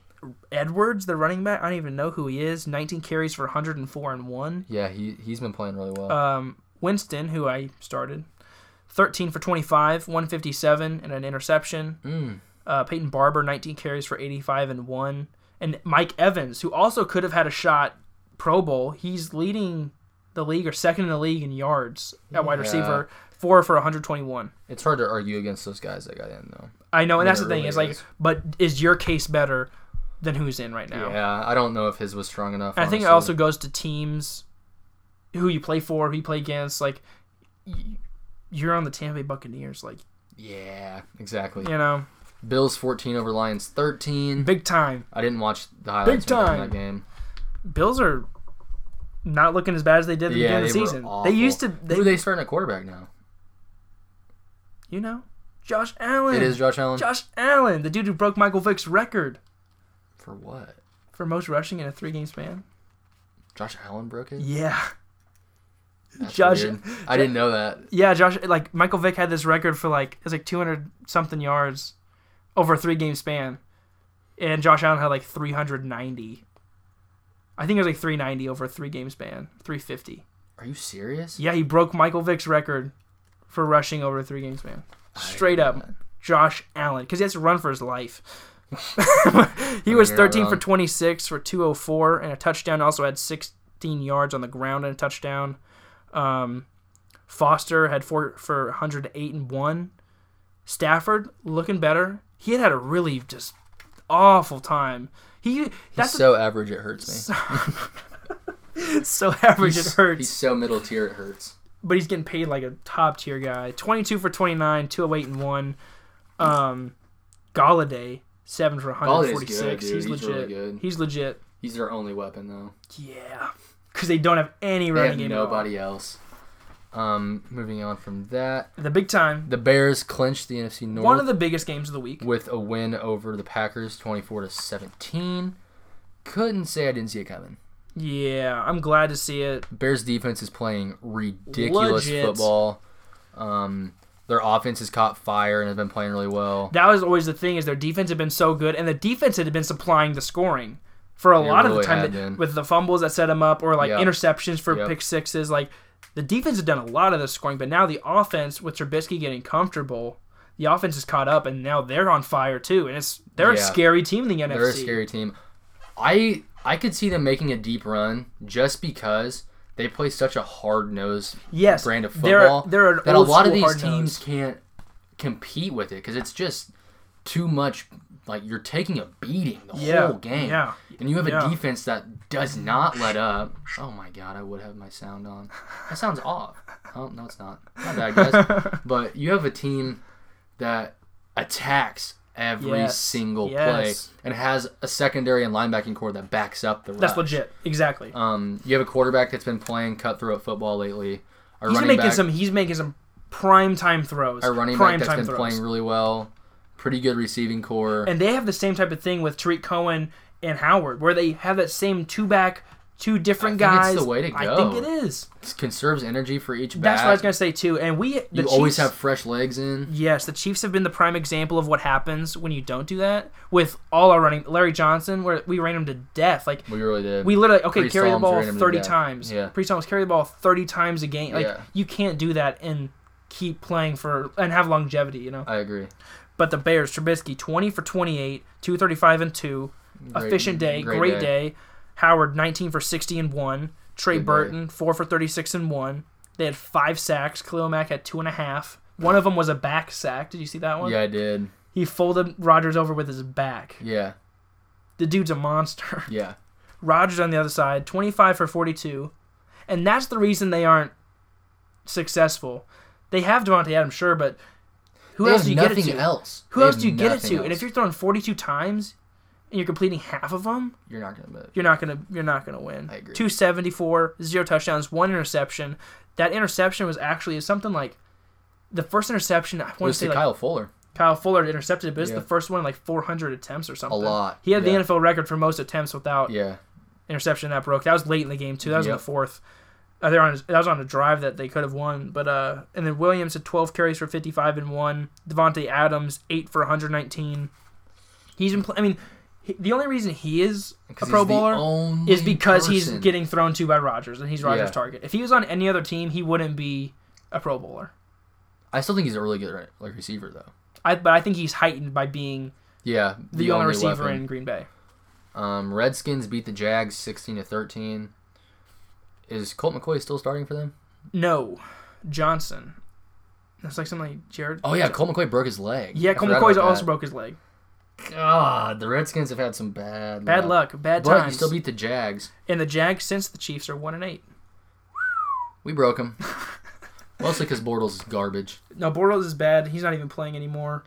[SPEAKER 2] Edwards, the running back, I don't even know who he is. 19 carries for 104 and one.
[SPEAKER 1] yeah, he he's been playing really well.
[SPEAKER 2] um, Winston, who I started, 13 for 25, 157, and an interception.
[SPEAKER 1] mm.
[SPEAKER 2] Uh, Peyton Barber, 19 carries for 85 and one. And Mike Evans, who also could have had a shot Pro Bowl, he's leading the league or second in the league in yards at wide
[SPEAKER 1] Yeah.
[SPEAKER 2] receiver, four for 121.
[SPEAKER 1] It's hard to argue against those guys that got in though.
[SPEAKER 2] I know, and
[SPEAKER 1] Yeah,
[SPEAKER 2] that's the
[SPEAKER 1] it
[SPEAKER 2] thing
[SPEAKER 1] really
[SPEAKER 2] is like,
[SPEAKER 1] is.
[SPEAKER 2] but is your case better than who's in right now?
[SPEAKER 1] Yeah, I don't know if his was strong enough.
[SPEAKER 2] And I think it also
[SPEAKER 1] honestly.
[SPEAKER 2] goes to teams, who you play for, who you play against. Like, y- you're on the Tampa Bay Buccaneers. Like,
[SPEAKER 1] Yeah, exactly.
[SPEAKER 2] you know,
[SPEAKER 1] Bills 14 over Lions 13.
[SPEAKER 2] big time.
[SPEAKER 1] I didn't watch the highlights
[SPEAKER 2] Big
[SPEAKER 1] from
[SPEAKER 2] time.
[SPEAKER 1] that game.
[SPEAKER 2] Bills are not looking as bad as they did at the
[SPEAKER 1] Yeah,
[SPEAKER 2] beginning of
[SPEAKER 1] they
[SPEAKER 2] the
[SPEAKER 1] were
[SPEAKER 2] season.
[SPEAKER 1] awful.
[SPEAKER 2] They used to,
[SPEAKER 1] Who
[SPEAKER 2] they,
[SPEAKER 1] are they starting at quarterback now?
[SPEAKER 2] you know, Josh Allen.
[SPEAKER 1] It is Josh Allen.
[SPEAKER 2] Josh Allen, the dude who broke Michael Vick's record
[SPEAKER 1] For what?
[SPEAKER 2] for most rushing in a three-game span.
[SPEAKER 1] Josh Allen broke it.
[SPEAKER 2] Yeah,
[SPEAKER 1] That's
[SPEAKER 2] Josh-
[SPEAKER 1] weird. I didn't know that.
[SPEAKER 2] yeah. Josh, like Michael Vick had this record for like it's like 200 something yards over a three-game span, and Josh Allen had like 390. I think it was like 390 over a three game span, 350.
[SPEAKER 1] Are you serious?
[SPEAKER 2] Yeah, he broke Michael Vick's record for rushing over a three game span.
[SPEAKER 1] I didn't
[SPEAKER 2] Straight
[SPEAKER 1] know
[SPEAKER 2] up,
[SPEAKER 1] that.
[SPEAKER 2] Josh Allen, because he has to run for his life. he
[SPEAKER 1] mean,
[SPEAKER 2] was
[SPEAKER 1] you're not
[SPEAKER 2] 13 for
[SPEAKER 1] wrong.
[SPEAKER 2] 26 for 204 and a touchdown. Also had 16 yards on the ground and a touchdown. Um, Foster had four for 108 and one. Stafford looking better. He had had a really just awful time. He
[SPEAKER 1] He's
[SPEAKER 2] that's
[SPEAKER 1] so average it hurts me.
[SPEAKER 2] so average it
[SPEAKER 1] He's-
[SPEAKER 2] hurts.
[SPEAKER 1] He's so middle tier it hurts.
[SPEAKER 2] but he's getting paid like a top tier guy. Twenty two for twenty nine, two oh eight and one. Um Galladay, seven for one hundred
[SPEAKER 1] Galladay's
[SPEAKER 2] forty
[SPEAKER 1] good,
[SPEAKER 2] six.
[SPEAKER 1] dude.
[SPEAKER 2] He's,
[SPEAKER 1] He's
[SPEAKER 2] legit.
[SPEAKER 1] really good.
[SPEAKER 2] He's legit.
[SPEAKER 1] He's their only weapon though.
[SPEAKER 2] Yeah, because they don't have any
[SPEAKER 1] They
[SPEAKER 2] running
[SPEAKER 1] have
[SPEAKER 2] game.
[SPEAKER 1] nobody else. Um, moving on from that,
[SPEAKER 2] At all. The big time.
[SPEAKER 1] the Bears clinched the NFC North
[SPEAKER 2] One of the biggest games of the week.
[SPEAKER 1] with a win over the Packers, twenty-four to seventeen. Couldn't say I didn't see it coming.
[SPEAKER 2] Yeah, I'm glad to see it.
[SPEAKER 1] Bears defense is playing ridiculous
[SPEAKER 2] Legit.
[SPEAKER 1] football. Um, their offense has caught fire and has been playing really well.
[SPEAKER 2] That was always the thing is their defense had been so good, and the defense had been supplying the scoring for a
[SPEAKER 1] It
[SPEAKER 2] lot of the
[SPEAKER 1] really
[SPEAKER 2] time
[SPEAKER 1] had
[SPEAKER 2] that-
[SPEAKER 1] been.
[SPEAKER 2] with the fumbles that set them up or like
[SPEAKER 1] Yep.
[SPEAKER 2] interceptions for
[SPEAKER 1] Yep.
[SPEAKER 2] pick sixes. Like the defense had done a lot of the scoring, but now the offense with Trubisky getting comfortable, the offense is caught up, and now they're on fire too. And it's they're a
[SPEAKER 1] Yeah.
[SPEAKER 2] scary team in the
[SPEAKER 1] They're a
[SPEAKER 2] NFC.
[SPEAKER 1] scary team. I I could see them making a deep run just because they play such a hard nosed
[SPEAKER 2] yes,
[SPEAKER 1] brand of
[SPEAKER 2] they're-
[SPEAKER 1] football
[SPEAKER 2] They're, an
[SPEAKER 1] that a
[SPEAKER 2] old
[SPEAKER 1] lot of
[SPEAKER 2] school
[SPEAKER 1] these
[SPEAKER 2] hard
[SPEAKER 1] teams
[SPEAKER 2] nose.
[SPEAKER 1] can't compete with it because it's just too much. Like you're taking a beating the
[SPEAKER 2] Yeah,
[SPEAKER 1] whole game,
[SPEAKER 2] yeah,
[SPEAKER 1] and you have
[SPEAKER 2] yeah.
[SPEAKER 1] a defense that does not let up. Oh my god, I would have my sound on. That sounds off. Oh no, it's not. My bad, guys. but you have a team that attacks every
[SPEAKER 2] Yes,
[SPEAKER 1] single
[SPEAKER 2] yes.
[SPEAKER 1] play and has a secondary and linebacking core that backs up the.
[SPEAKER 2] That's
[SPEAKER 1] rush.
[SPEAKER 2] legit. Exactly.
[SPEAKER 1] Um, you have a quarterback that's been playing cutthroat football lately. Our
[SPEAKER 2] he's
[SPEAKER 1] running
[SPEAKER 2] making
[SPEAKER 1] back-
[SPEAKER 2] some. He's making some prime time throws.
[SPEAKER 1] our running
[SPEAKER 2] prime
[SPEAKER 1] back that's been playing really well. Pretty good receiving core.
[SPEAKER 2] and they have the same type of thing with Tariq Cohen and Howard, where they have that same two back, two different
[SPEAKER 1] I think
[SPEAKER 2] guys.
[SPEAKER 1] it's the way to
[SPEAKER 2] I
[SPEAKER 1] go.
[SPEAKER 2] think it is.
[SPEAKER 1] conserves energy for each back.
[SPEAKER 2] That's what I was gonna say too. And we, the
[SPEAKER 1] you always
[SPEAKER 2] Chiefs-
[SPEAKER 1] have fresh legs in.
[SPEAKER 2] Yes, the Chiefs have been the prime example of what happens when you don't do that with all our running. Larry Johnson, where we ran him to death. Like
[SPEAKER 1] We really did.
[SPEAKER 2] we literally okay
[SPEAKER 1] Priest
[SPEAKER 2] carry the
[SPEAKER 1] Holmes
[SPEAKER 2] ball
[SPEAKER 1] ran him to
[SPEAKER 2] thirty
[SPEAKER 1] death.
[SPEAKER 2] times.
[SPEAKER 1] Yeah.
[SPEAKER 2] Priest Holmes carry the ball thirty times a game. Like
[SPEAKER 1] Yeah.
[SPEAKER 2] you can't do that and keep playing for and have longevity. You know.
[SPEAKER 1] I agree.
[SPEAKER 2] But the Bears, Trubisky, 20 for 28, 235 and 2.
[SPEAKER 1] Great-
[SPEAKER 2] Efficient day, great,
[SPEAKER 1] great
[SPEAKER 2] day.
[SPEAKER 1] day.
[SPEAKER 2] Howard, 19 for 60 and 1. Trey
[SPEAKER 1] Good day.
[SPEAKER 2] Burton, 4 for 36 and 1. They had five sacks. Khalil Mack had two and a half. One of them was a back sack. Did you see that one?
[SPEAKER 1] Yeah, I did.
[SPEAKER 2] He folded Rodgers over with his back.
[SPEAKER 1] Yeah,
[SPEAKER 2] The dude's a monster.
[SPEAKER 1] yeah.
[SPEAKER 2] Rodgers on the other side, 25 for 42. And that's the reason they aren't successful. They have Devontae Adams, sure, but who
[SPEAKER 1] They
[SPEAKER 2] else
[SPEAKER 1] have
[SPEAKER 2] do you get it
[SPEAKER 1] nothing
[SPEAKER 2] to?
[SPEAKER 1] else.
[SPEAKER 2] Who
[SPEAKER 1] They
[SPEAKER 2] else
[SPEAKER 1] have
[SPEAKER 2] do you get it
[SPEAKER 1] nothing
[SPEAKER 2] to? And if
[SPEAKER 1] else.
[SPEAKER 2] you're throwing 42 times and you're completing half of them,
[SPEAKER 1] you're not gonna bet.
[SPEAKER 2] you're not gonna you're not gonna win.
[SPEAKER 1] I agree.
[SPEAKER 2] 274, zero touchdowns, one interception. That interception was actually something like the first interception. I
[SPEAKER 1] It
[SPEAKER 2] want to
[SPEAKER 1] was
[SPEAKER 2] say
[SPEAKER 1] to
[SPEAKER 2] like Kyle,
[SPEAKER 1] Kyle Fuller.
[SPEAKER 2] Fuller intercepted, it, but it's
[SPEAKER 1] Yeah.
[SPEAKER 2] the first one in like 400 attempts or something.
[SPEAKER 1] lot,
[SPEAKER 2] He had
[SPEAKER 1] yeah.
[SPEAKER 2] the NFL record for most attempts without
[SPEAKER 1] Yeah,
[SPEAKER 2] interception that broke. That was late in the game too. That was in
[SPEAKER 1] Yep.
[SPEAKER 2] the fourth. Uh, they're on. That was on a drive that they could have won, but uh, and then Williams had 12 carries for 55 and one. Devontae Adams eight for 119. He's been. Pl- I mean, he, the only reason he is a
[SPEAKER 1] because
[SPEAKER 2] Pro
[SPEAKER 1] he's the
[SPEAKER 2] Bowler
[SPEAKER 1] only
[SPEAKER 2] is because he's
[SPEAKER 1] person.
[SPEAKER 2] getting thrown to by Rodgers, and he's Rodgers'
[SPEAKER 1] Yeah.
[SPEAKER 2] target. If he was on any other team, he wouldn't be a Pro Bowler.
[SPEAKER 1] I still think he's a really good re- like receiver though.
[SPEAKER 2] I, but I think he's heightened by being
[SPEAKER 1] Yeah,
[SPEAKER 2] the, only, receiver
[SPEAKER 1] weapon.
[SPEAKER 2] in Green Bay.
[SPEAKER 1] Um, Redskins beat the Jags sixteen to thirteen. Is Colt McCoy still starting for them?
[SPEAKER 2] No, Johnson. That's like something like Jared.
[SPEAKER 1] Oh yeah, Colt McCoy broke his leg.
[SPEAKER 2] Yeah,
[SPEAKER 1] I
[SPEAKER 2] Cole
[SPEAKER 1] forgot
[SPEAKER 2] McCoy's
[SPEAKER 1] about
[SPEAKER 2] also
[SPEAKER 1] that.
[SPEAKER 2] broke his leg.
[SPEAKER 1] God, the Redskins have had some bad
[SPEAKER 2] Bad luck, bad
[SPEAKER 1] But you
[SPEAKER 2] times.
[SPEAKER 1] still beat the Jags.
[SPEAKER 2] and the Jags since the Chiefs are one and eight.
[SPEAKER 1] We broke them. Mostly because Bortles is garbage.
[SPEAKER 2] No, Bortles is bad. He's not even playing anymore.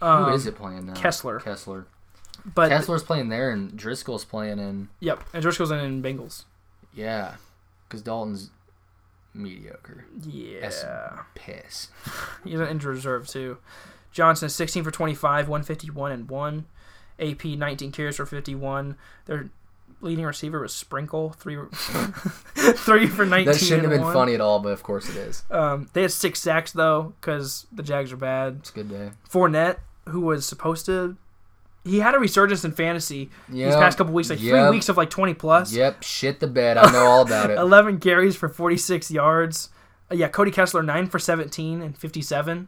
[SPEAKER 1] Who
[SPEAKER 2] Um,
[SPEAKER 1] is it playing now?
[SPEAKER 2] Kessler.
[SPEAKER 1] Kessler.
[SPEAKER 2] But
[SPEAKER 1] Kessler's playing there, and Driscoll's playing in
[SPEAKER 2] yep, and Driscoll's in, in Bengals.
[SPEAKER 1] yeah, because Dalton's mediocre.
[SPEAKER 2] Yeah,
[SPEAKER 1] That's- Piss.
[SPEAKER 2] he's on injured reserve too. Johnson sixteen for twenty five, one fifty one and one. AP nineteen carries for fifty one. Their leading receiver was Sprinkle three, three for nineteen.
[SPEAKER 1] That shouldn't
[SPEAKER 2] and
[SPEAKER 1] have been
[SPEAKER 2] one.
[SPEAKER 1] funny at all, but of course it is.
[SPEAKER 2] Um, they had six sacks though, because the Jags are bad.
[SPEAKER 1] It's a good day.
[SPEAKER 2] Fournette, who was supposed to he had a resurgence in fantasy
[SPEAKER 1] Yeah.
[SPEAKER 2] these past couple weeks, like three
[SPEAKER 1] Yep.
[SPEAKER 2] weeks of like twenty plus.
[SPEAKER 1] Yep, shit the bed. I know all about it.
[SPEAKER 2] 11 carries for 46 yards. Uh, yeah, Cody Kessler 9 for 17 and 57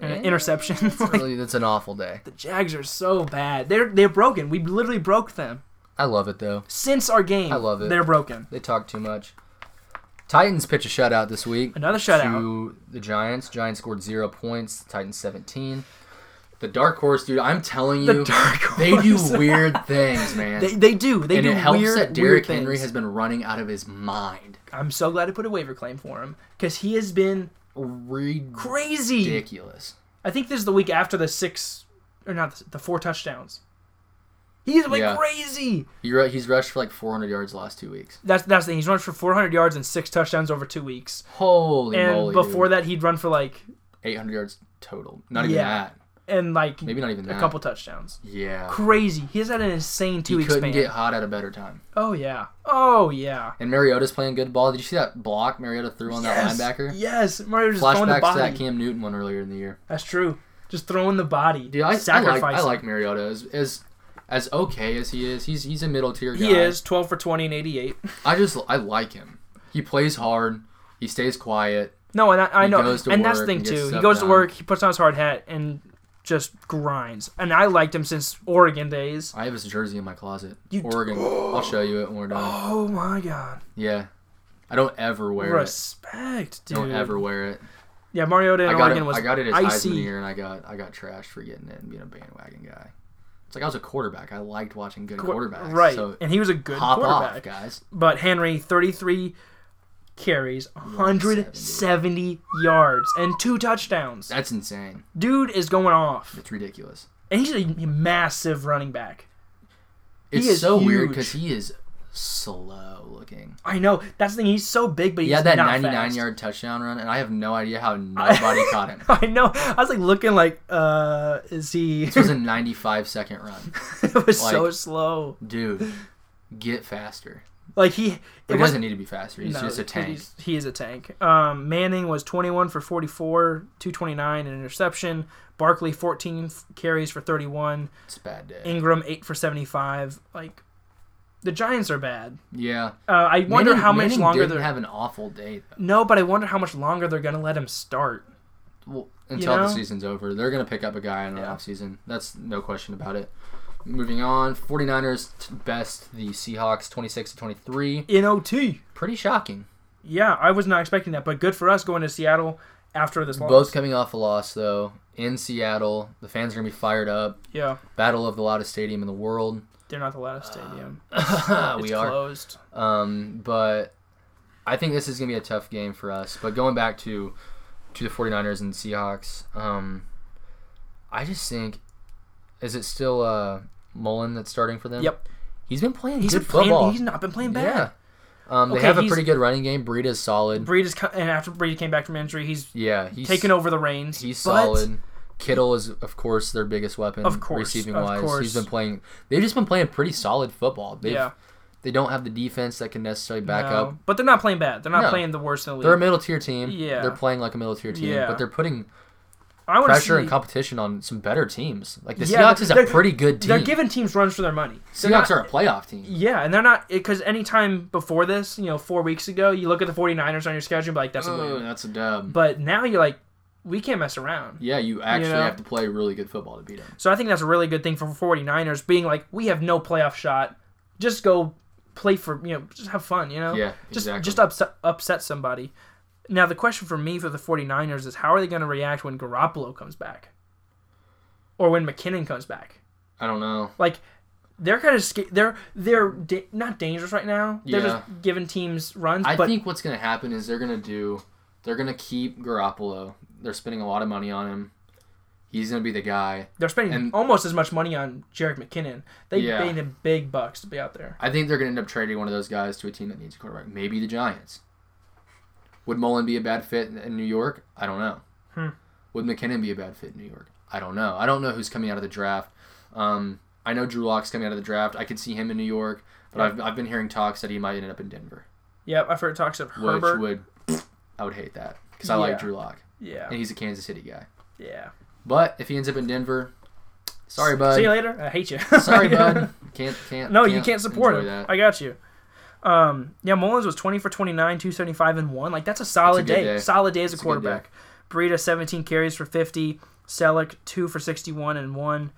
[SPEAKER 2] and an
[SPEAKER 1] Yeah.
[SPEAKER 2] interception. It's like,
[SPEAKER 1] Really, that's an awful day.
[SPEAKER 2] the Jags are so bad. They're they're broken. We literally broke them
[SPEAKER 1] I love it though.
[SPEAKER 2] since our game.
[SPEAKER 1] I love it.
[SPEAKER 2] They're broken.
[SPEAKER 1] They talk too much. Titans pitch a shutout this week.
[SPEAKER 2] Another shutout.
[SPEAKER 1] to the Giants. Giants scored zero points. Titans seventeen. The dark horse, dude. I'm telling
[SPEAKER 2] The
[SPEAKER 1] you,
[SPEAKER 2] dark horse.
[SPEAKER 1] they do weird things, man.
[SPEAKER 2] They, they do. They
[SPEAKER 1] and
[SPEAKER 2] do
[SPEAKER 1] it helps
[SPEAKER 2] weird,
[SPEAKER 1] that
[SPEAKER 2] weird
[SPEAKER 1] Derrick Henry
[SPEAKER 2] things.
[SPEAKER 1] has been running out of his mind.
[SPEAKER 2] I'm so glad I put a waiver claim for him because he has been crazy.
[SPEAKER 1] Ridiculous.
[SPEAKER 2] I think this is the week after the six or not the, the four touchdowns. He's like
[SPEAKER 1] Yeah.
[SPEAKER 2] crazy.
[SPEAKER 1] He ru- he's rushed for like 400 yards the last two weeks.
[SPEAKER 2] That's that's the thing. He's run for 400 yards and six touchdowns over two weeks.
[SPEAKER 1] Holy
[SPEAKER 2] and
[SPEAKER 1] moly!
[SPEAKER 2] before
[SPEAKER 1] dude.
[SPEAKER 2] that he'd run for like
[SPEAKER 1] 800 yards total. Not even
[SPEAKER 2] Yeah.
[SPEAKER 1] that.
[SPEAKER 2] and like
[SPEAKER 1] Maybe not even
[SPEAKER 2] a
[SPEAKER 1] that.
[SPEAKER 2] couple touchdowns
[SPEAKER 1] Yeah.
[SPEAKER 2] crazy he's had an insane two
[SPEAKER 1] He
[SPEAKER 2] week
[SPEAKER 1] couldn't
[SPEAKER 2] span
[SPEAKER 1] get hot at a better time.
[SPEAKER 2] oh yeah oh yeah
[SPEAKER 1] And Mariota's playing good ball. Did you see that block Mariota threw on
[SPEAKER 2] yes.
[SPEAKER 1] that linebacker?
[SPEAKER 2] yes Mario just throwing the
[SPEAKER 1] Flashbacks to
[SPEAKER 2] body
[SPEAKER 1] that Cam Newton one earlier in the year.
[SPEAKER 2] that's true just throwing the body
[SPEAKER 1] Dude, I, I like I
[SPEAKER 2] sacrificing
[SPEAKER 1] like Mariota as, as as okay as he is. He's he's a middle tier guy.
[SPEAKER 2] he is 12 for 20 and 88
[SPEAKER 1] I just I like him. He plays hard. He stays quiet.
[SPEAKER 2] no and I, I
[SPEAKER 1] He
[SPEAKER 2] know
[SPEAKER 1] goes to
[SPEAKER 2] and that's the
[SPEAKER 1] work
[SPEAKER 2] thing
[SPEAKER 1] and gets
[SPEAKER 2] too he
[SPEAKER 1] stuff
[SPEAKER 2] goes to
[SPEAKER 1] done.
[SPEAKER 2] work he puts on his hard hat and just grinds and I liked him since Oregon days
[SPEAKER 1] I have his jersey in my closet.
[SPEAKER 2] You do-
[SPEAKER 1] Oregon. I'll show you it when we're done.
[SPEAKER 2] oh my god
[SPEAKER 1] Yeah. I don't ever wear it.
[SPEAKER 2] respect dude
[SPEAKER 1] Don't ever wear it.
[SPEAKER 2] yeah Mariota
[SPEAKER 1] I
[SPEAKER 2] and
[SPEAKER 1] got it,
[SPEAKER 2] Oregon was
[SPEAKER 1] I got it as
[SPEAKER 2] icy
[SPEAKER 1] Heisman year, and I got I got trashed for getting it and being a bandwagon guy. It's like I was a quarterback. I liked watching good
[SPEAKER 2] Quar-
[SPEAKER 1] quarterbacks.
[SPEAKER 2] Right.
[SPEAKER 1] So
[SPEAKER 2] and he was a good
[SPEAKER 1] hop
[SPEAKER 2] quarterback.
[SPEAKER 1] off, guys.
[SPEAKER 2] But Henry, 33 carries, 170 yards, and two touchdowns.
[SPEAKER 1] That's insane.
[SPEAKER 2] Dude is going off.
[SPEAKER 1] It's ridiculous.
[SPEAKER 2] And he's a massive running back. He
[SPEAKER 1] It's
[SPEAKER 2] is
[SPEAKER 1] so weird
[SPEAKER 2] huge.
[SPEAKER 1] because he is slow looking.
[SPEAKER 2] I know. That's the thing. He's so big, but he's
[SPEAKER 1] He had that
[SPEAKER 2] not
[SPEAKER 1] 99
[SPEAKER 2] fast.
[SPEAKER 1] yard touchdown run, and I have no idea how nobody caught him.
[SPEAKER 2] I know. I was like looking like, uh, is he?
[SPEAKER 1] This was a 95 second run.
[SPEAKER 2] it was so
[SPEAKER 1] like-
[SPEAKER 2] slow.
[SPEAKER 1] Dude, get faster.
[SPEAKER 2] Like he,
[SPEAKER 1] It,
[SPEAKER 2] wasn't.
[SPEAKER 1] doesn't need to be faster. He's
[SPEAKER 2] No,
[SPEAKER 1] just a
[SPEAKER 2] but
[SPEAKER 1] tank.
[SPEAKER 2] he's- he is a tank. Um, Manning was 21 for 44, 229, an interception. Barkley 14 f- carries for 31.
[SPEAKER 1] It's a bad day.
[SPEAKER 2] Ingram 8 for 75. Like, the Giants are bad.
[SPEAKER 1] yeah.
[SPEAKER 2] Uh, I wonder
[SPEAKER 1] Manning-
[SPEAKER 2] how much
[SPEAKER 1] Manning
[SPEAKER 2] longer
[SPEAKER 1] didn't
[SPEAKER 2] they're.
[SPEAKER 1] have an awful day though.
[SPEAKER 2] no, but I wonder how much longer they're going to let him start.
[SPEAKER 1] Well, until
[SPEAKER 2] know?
[SPEAKER 1] the season's over, they're going to pick up a guy in the
[SPEAKER 2] Yeah.
[SPEAKER 1] off offseason. That's no question about it. Moving on, 49ers t- best the Seahawks 26 to 23.
[SPEAKER 2] In OT.
[SPEAKER 1] Pretty shocking.
[SPEAKER 2] Yeah, I was not expecting that, but good for us going to Seattle after this loss.
[SPEAKER 1] Both coming off a loss, though. In Seattle, the fans are going to be fired up.
[SPEAKER 2] Yeah,
[SPEAKER 1] Battle of the loudest stadium in the world.
[SPEAKER 2] they're not the loudest stadium.
[SPEAKER 1] we
[SPEAKER 2] it's
[SPEAKER 1] are.
[SPEAKER 2] closed.
[SPEAKER 1] Um, but I think this is going to be a tough game for us. But going back to to the 49ers and Seahawks, um, I just think is it still uh, Mullen that's starting for them?
[SPEAKER 2] Yep.
[SPEAKER 1] He's been playing
[SPEAKER 2] He's,
[SPEAKER 1] good
[SPEAKER 2] been playing,
[SPEAKER 1] football.
[SPEAKER 2] he's not been playing bad.
[SPEAKER 1] yeah. Um, they
[SPEAKER 2] Okay,
[SPEAKER 1] have a
[SPEAKER 2] he's-
[SPEAKER 1] pretty good running game. Breed is solid.
[SPEAKER 2] Breed is co- and after Breed came back from injury, he's
[SPEAKER 1] yeah, he's
[SPEAKER 2] taken over the reins.
[SPEAKER 1] He's
[SPEAKER 2] but
[SPEAKER 1] solid. Kittle is, of course, their biggest weapon.
[SPEAKER 2] Of course,
[SPEAKER 1] receiving
[SPEAKER 2] of
[SPEAKER 1] wise,
[SPEAKER 2] course.
[SPEAKER 1] he's been playing. They've just been playing pretty solid football. They've,
[SPEAKER 2] Yeah.
[SPEAKER 1] They don't have the defense that can necessarily back
[SPEAKER 2] no.
[SPEAKER 1] up.
[SPEAKER 2] But they're not playing bad. They're not
[SPEAKER 1] No.
[SPEAKER 2] playing the worst in the league.
[SPEAKER 1] They're a middle tier team.
[SPEAKER 2] Yeah.
[SPEAKER 1] They're playing like a middle tier team,
[SPEAKER 2] Yeah.
[SPEAKER 1] but they're putting
[SPEAKER 2] I want to see.
[SPEAKER 1] pressure and competition on some better teams. Like the
[SPEAKER 2] Yeah,
[SPEAKER 1] Seahawks
[SPEAKER 2] but
[SPEAKER 1] is a
[SPEAKER 2] they're-
[SPEAKER 1] pretty good team.
[SPEAKER 2] they're giving teams runs for their money.
[SPEAKER 1] Seahawks
[SPEAKER 2] They're not-
[SPEAKER 1] are a playoff team.
[SPEAKER 2] Yeah, and they're not because any time before this, you know, four weeks ago, you look at the 49ers on your schedule and be like, "That's a
[SPEAKER 1] Oh,
[SPEAKER 2] win."
[SPEAKER 1] that's a dub.
[SPEAKER 2] But now you're like, "We can't mess around."
[SPEAKER 1] Yeah, you actually
[SPEAKER 2] know?
[SPEAKER 1] have to play really good football to beat them.
[SPEAKER 2] So I think that's a really good thing for 49ers being like, "We have no playoff shot. Just go play for you know, just have fun." You know,
[SPEAKER 1] Yeah,
[SPEAKER 2] just
[SPEAKER 1] exactly.
[SPEAKER 2] just upset upset somebody. Now the question for me for the 49ers is how are they going to react when Garoppolo comes back? Or when McKinnon comes back?
[SPEAKER 1] I don't know.
[SPEAKER 2] Like they're kind of sca- they're they're da- not dangerous right now. They're
[SPEAKER 1] Yeah.
[SPEAKER 2] just giving teams runs,
[SPEAKER 1] I
[SPEAKER 2] but
[SPEAKER 1] think what's going to happen is they're going to do, they're going to keep Garoppolo. They're spending a lot of money on him. He's going to be the guy.
[SPEAKER 2] they're spending
[SPEAKER 1] and-
[SPEAKER 2] almost as much money on Jarek McKinnon. They
[SPEAKER 1] Yeah.
[SPEAKER 2] paid him big bucks to be out there.
[SPEAKER 1] I think they're going to end up trading one of those guys to a team that needs a quarterback. Maybe the Giants. Would Mullen be a bad fit in- in New York? I don't know.
[SPEAKER 2] Hmm.
[SPEAKER 1] Would McKinnon be a bad fit in New York? I don't know. I don't know who's coming out of the draft. Um, I know Drew Locke's coming out of the draft. I could see him in New York, but I've, I've been hearing talks that he might end up in Denver,
[SPEAKER 2] Yep, I've heard talks of
[SPEAKER 1] which
[SPEAKER 2] Herbert.
[SPEAKER 1] would I would hate that because I
[SPEAKER 2] Yeah.
[SPEAKER 1] like Drew Lock
[SPEAKER 2] yeah,
[SPEAKER 1] and he's a Kansas City guy.
[SPEAKER 2] yeah.
[SPEAKER 1] But if he ends up in Denver, Sorry, bud.
[SPEAKER 2] See you later. I hate you.
[SPEAKER 1] Sorry, bud. Can't can't.
[SPEAKER 2] No, you can't support
[SPEAKER 1] enjoy
[SPEAKER 2] him.
[SPEAKER 1] That.
[SPEAKER 2] I got you. Um, yeah, Mullins was 20 for 29, 275 and 1. Like that's a solid
[SPEAKER 1] good
[SPEAKER 2] day.
[SPEAKER 1] day.
[SPEAKER 2] Solid day as a
[SPEAKER 1] That's a good
[SPEAKER 2] quarterback. Breida 17 carries for 50, Selleck 2 for 61 and 1.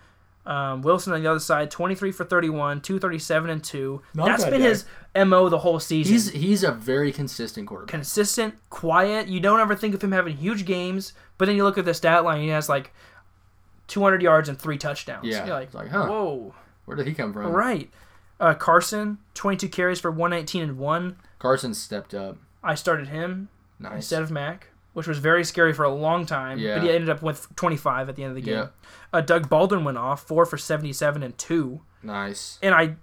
[SPEAKER 2] Um, Wilson on the other side 23 for 31, 237 and 2.
[SPEAKER 1] Not a
[SPEAKER 2] that's
[SPEAKER 1] bad
[SPEAKER 2] been
[SPEAKER 1] day.
[SPEAKER 2] his MO the whole season.
[SPEAKER 1] He's he's a very consistent quarterback.
[SPEAKER 2] consistent, quiet. You don't ever think of him having huge games, but then you look at the stat line, he has like 200 yards and 3 touchdowns.
[SPEAKER 1] Yeah,
[SPEAKER 2] You're
[SPEAKER 1] it's
[SPEAKER 2] like,
[SPEAKER 1] like, huh.
[SPEAKER 2] "Whoa."
[SPEAKER 1] Where did he come from?
[SPEAKER 2] Right. Uh, Carson, 22 carries for 119 and 1.
[SPEAKER 1] Carson stepped up.
[SPEAKER 2] I started him
[SPEAKER 1] Nice.
[SPEAKER 2] instead of Mac, which was very scary for a long time.
[SPEAKER 1] Yeah.
[SPEAKER 2] But he ended up with 25 at the end of the game.
[SPEAKER 1] Yeah.
[SPEAKER 2] Uh, Doug Baldwin went off, 4 for 77 and 2.
[SPEAKER 1] Nice.
[SPEAKER 2] And I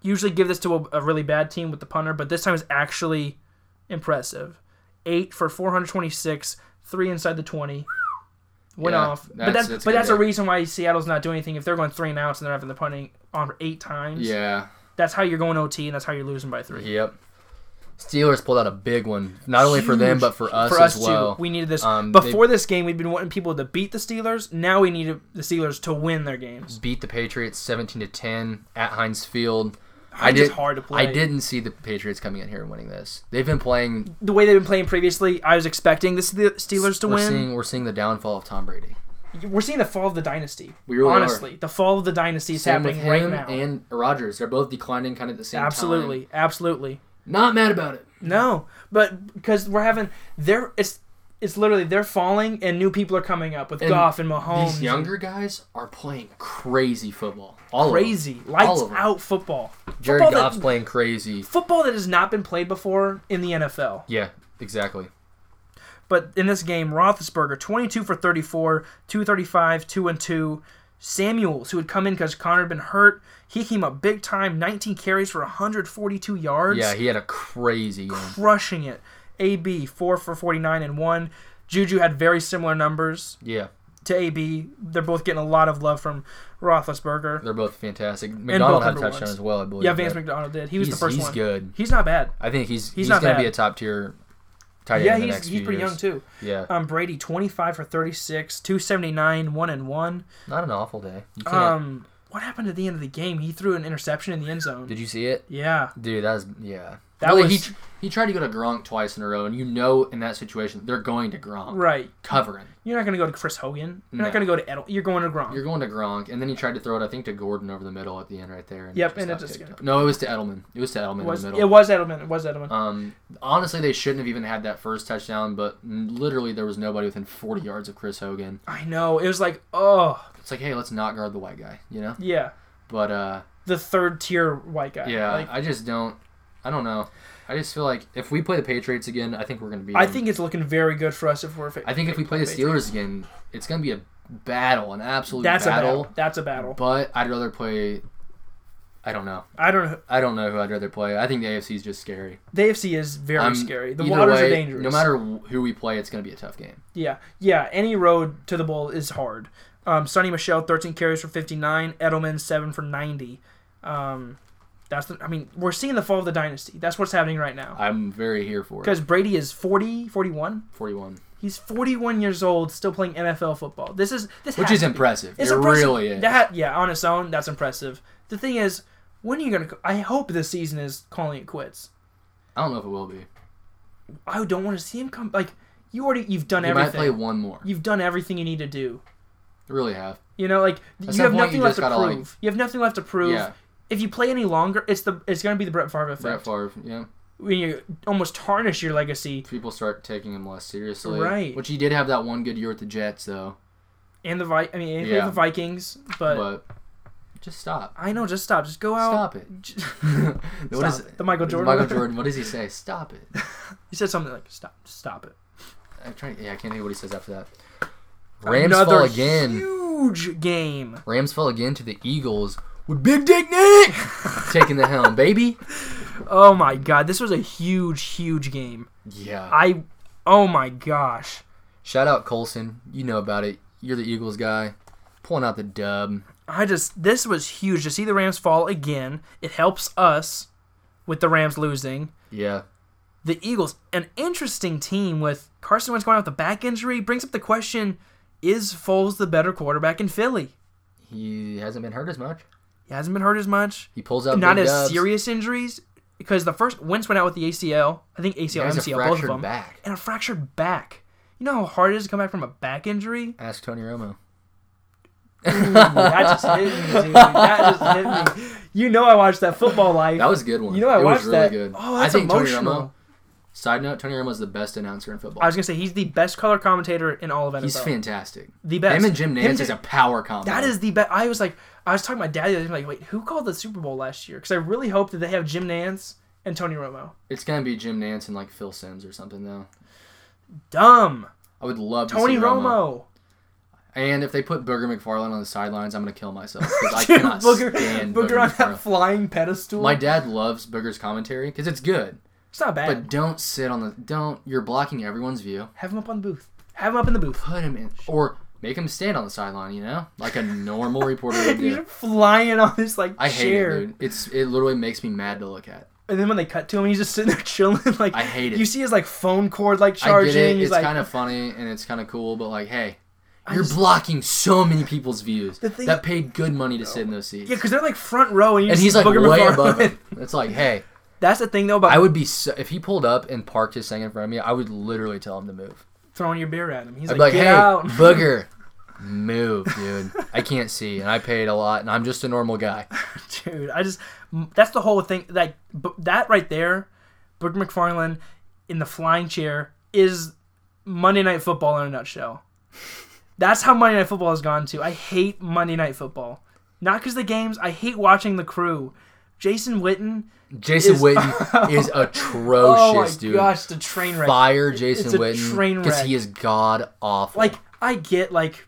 [SPEAKER 2] usually give this to a, a really bad team with the punter, but this time it's actually impressive. 8 for 426, 3 inside the 20. Went
[SPEAKER 1] Yeah,
[SPEAKER 2] off, but
[SPEAKER 1] that's-
[SPEAKER 2] that's,
[SPEAKER 1] that's
[SPEAKER 2] but
[SPEAKER 1] good,
[SPEAKER 2] that's a
[SPEAKER 1] yeah.
[SPEAKER 2] reason why Seattle's not doing anything. If they're going three and outs and they're having the punting on eight times,
[SPEAKER 1] Yeah.
[SPEAKER 2] that's how you're going OT and that's how you're losing by three.
[SPEAKER 1] Yep. Steelers pulled out a big one, not only for them
[SPEAKER 2] Huge.
[SPEAKER 1] but for us, as well.
[SPEAKER 2] We needed this
[SPEAKER 1] Um,
[SPEAKER 2] before this game. We'd been wanting people to beat the Steelers. Now we need the Steelers to win their games.
[SPEAKER 1] beat the Patriots seventeen to ten at Heinz Field.
[SPEAKER 2] Heinz is hard to play.
[SPEAKER 1] I didn't see the Patriots coming in here and winning this. They've been playing.
[SPEAKER 2] The way they've been playing previously, I was expecting the Ste- Steelers to
[SPEAKER 1] we're
[SPEAKER 2] win.
[SPEAKER 1] seeing we're seeing the downfall of Tom Brady.
[SPEAKER 2] We're seeing the fall of the dynasty.
[SPEAKER 1] We really are.
[SPEAKER 2] honestly, the fall of the dynasty is
[SPEAKER 1] Same with
[SPEAKER 2] happening
[SPEAKER 1] him
[SPEAKER 2] right now.
[SPEAKER 1] and Rodgers. They're both declining kind of at the same
[SPEAKER 2] absolutely,
[SPEAKER 1] time.
[SPEAKER 2] absolutely.
[SPEAKER 1] Not mad about it.
[SPEAKER 2] No, but because we're having they're it's it's literally they're falling and new people are coming up with
[SPEAKER 1] And
[SPEAKER 2] Goff and Mahomes.
[SPEAKER 1] These
[SPEAKER 2] and
[SPEAKER 1] younger guys are playing crazy football. All of them.
[SPEAKER 2] crazy lights
[SPEAKER 1] of 'em.
[SPEAKER 2] out football.
[SPEAKER 1] Jared
[SPEAKER 2] football that-
[SPEAKER 1] Goff's playing crazy.
[SPEAKER 2] Football that has not been played before in the NFL.
[SPEAKER 1] Yeah, exactly.
[SPEAKER 2] But in this game, Roethlisberger, 22 for 34, 235, 2 and 2. Samuels, who had come in because Connor had been hurt, he came up big time, 19 carries for 142 yards,
[SPEAKER 1] Yeah, he had a crazy game.
[SPEAKER 2] crushing it. AB, 4 for 49 and 1. Juju had very similar numbers
[SPEAKER 1] Yeah,
[SPEAKER 2] to AB. They're both getting a lot of love from Roethlisberger.
[SPEAKER 1] they're both fantastic. McDonald had a
[SPEAKER 2] number
[SPEAKER 1] touchdown
[SPEAKER 2] ones.
[SPEAKER 1] as well, I believe.
[SPEAKER 2] Yeah, Vance
[SPEAKER 1] but
[SPEAKER 2] McDonald did. He was
[SPEAKER 1] he's,
[SPEAKER 2] the first
[SPEAKER 1] he's
[SPEAKER 2] one.
[SPEAKER 1] good.
[SPEAKER 2] He's not bad.
[SPEAKER 1] I think he's
[SPEAKER 2] He's
[SPEAKER 1] he's,
[SPEAKER 2] not
[SPEAKER 1] going
[SPEAKER 2] bad.
[SPEAKER 1] to be a top tier tight end
[SPEAKER 2] Yeah,
[SPEAKER 1] in the
[SPEAKER 2] he's,
[SPEAKER 1] next few
[SPEAKER 2] he's pretty
[SPEAKER 1] years.
[SPEAKER 2] young too.
[SPEAKER 1] Yeah,
[SPEAKER 2] Um, Brady, 25 for 36, 279, 1 and 1.
[SPEAKER 1] not an awful day. You can't,
[SPEAKER 2] Um, what happened at the end of the game? He threw an interception in the end zone.
[SPEAKER 1] did you see it?
[SPEAKER 2] yeah,
[SPEAKER 1] Dude, that was yeah.
[SPEAKER 2] That
[SPEAKER 1] really, he
[SPEAKER 2] was-
[SPEAKER 1] tr- he tried to go to Gronk twice in a row, and you know, in that situation, they're going to Gronk
[SPEAKER 2] right.
[SPEAKER 1] covering.
[SPEAKER 2] You're not gonna go to Chris Hogan. You're not
[SPEAKER 1] No.
[SPEAKER 2] gonna go to Edel. You're going to Gronk.
[SPEAKER 1] You're going to Gronk, and then he tried to throw it, I think, to Gordon over the middle at the end, right there. And
[SPEAKER 2] Yep, and it
[SPEAKER 1] got
[SPEAKER 2] just
[SPEAKER 1] picked
[SPEAKER 2] got-
[SPEAKER 1] up. no, it was to Edelman. It was to Edelman
[SPEAKER 2] it was
[SPEAKER 1] in the
[SPEAKER 2] it
[SPEAKER 1] middle.
[SPEAKER 2] was Edelman? It was Edelman.
[SPEAKER 1] Um, honestly, they shouldn't have even had that first touchdown, but literally there was nobody within 40 yards of Chris Hogan.
[SPEAKER 2] I know. It was like, oh
[SPEAKER 1] It's like, hey, let's not guard the white guy, you know?
[SPEAKER 2] yeah,
[SPEAKER 1] But uh,
[SPEAKER 2] the third tier white guy.
[SPEAKER 1] yeah,
[SPEAKER 2] Like,
[SPEAKER 1] I just don't. I don't know. I just feel like if we play the Patriots again, I think we're gonna be.
[SPEAKER 2] I think it's looking very good for us if we're.
[SPEAKER 1] I think if we play the Steelers again, it's gonna be a battle, an absolute
[SPEAKER 2] that's a
[SPEAKER 1] battle.
[SPEAKER 2] battle. That's a battle.
[SPEAKER 1] But I'd rather play. I don't know.
[SPEAKER 2] I don't. know.
[SPEAKER 1] I don't know who I'd rather play. I think the AFC is just scary.
[SPEAKER 2] The AFC is very
[SPEAKER 1] I'm-
[SPEAKER 2] scary. The
[SPEAKER 1] either
[SPEAKER 2] waters
[SPEAKER 1] way,
[SPEAKER 2] are dangerous.
[SPEAKER 1] No matter wh- who we play, it's gonna be a tough game.
[SPEAKER 2] Yeah, yeah. Any road to the bowl is hard. Um, Sonny Michelle, thirteen carries for fifty-nine. Edelman, seven for ninety. Um, that's the. I mean, we're seeing the fall of the dynasty. That's what's happening right now.
[SPEAKER 1] I'm very here for it.
[SPEAKER 2] Because Brady is 40, 41.
[SPEAKER 1] 41,
[SPEAKER 2] He's forty-one years old, still playing NFL football. This is this.
[SPEAKER 1] which
[SPEAKER 2] has
[SPEAKER 1] is
[SPEAKER 2] to be-
[SPEAKER 1] impressive.
[SPEAKER 2] It's
[SPEAKER 1] it
[SPEAKER 2] impressive.
[SPEAKER 1] really is.
[SPEAKER 2] That yeah, on its own, that's impressive. The thing is, when are you gonna? I hope this season is calling it quits.
[SPEAKER 1] I don't know if it will be.
[SPEAKER 2] I don't want to see him come. Like you already, you've done
[SPEAKER 1] You might
[SPEAKER 2] everything.
[SPEAKER 1] play one more. You
[SPEAKER 2] You've done everything you need to do.
[SPEAKER 1] really have.
[SPEAKER 2] You know, like you
[SPEAKER 1] some
[SPEAKER 2] have
[SPEAKER 1] point,
[SPEAKER 2] nothing
[SPEAKER 1] you
[SPEAKER 2] left
[SPEAKER 1] just
[SPEAKER 2] to
[SPEAKER 1] gotta, like-
[SPEAKER 2] prove. you have nothing left to prove.
[SPEAKER 1] Yeah.
[SPEAKER 2] If you play any longer, it's the it's gonna be the Brett Favre effect.
[SPEAKER 1] Brett Favre. Yeah.
[SPEAKER 2] When you almost tarnish your legacy
[SPEAKER 1] people start taking him less seriously.
[SPEAKER 2] Right.
[SPEAKER 1] Which he did have that one good year with the Jets, though.
[SPEAKER 2] and the Vi- I mean, and
[SPEAKER 1] Yeah.
[SPEAKER 2] the Vikings, but,
[SPEAKER 1] But just stop.
[SPEAKER 2] I know. Just stop. Just go out.
[SPEAKER 1] Stop it.
[SPEAKER 2] J-
[SPEAKER 1] What is
[SPEAKER 2] Stop it. The Michael Jordan
[SPEAKER 1] Michael
[SPEAKER 2] one.
[SPEAKER 1] Jordan. What does he say? Stop it.
[SPEAKER 2] He said something like stop. Stop it.
[SPEAKER 1] I'm trying. Yeah, I can't think of what he says after that. Rams
[SPEAKER 2] Another
[SPEAKER 1] fall again.
[SPEAKER 2] Huge game.
[SPEAKER 1] Rams fell again to the Eagles with Big Dick Nick taking the helm, baby.
[SPEAKER 2] Oh my god, this was a huge, huge game.
[SPEAKER 1] Yeah.
[SPEAKER 2] I. Oh my gosh.
[SPEAKER 1] Shout out Colson. You know about it. You're the Eagles guy. Pulling out the dub.
[SPEAKER 2] I just this was huge to see the Rams fall again. It helps us with the Rams losing.
[SPEAKER 1] Yeah.
[SPEAKER 2] the Eagles, an interesting team with Carson Wentz going out with a back injury, brings up the question: Is Foles the better quarterback in Philly?
[SPEAKER 1] He hasn't been hurt as much.
[SPEAKER 2] He hasn't been hurt as much.
[SPEAKER 1] He pulls out
[SPEAKER 2] Not
[SPEAKER 1] big
[SPEAKER 2] as
[SPEAKER 1] dubs.
[SPEAKER 2] serious injuries because the first Wentz went out with the ACL. I think ACL,
[SPEAKER 1] Guys, a
[SPEAKER 2] MCL, both of
[SPEAKER 1] fractured
[SPEAKER 2] them,
[SPEAKER 1] back.
[SPEAKER 2] and a fractured back. You know how hard it is to come back from a back injury.
[SPEAKER 1] Ask Tony Romo.
[SPEAKER 2] Ooh, that just hit me, dude. That just hit me. You know I watched that football life.
[SPEAKER 1] That was a good one.
[SPEAKER 2] you know I
[SPEAKER 1] it
[SPEAKER 2] watched
[SPEAKER 1] was really
[SPEAKER 2] that.
[SPEAKER 1] good.
[SPEAKER 2] Oh, that's
[SPEAKER 1] I think
[SPEAKER 2] emotional.
[SPEAKER 1] Tony Romo. Side note: Tony Romo's the best announcer in football.
[SPEAKER 2] I was gonna say he's the best color commentator in all of NFL.
[SPEAKER 1] He's fantastic.
[SPEAKER 2] the best.
[SPEAKER 1] Him and Jim Nance
[SPEAKER 2] Him-
[SPEAKER 1] is a power combo.
[SPEAKER 2] That is the best. I was like, I was talking to my dad the other day. I'm like, wait, who called the Super Bowl last year? Because I really hope that they have Jim Nance and Tony Romo.
[SPEAKER 1] It's gonna be Jim Nance and like Phil Sims or something though.
[SPEAKER 2] Dumb.
[SPEAKER 1] I would love to
[SPEAKER 2] Tony
[SPEAKER 1] see
[SPEAKER 2] Romo.
[SPEAKER 1] And if they put Booger McFarland on the sidelines, I'm gonna kill myself because I
[SPEAKER 2] Dude,
[SPEAKER 1] cannot
[SPEAKER 2] Booger,
[SPEAKER 1] stand
[SPEAKER 2] Booger on that
[SPEAKER 1] McFarlane.
[SPEAKER 2] flying pedestal.
[SPEAKER 1] My dad loves Booger's commentary because it's good,
[SPEAKER 2] it's not bad.
[SPEAKER 1] but don't sit on the don't. You're blocking everyone's view.
[SPEAKER 2] have him up on the booth. Have him up in the booth.
[SPEAKER 1] Put him in or make him stand on the sideline. You know, like a normal reporter would
[SPEAKER 2] He's
[SPEAKER 1] do.
[SPEAKER 2] flying on this like
[SPEAKER 1] I hate
[SPEAKER 2] chair,
[SPEAKER 1] it, dude. It's it literally makes me mad to look at.
[SPEAKER 2] and then when they cut to him, he's just sitting there chilling. Like
[SPEAKER 1] I hate it.
[SPEAKER 2] You see his like phone cord like
[SPEAKER 1] I
[SPEAKER 2] charging.
[SPEAKER 1] get it.
[SPEAKER 2] He's
[SPEAKER 1] It's
[SPEAKER 2] like,
[SPEAKER 1] kind of funny and it's kind of cool, but like, hey,
[SPEAKER 2] I
[SPEAKER 1] you're
[SPEAKER 2] just-
[SPEAKER 1] blocking so many people's views
[SPEAKER 2] The thing-
[SPEAKER 1] that paid good money to sit in those seats.
[SPEAKER 2] yeah, because they're like front row, and, you
[SPEAKER 1] and
[SPEAKER 2] just
[SPEAKER 1] he's
[SPEAKER 2] see
[SPEAKER 1] like
[SPEAKER 2] Booger
[SPEAKER 1] way
[SPEAKER 2] McFarlane.
[SPEAKER 1] above it. It's like, hey,
[SPEAKER 2] That's the thing though about
[SPEAKER 1] I would be so, if he pulled up and parked his thing in front of me, I would literally tell him to move.
[SPEAKER 2] throwing your beer at him. He's
[SPEAKER 1] I'd
[SPEAKER 2] like,
[SPEAKER 1] be like,
[SPEAKER 2] get
[SPEAKER 1] hey,
[SPEAKER 2] out.
[SPEAKER 1] booger, move, dude. I can't see, and I paid a lot, and I'm just a normal guy.
[SPEAKER 2] dude i just m- that's the whole thing like b- that right there Booger mcfarland in the flying chair is monday night football in a nutshell that's how monday night football has gone to i hate monday night football not because the games i hate watching the crew jason witten
[SPEAKER 1] Jason
[SPEAKER 2] Is-
[SPEAKER 1] Witten is
[SPEAKER 2] oh my
[SPEAKER 1] atrocious, dude.
[SPEAKER 2] gosh the train wreck
[SPEAKER 1] Fire Jason
[SPEAKER 2] It's a train
[SPEAKER 1] Witten because
[SPEAKER 2] wreck.
[SPEAKER 1] he is god awful.
[SPEAKER 2] like i get like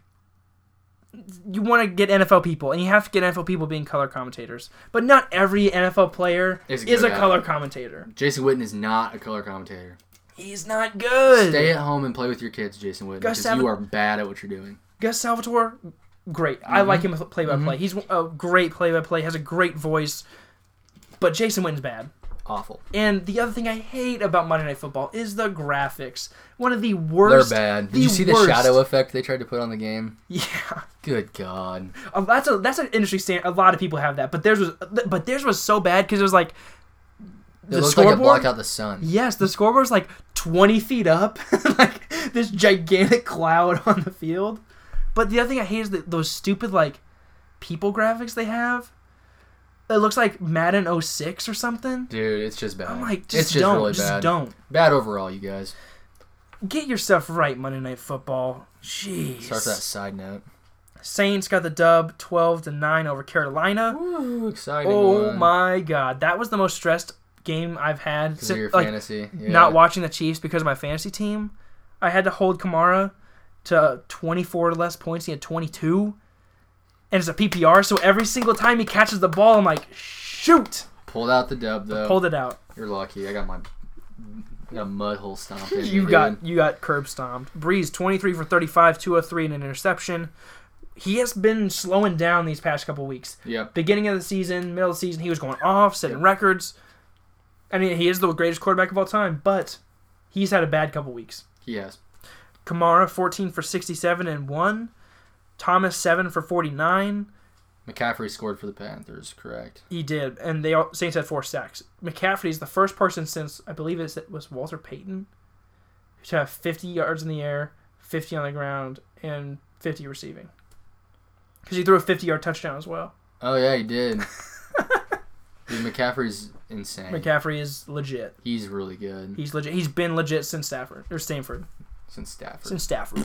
[SPEAKER 2] you want to get NFL people, and you have to get NFL people being color commentators. But not every NFL player
[SPEAKER 1] Is
[SPEAKER 2] is
[SPEAKER 1] good
[SPEAKER 2] a
[SPEAKER 1] at it.
[SPEAKER 2] color commentator.
[SPEAKER 1] Jason Witten is not a color commentator.
[SPEAKER 2] He's not good.
[SPEAKER 1] Stay at home and play with your kids, Jason Witten,
[SPEAKER 2] Gus
[SPEAKER 1] because
[SPEAKER 2] Savage-
[SPEAKER 1] you are bad at what you're doing.
[SPEAKER 2] Gus Salvatore, great. I like
[SPEAKER 1] Mm-hmm.
[SPEAKER 2] him with play by play. He's a great play by play. Has a great voice. But Jason Witten's bad.
[SPEAKER 1] Awful.
[SPEAKER 2] And the other thing I hate about Monday Night Football is the graphics. One of the worst.
[SPEAKER 1] They're bad. Did
[SPEAKER 2] the
[SPEAKER 1] you see
[SPEAKER 2] worst.
[SPEAKER 1] the shadow effect they tried to put on the game?
[SPEAKER 2] Yeah,
[SPEAKER 1] Good God.
[SPEAKER 2] Uh, that's a that's an industry standard. A lot of people have that, but theirs was but theirs was so bad because it was like
[SPEAKER 1] It
[SPEAKER 2] the
[SPEAKER 1] looks like
[SPEAKER 2] scoreboard.
[SPEAKER 1] it blocked out the sun.
[SPEAKER 2] Yes, the scoreboard was like 20 feet up, like this gigantic cloud on the field. But the other thing I hate is that those stupid like people graphics they have. It looks like Madden 06 or something.
[SPEAKER 1] Dude, it's just bad.
[SPEAKER 2] I'm like,
[SPEAKER 1] it's
[SPEAKER 2] just
[SPEAKER 1] just
[SPEAKER 2] don't,
[SPEAKER 1] really
[SPEAKER 2] just
[SPEAKER 1] bad.
[SPEAKER 2] don't
[SPEAKER 1] Bad overall, you guys.
[SPEAKER 2] get your stuff right. Monday Night Football. Jeez.
[SPEAKER 1] Start that side note.
[SPEAKER 2] Saints got the dub, 12 to nine over Carolina.
[SPEAKER 1] Ooh, exciting.
[SPEAKER 2] Oh
[SPEAKER 1] one.
[SPEAKER 2] my God, that was the most stressed game I've had.
[SPEAKER 1] Because
[SPEAKER 2] since-
[SPEAKER 1] of your
[SPEAKER 2] like,
[SPEAKER 1] fantasy. Yeah.
[SPEAKER 2] not watching the Chiefs because of my fantasy team. I had to hold Kamara to 24 or less points. He had 22. And it's a PPR, so every single time he catches the ball, I'm like, shoot!
[SPEAKER 1] Pulled out the dub, though.
[SPEAKER 2] Pulled it out.
[SPEAKER 1] You're lucky. I got my I got a mud hole stomped in. me,
[SPEAKER 2] You
[SPEAKER 1] dude.
[SPEAKER 2] got you got curb stomped. Breeze, 23 for 35, 203 and an interception. He has been slowing down these past couple weeks.
[SPEAKER 1] Yep.
[SPEAKER 2] Beginning of the season, middle of the season, he was going off, setting records. I mean, he is the greatest quarterback of all time, but he's had a bad couple weeks.
[SPEAKER 1] He has.
[SPEAKER 2] Kamara 14 for 67 and 1. Thomas 7 for 49.
[SPEAKER 1] McCaffrey scored for the Panthers, correct?
[SPEAKER 2] He did, and they all, Saints had four sacks. McCaffrey is the first person since I believe it's- it was Walter Payton to have 50 yards in the air, 50 on the ground, and 50 receiving. Because he threw a 50-yard touchdown as well.
[SPEAKER 1] Oh, yeah, he did. Dude, McCaffrey's insane.
[SPEAKER 2] McCaffrey is legit.
[SPEAKER 1] He's really good
[SPEAKER 2] He's legit. He's been legit since Stafford or Stanford.
[SPEAKER 1] since Stafford.
[SPEAKER 2] Since Stafford.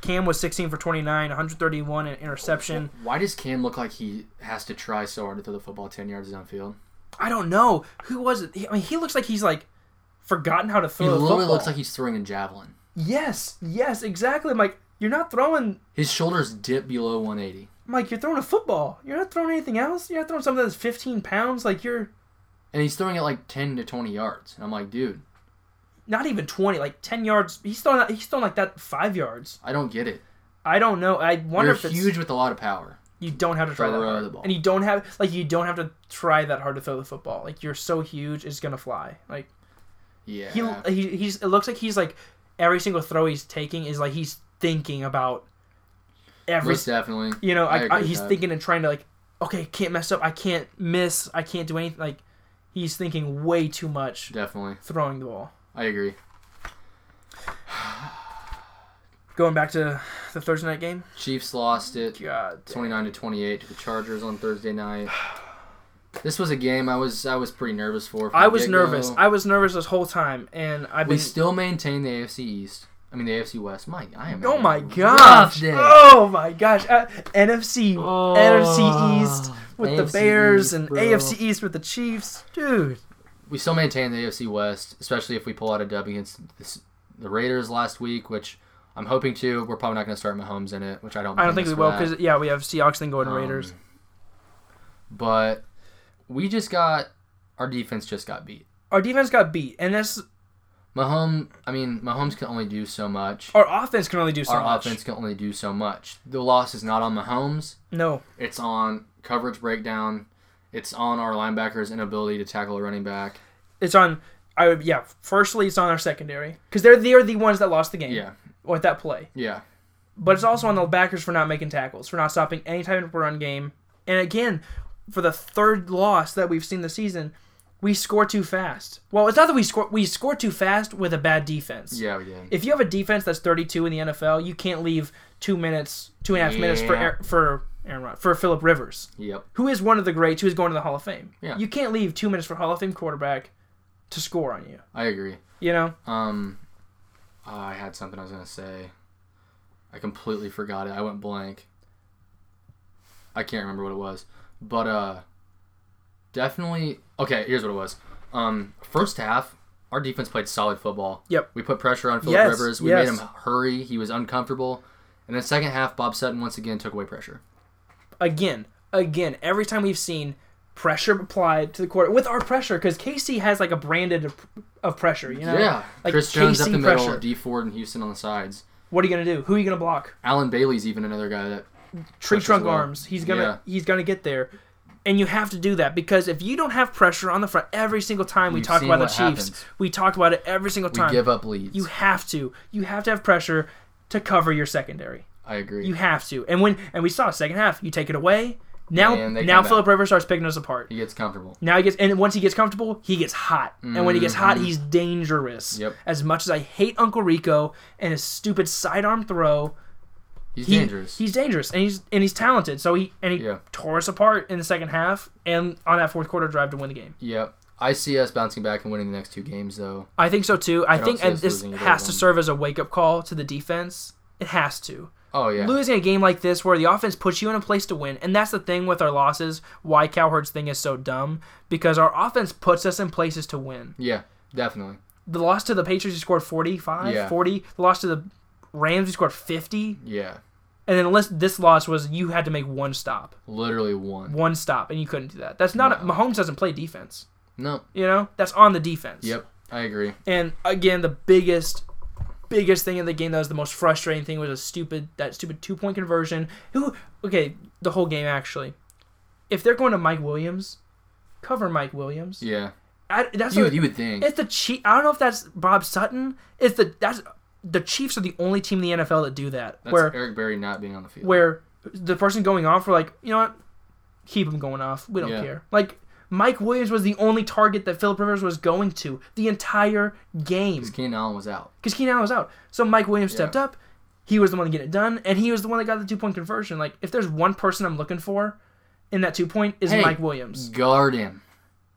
[SPEAKER 2] Cam was 16 for 29, 131 and interception.
[SPEAKER 1] Why does Cam look like he has to try so hard to throw the football ten yards downfield?
[SPEAKER 2] I don't know who was it. He- I mean, he looks like he's like forgotten how to
[SPEAKER 1] He
[SPEAKER 2] throw.
[SPEAKER 1] literally
[SPEAKER 2] the football.
[SPEAKER 1] looks like he's throwing a javelin.
[SPEAKER 2] yes, yes, exactly. I'm like, you're not throwing.
[SPEAKER 1] His shoulders dip below 180,
[SPEAKER 2] I'm like, you're throwing a football. You're not throwing anything else. You're not throwing something that's 15 pounds. Like you're
[SPEAKER 1] and he's throwing it like 10 to 20 yards. And I'm like, dude,
[SPEAKER 2] not even 20, like 10 yards. He's throwing. that- He's throwing like that five yards.
[SPEAKER 1] I don't get it.
[SPEAKER 2] I don't know. I wonder
[SPEAKER 1] You're
[SPEAKER 2] if it's
[SPEAKER 1] huge with a lot of power.
[SPEAKER 2] you don't have to try that
[SPEAKER 1] Throw
[SPEAKER 2] hard.
[SPEAKER 1] the ball.
[SPEAKER 2] and you don't have like you don't have to try that hard to throw the football. Like you're so huge, it's gonna fly. Like
[SPEAKER 1] Yeah.
[SPEAKER 2] he, he he's it looks like he's like every single throw he's taking is like he's thinking about every
[SPEAKER 1] Most definitely.
[SPEAKER 2] you know,
[SPEAKER 1] I
[SPEAKER 2] I,
[SPEAKER 1] agree
[SPEAKER 2] I-
[SPEAKER 1] with
[SPEAKER 2] he's
[SPEAKER 1] that.
[SPEAKER 2] thinking and trying to like, okay, can't mess up, I can't miss, I can't do anything. Like, he's thinking way too much
[SPEAKER 1] Definitely.
[SPEAKER 2] throwing the ball.
[SPEAKER 1] I agree.
[SPEAKER 2] Going back to the Thursday night game,
[SPEAKER 1] Chiefs lost it
[SPEAKER 2] God, damn.
[SPEAKER 1] 29 to 28 to the Chargers on Thursday night. This was a game I was I was pretty nervous for. from
[SPEAKER 2] I
[SPEAKER 1] the
[SPEAKER 2] was
[SPEAKER 1] get-go.
[SPEAKER 2] nervous. I was nervous this whole time, and I've
[SPEAKER 1] we
[SPEAKER 2] been.
[SPEAKER 1] still maintain the AFC East. I mean the AFC West. Mike, I am.
[SPEAKER 2] Oh
[SPEAKER 1] having
[SPEAKER 2] my
[SPEAKER 1] a rough
[SPEAKER 2] gosh!
[SPEAKER 1] day.
[SPEAKER 2] Oh my gosh! Uh, NFC, NFC East with
[SPEAKER 1] AFC
[SPEAKER 2] the Bears
[SPEAKER 1] East,
[SPEAKER 2] and
[SPEAKER 1] bro.
[SPEAKER 2] AFC East with the Chiefs, dude.
[SPEAKER 1] we still maintain the AFC West, especially if we pull out a dub against this, the Raiders last week, which I'm hoping to. We're probably not going to start Mahomes in it, which I don't.
[SPEAKER 2] I don't think
[SPEAKER 1] blame
[SPEAKER 2] we
[SPEAKER 1] us
[SPEAKER 2] will
[SPEAKER 1] for that.
[SPEAKER 2] because yeah, we have Seahawks, then Golden
[SPEAKER 1] Um,
[SPEAKER 2] Raiders.
[SPEAKER 1] But we just got our defense just got beat.
[SPEAKER 2] Our defense got beat, and that's
[SPEAKER 1] Mahomes, I mean Mahomes can only do so much.
[SPEAKER 2] our offense can only do so
[SPEAKER 1] our
[SPEAKER 2] much.
[SPEAKER 1] offense can only do so much. The loss is not on Mahomes.
[SPEAKER 2] No,
[SPEAKER 1] It's on coverage breakdown. It's on our linebackers' inability to tackle a running back.
[SPEAKER 2] it's on. I would yeah. Firstly, it's on our secondary because they're they are the ones that lost the game
[SPEAKER 1] Yeah,
[SPEAKER 2] with that play.
[SPEAKER 1] yeah,
[SPEAKER 2] But it's also on the backers for not making tackles, for not stopping any type of run game. And again, for the third loss that we've seen this season, we score too fast. Well, it's not that we score we score too fast with a bad defense.
[SPEAKER 1] yeah. We did.
[SPEAKER 2] If you have a defense that's 32 in the NFL, you can't leave two minutes, two and a half minutes for
[SPEAKER 1] Yeah.
[SPEAKER 2] Aar- for Aaron Rod- for Philip Rivers.
[SPEAKER 1] Yep.
[SPEAKER 2] who is one of the greats who is going to the Hall of Fame.
[SPEAKER 1] Yeah.
[SPEAKER 2] You can't leave two minutes for Hall of Fame quarterback to score on you.
[SPEAKER 1] I agree.
[SPEAKER 2] You know?
[SPEAKER 1] Um, I had something I was gonna say. I completely forgot it. I went blank. I can't remember what it was, but uh, definitely. Okay, here's what it was. Um, first half, our defense played solid football.
[SPEAKER 2] Yep.
[SPEAKER 1] We put pressure on Philip
[SPEAKER 2] Yes,
[SPEAKER 1] Rivers. We
[SPEAKER 2] yes.
[SPEAKER 1] made him hurry. He was uncomfortable. And then second half, Bob Sutton once again took away pressure.
[SPEAKER 2] Again, again, every time we've seen pressure applied to the quarter with our pressure because KC has like a branded of, of pressure. You know?
[SPEAKER 1] yeah,
[SPEAKER 2] like
[SPEAKER 1] Chris Jones up
[SPEAKER 2] KC
[SPEAKER 1] the middle,
[SPEAKER 2] pressure.
[SPEAKER 1] D Ford and Houston on the sides.
[SPEAKER 2] What are you gonna do? Who are you gonna block?
[SPEAKER 1] Alan Bailey's even another guy that
[SPEAKER 2] Tree
[SPEAKER 1] Pressures
[SPEAKER 2] trunk
[SPEAKER 1] well.
[SPEAKER 2] arms. He's gonna he's gonna get there. And you have to do that because if you don't have pressure on the front every single time we
[SPEAKER 1] We've
[SPEAKER 2] talk
[SPEAKER 1] seen
[SPEAKER 2] about the
[SPEAKER 1] what
[SPEAKER 2] Chiefs,
[SPEAKER 1] happens.
[SPEAKER 2] we talk about it every single
[SPEAKER 1] we
[SPEAKER 2] time.
[SPEAKER 1] give up leads.
[SPEAKER 2] you have to. You have to have pressure to cover your secondary.
[SPEAKER 1] I agree.
[SPEAKER 2] You have to. And when and we saw second half, you take it away. Now
[SPEAKER 1] And they
[SPEAKER 2] now
[SPEAKER 1] come back.
[SPEAKER 2] Philip Rivers starts picking us apart.
[SPEAKER 1] he gets comfortable.
[SPEAKER 2] Now he gets and once he gets comfortable, he gets hot. And when he gets hot, he's dangerous.
[SPEAKER 1] Mm-hmm. Yep.
[SPEAKER 2] As much as I hate Uncle Rico and his stupid sidearm throw,
[SPEAKER 1] He's
[SPEAKER 2] he-
[SPEAKER 1] dangerous.
[SPEAKER 2] He's dangerous and he's and he's talented. So he and he
[SPEAKER 1] Yeah.
[SPEAKER 2] tore us apart in the second half and on that fourth quarter drive to win the game.
[SPEAKER 1] Yep. I see us bouncing back and winning the next two games, though.
[SPEAKER 2] I think so too. I,
[SPEAKER 1] don't
[SPEAKER 2] think
[SPEAKER 1] see
[SPEAKER 2] and
[SPEAKER 1] us
[SPEAKER 2] this
[SPEAKER 1] losing either
[SPEAKER 2] has to
[SPEAKER 1] one.
[SPEAKER 2] serve as a wake up call to the defense. It has to.
[SPEAKER 1] Oh yeah,
[SPEAKER 2] losing a game like this where the offense puts you in a place to win and that's the thing with our losses why cowherd's thing is so dumb because our offense puts us in places to win
[SPEAKER 1] yeah, definitely.
[SPEAKER 2] the loss to the patriots we scored 45
[SPEAKER 1] Yeah.
[SPEAKER 2] 40 the loss to the rams we scored 50
[SPEAKER 1] Yeah,
[SPEAKER 2] and then lis- this loss was you had to make one stop
[SPEAKER 1] literally one.
[SPEAKER 2] one stop and you couldn't do that that's not
[SPEAKER 1] No.
[SPEAKER 2] mahomes doesn't play defense
[SPEAKER 1] No.
[SPEAKER 2] you know that's on the defense
[SPEAKER 1] Yep, I agree.
[SPEAKER 2] and again the biggest biggest thing in the game that was the most frustrating thing was a stupid that stupid two point conversion who okay the whole game actually if they're going to mike williams cover mike williams
[SPEAKER 1] Yeah,
[SPEAKER 2] I, that's
[SPEAKER 1] you
[SPEAKER 2] what-
[SPEAKER 1] you would think.
[SPEAKER 2] it's the chief i don't know if that's bob sutton it's the that's the chiefs are the only team in the nfl that do that
[SPEAKER 1] That's
[SPEAKER 2] where
[SPEAKER 1] Eric Berry not being on the field.
[SPEAKER 2] where the person going off we're like you know what keep him going off we don't
[SPEAKER 1] Yeah.
[SPEAKER 2] care like mike williams was the only target that philip rivers was going to the entire game
[SPEAKER 1] Keenan Allen was out.
[SPEAKER 2] because Keenan Allen was out. So Mike Williams stepped
[SPEAKER 1] Yeah.
[SPEAKER 2] up. He was the one to get it done, and he was the one that got the two point conversion. Like, if there's one person I'm looking for in that two point, is
[SPEAKER 1] Hey.
[SPEAKER 2] Mike Williams.
[SPEAKER 1] Guard him.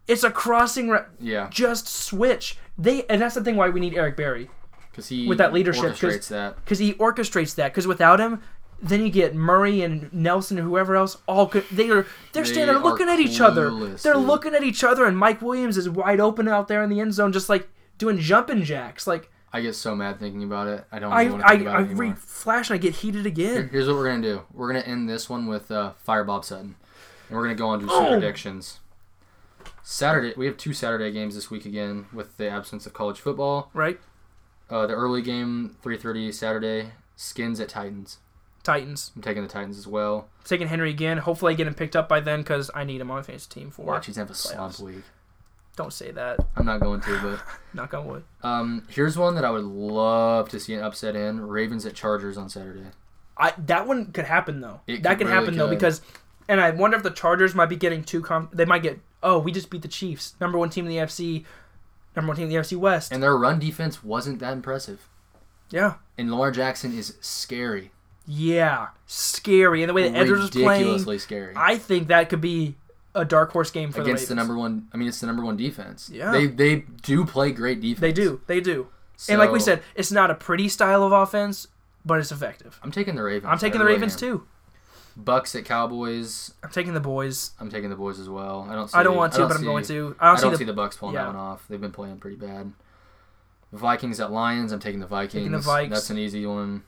[SPEAKER 2] It's a crossing route.
[SPEAKER 1] Yeah,
[SPEAKER 2] Just switch. They and that's the thing why we need Eric Berry
[SPEAKER 1] because he
[SPEAKER 2] With that leadership, 'cause-
[SPEAKER 1] orchestrates that.
[SPEAKER 2] because he orchestrates that. Because without him, then you get Murray and Nelson or whoever else. All co- they are
[SPEAKER 1] They
[SPEAKER 2] they're standing there
[SPEAKER 1] are
[SPEAKER 2] looking at each other.
[SPEAKER 1] clueless,
[SPEAKER 2] They're
[SPEAKER 1] dude.
[SPEAKER 2] looking at each other, and Mike Williams is wide open out there in the end zone, just like doing jumping jacks. Like
[SPEAKER 1] I get so mad thinking about it. I don't
[SPEAKER 2] I
[SPEAKER 1] want to think
[SPEAKER 2] I,
[SPEAKER 1] about
[SPEAKER 2] I
[SPEAKER 1] it anymore.
[SPEAKER 2] read flash and I get heated again.
[SPEAKER 1] Here's what we're gonna do. We're gonna end this one with uh, Fire Bob Sutton, and we're gonna go on to some
[SPEAKER 2] Oh.
[SPEAKER 1] predictions. Saturday, we have two Saturday games this week again with the absence of college football.
[SPEAKER 2] Right,
[SPEAKER 1] Uh, the early game, 3:30 Saturday. Skins at Titans.
[SPEAKER 2] Titans.
[SPEAKER 1] I'm taking the Titans as well.
[SPEAKER 2] taking Henry again. Hopefully, I get him picked up by then because I need him on my fantasy team for.
[SPEAKER 1] Watch, he's gonna have a
[SPEAKER 2] playoffs.
[SPEAKER 1] slump week.
[SPEAKER 2] Don't say that.
[SPEAKER 1] I'm not going to,
[SPEAKER 2] Knock on wood.
[SPEAKER 1] but um, here's one that I would love to see an upset in: Ravens at Chargers on Saturday.
[SPEAKER 2] I that one could happen though.
[SPEAKER 1] It
[SPEAKER 2] that
[SPEAKER 1] could
[SPEAKER 2] could
[SPEAKER 1] really
[SPEAKER 2] happen though
[SPEAKER 1] could.
[SPEAKER 2] because, and I wonder if the Chargers might be getting too com. They might get oh we just beat the Chiefs, number one team in the AFC, number one team in the AFC West.
[SPEAKER 1] And their run defense wasn't that impressive.
[SPEAKER 2] yeah,
[SPEAKER 1] And Lamar Jackson is scary,
[SPEAKER 2] yeah, scary. And the way that Edwards was playing,
[SPEAKER 1] ridiculously scary
[SPEAKER 2] I think that could be a dark horse game for
[SPEAKER 1] against
[SPEAKER 2] the
[SPEAKER 1] the
[SPEAKER 2] Ravens.
[SPEAKER 1] number one. I mean, it's the number one defense.
[SPEAKER 2] Yeah.
[SPEAKER 1] they they do play great defense.
[SPEAKER 2] They do, they do. and like we
[SPEAKER 1] So,
[SPEAKER 2] said, it's not a pretty style of offense, but it's effective.
[SPEAKER 1] I'm taking the Ravens.
[SPEAKER 2] I'm taking
[SPEAKER 1] I
[SPEAKER 2] the
[SPEAKER 1] really
[SPEAKER 2] Ravens
[SPEAKER 1] am.
[SPEAKER 2] too.
[SPEAKER 1] Bucks at Cowboys.
[SPEAKER 2] I'm taking the boys.
[SPEAKER 1] I'm taking the boys as well. I don't. See,
[SPEAKER 2] I don't want to, but I'm
[SPEAKER 1] see-
[SPEAKER 2] going to.
[SPEAKER 1] I
[SPEAKER 2] I
[SPEAKER 1] don't,
[SPEAKER 2] don't, see,
[SPEAKER 1] see
[SPEAKER 2] the,
[SPEAKER 1] the Bucks pulling
[SPEAKER 2] yeah.
[SPEAKER 1] that one off. They've been playing pretty bad. Vikings at Lions. I'm taking the Vikings.
[SPEAKER 2] the Vikes.
[SPEAKER 1] That's an easy one.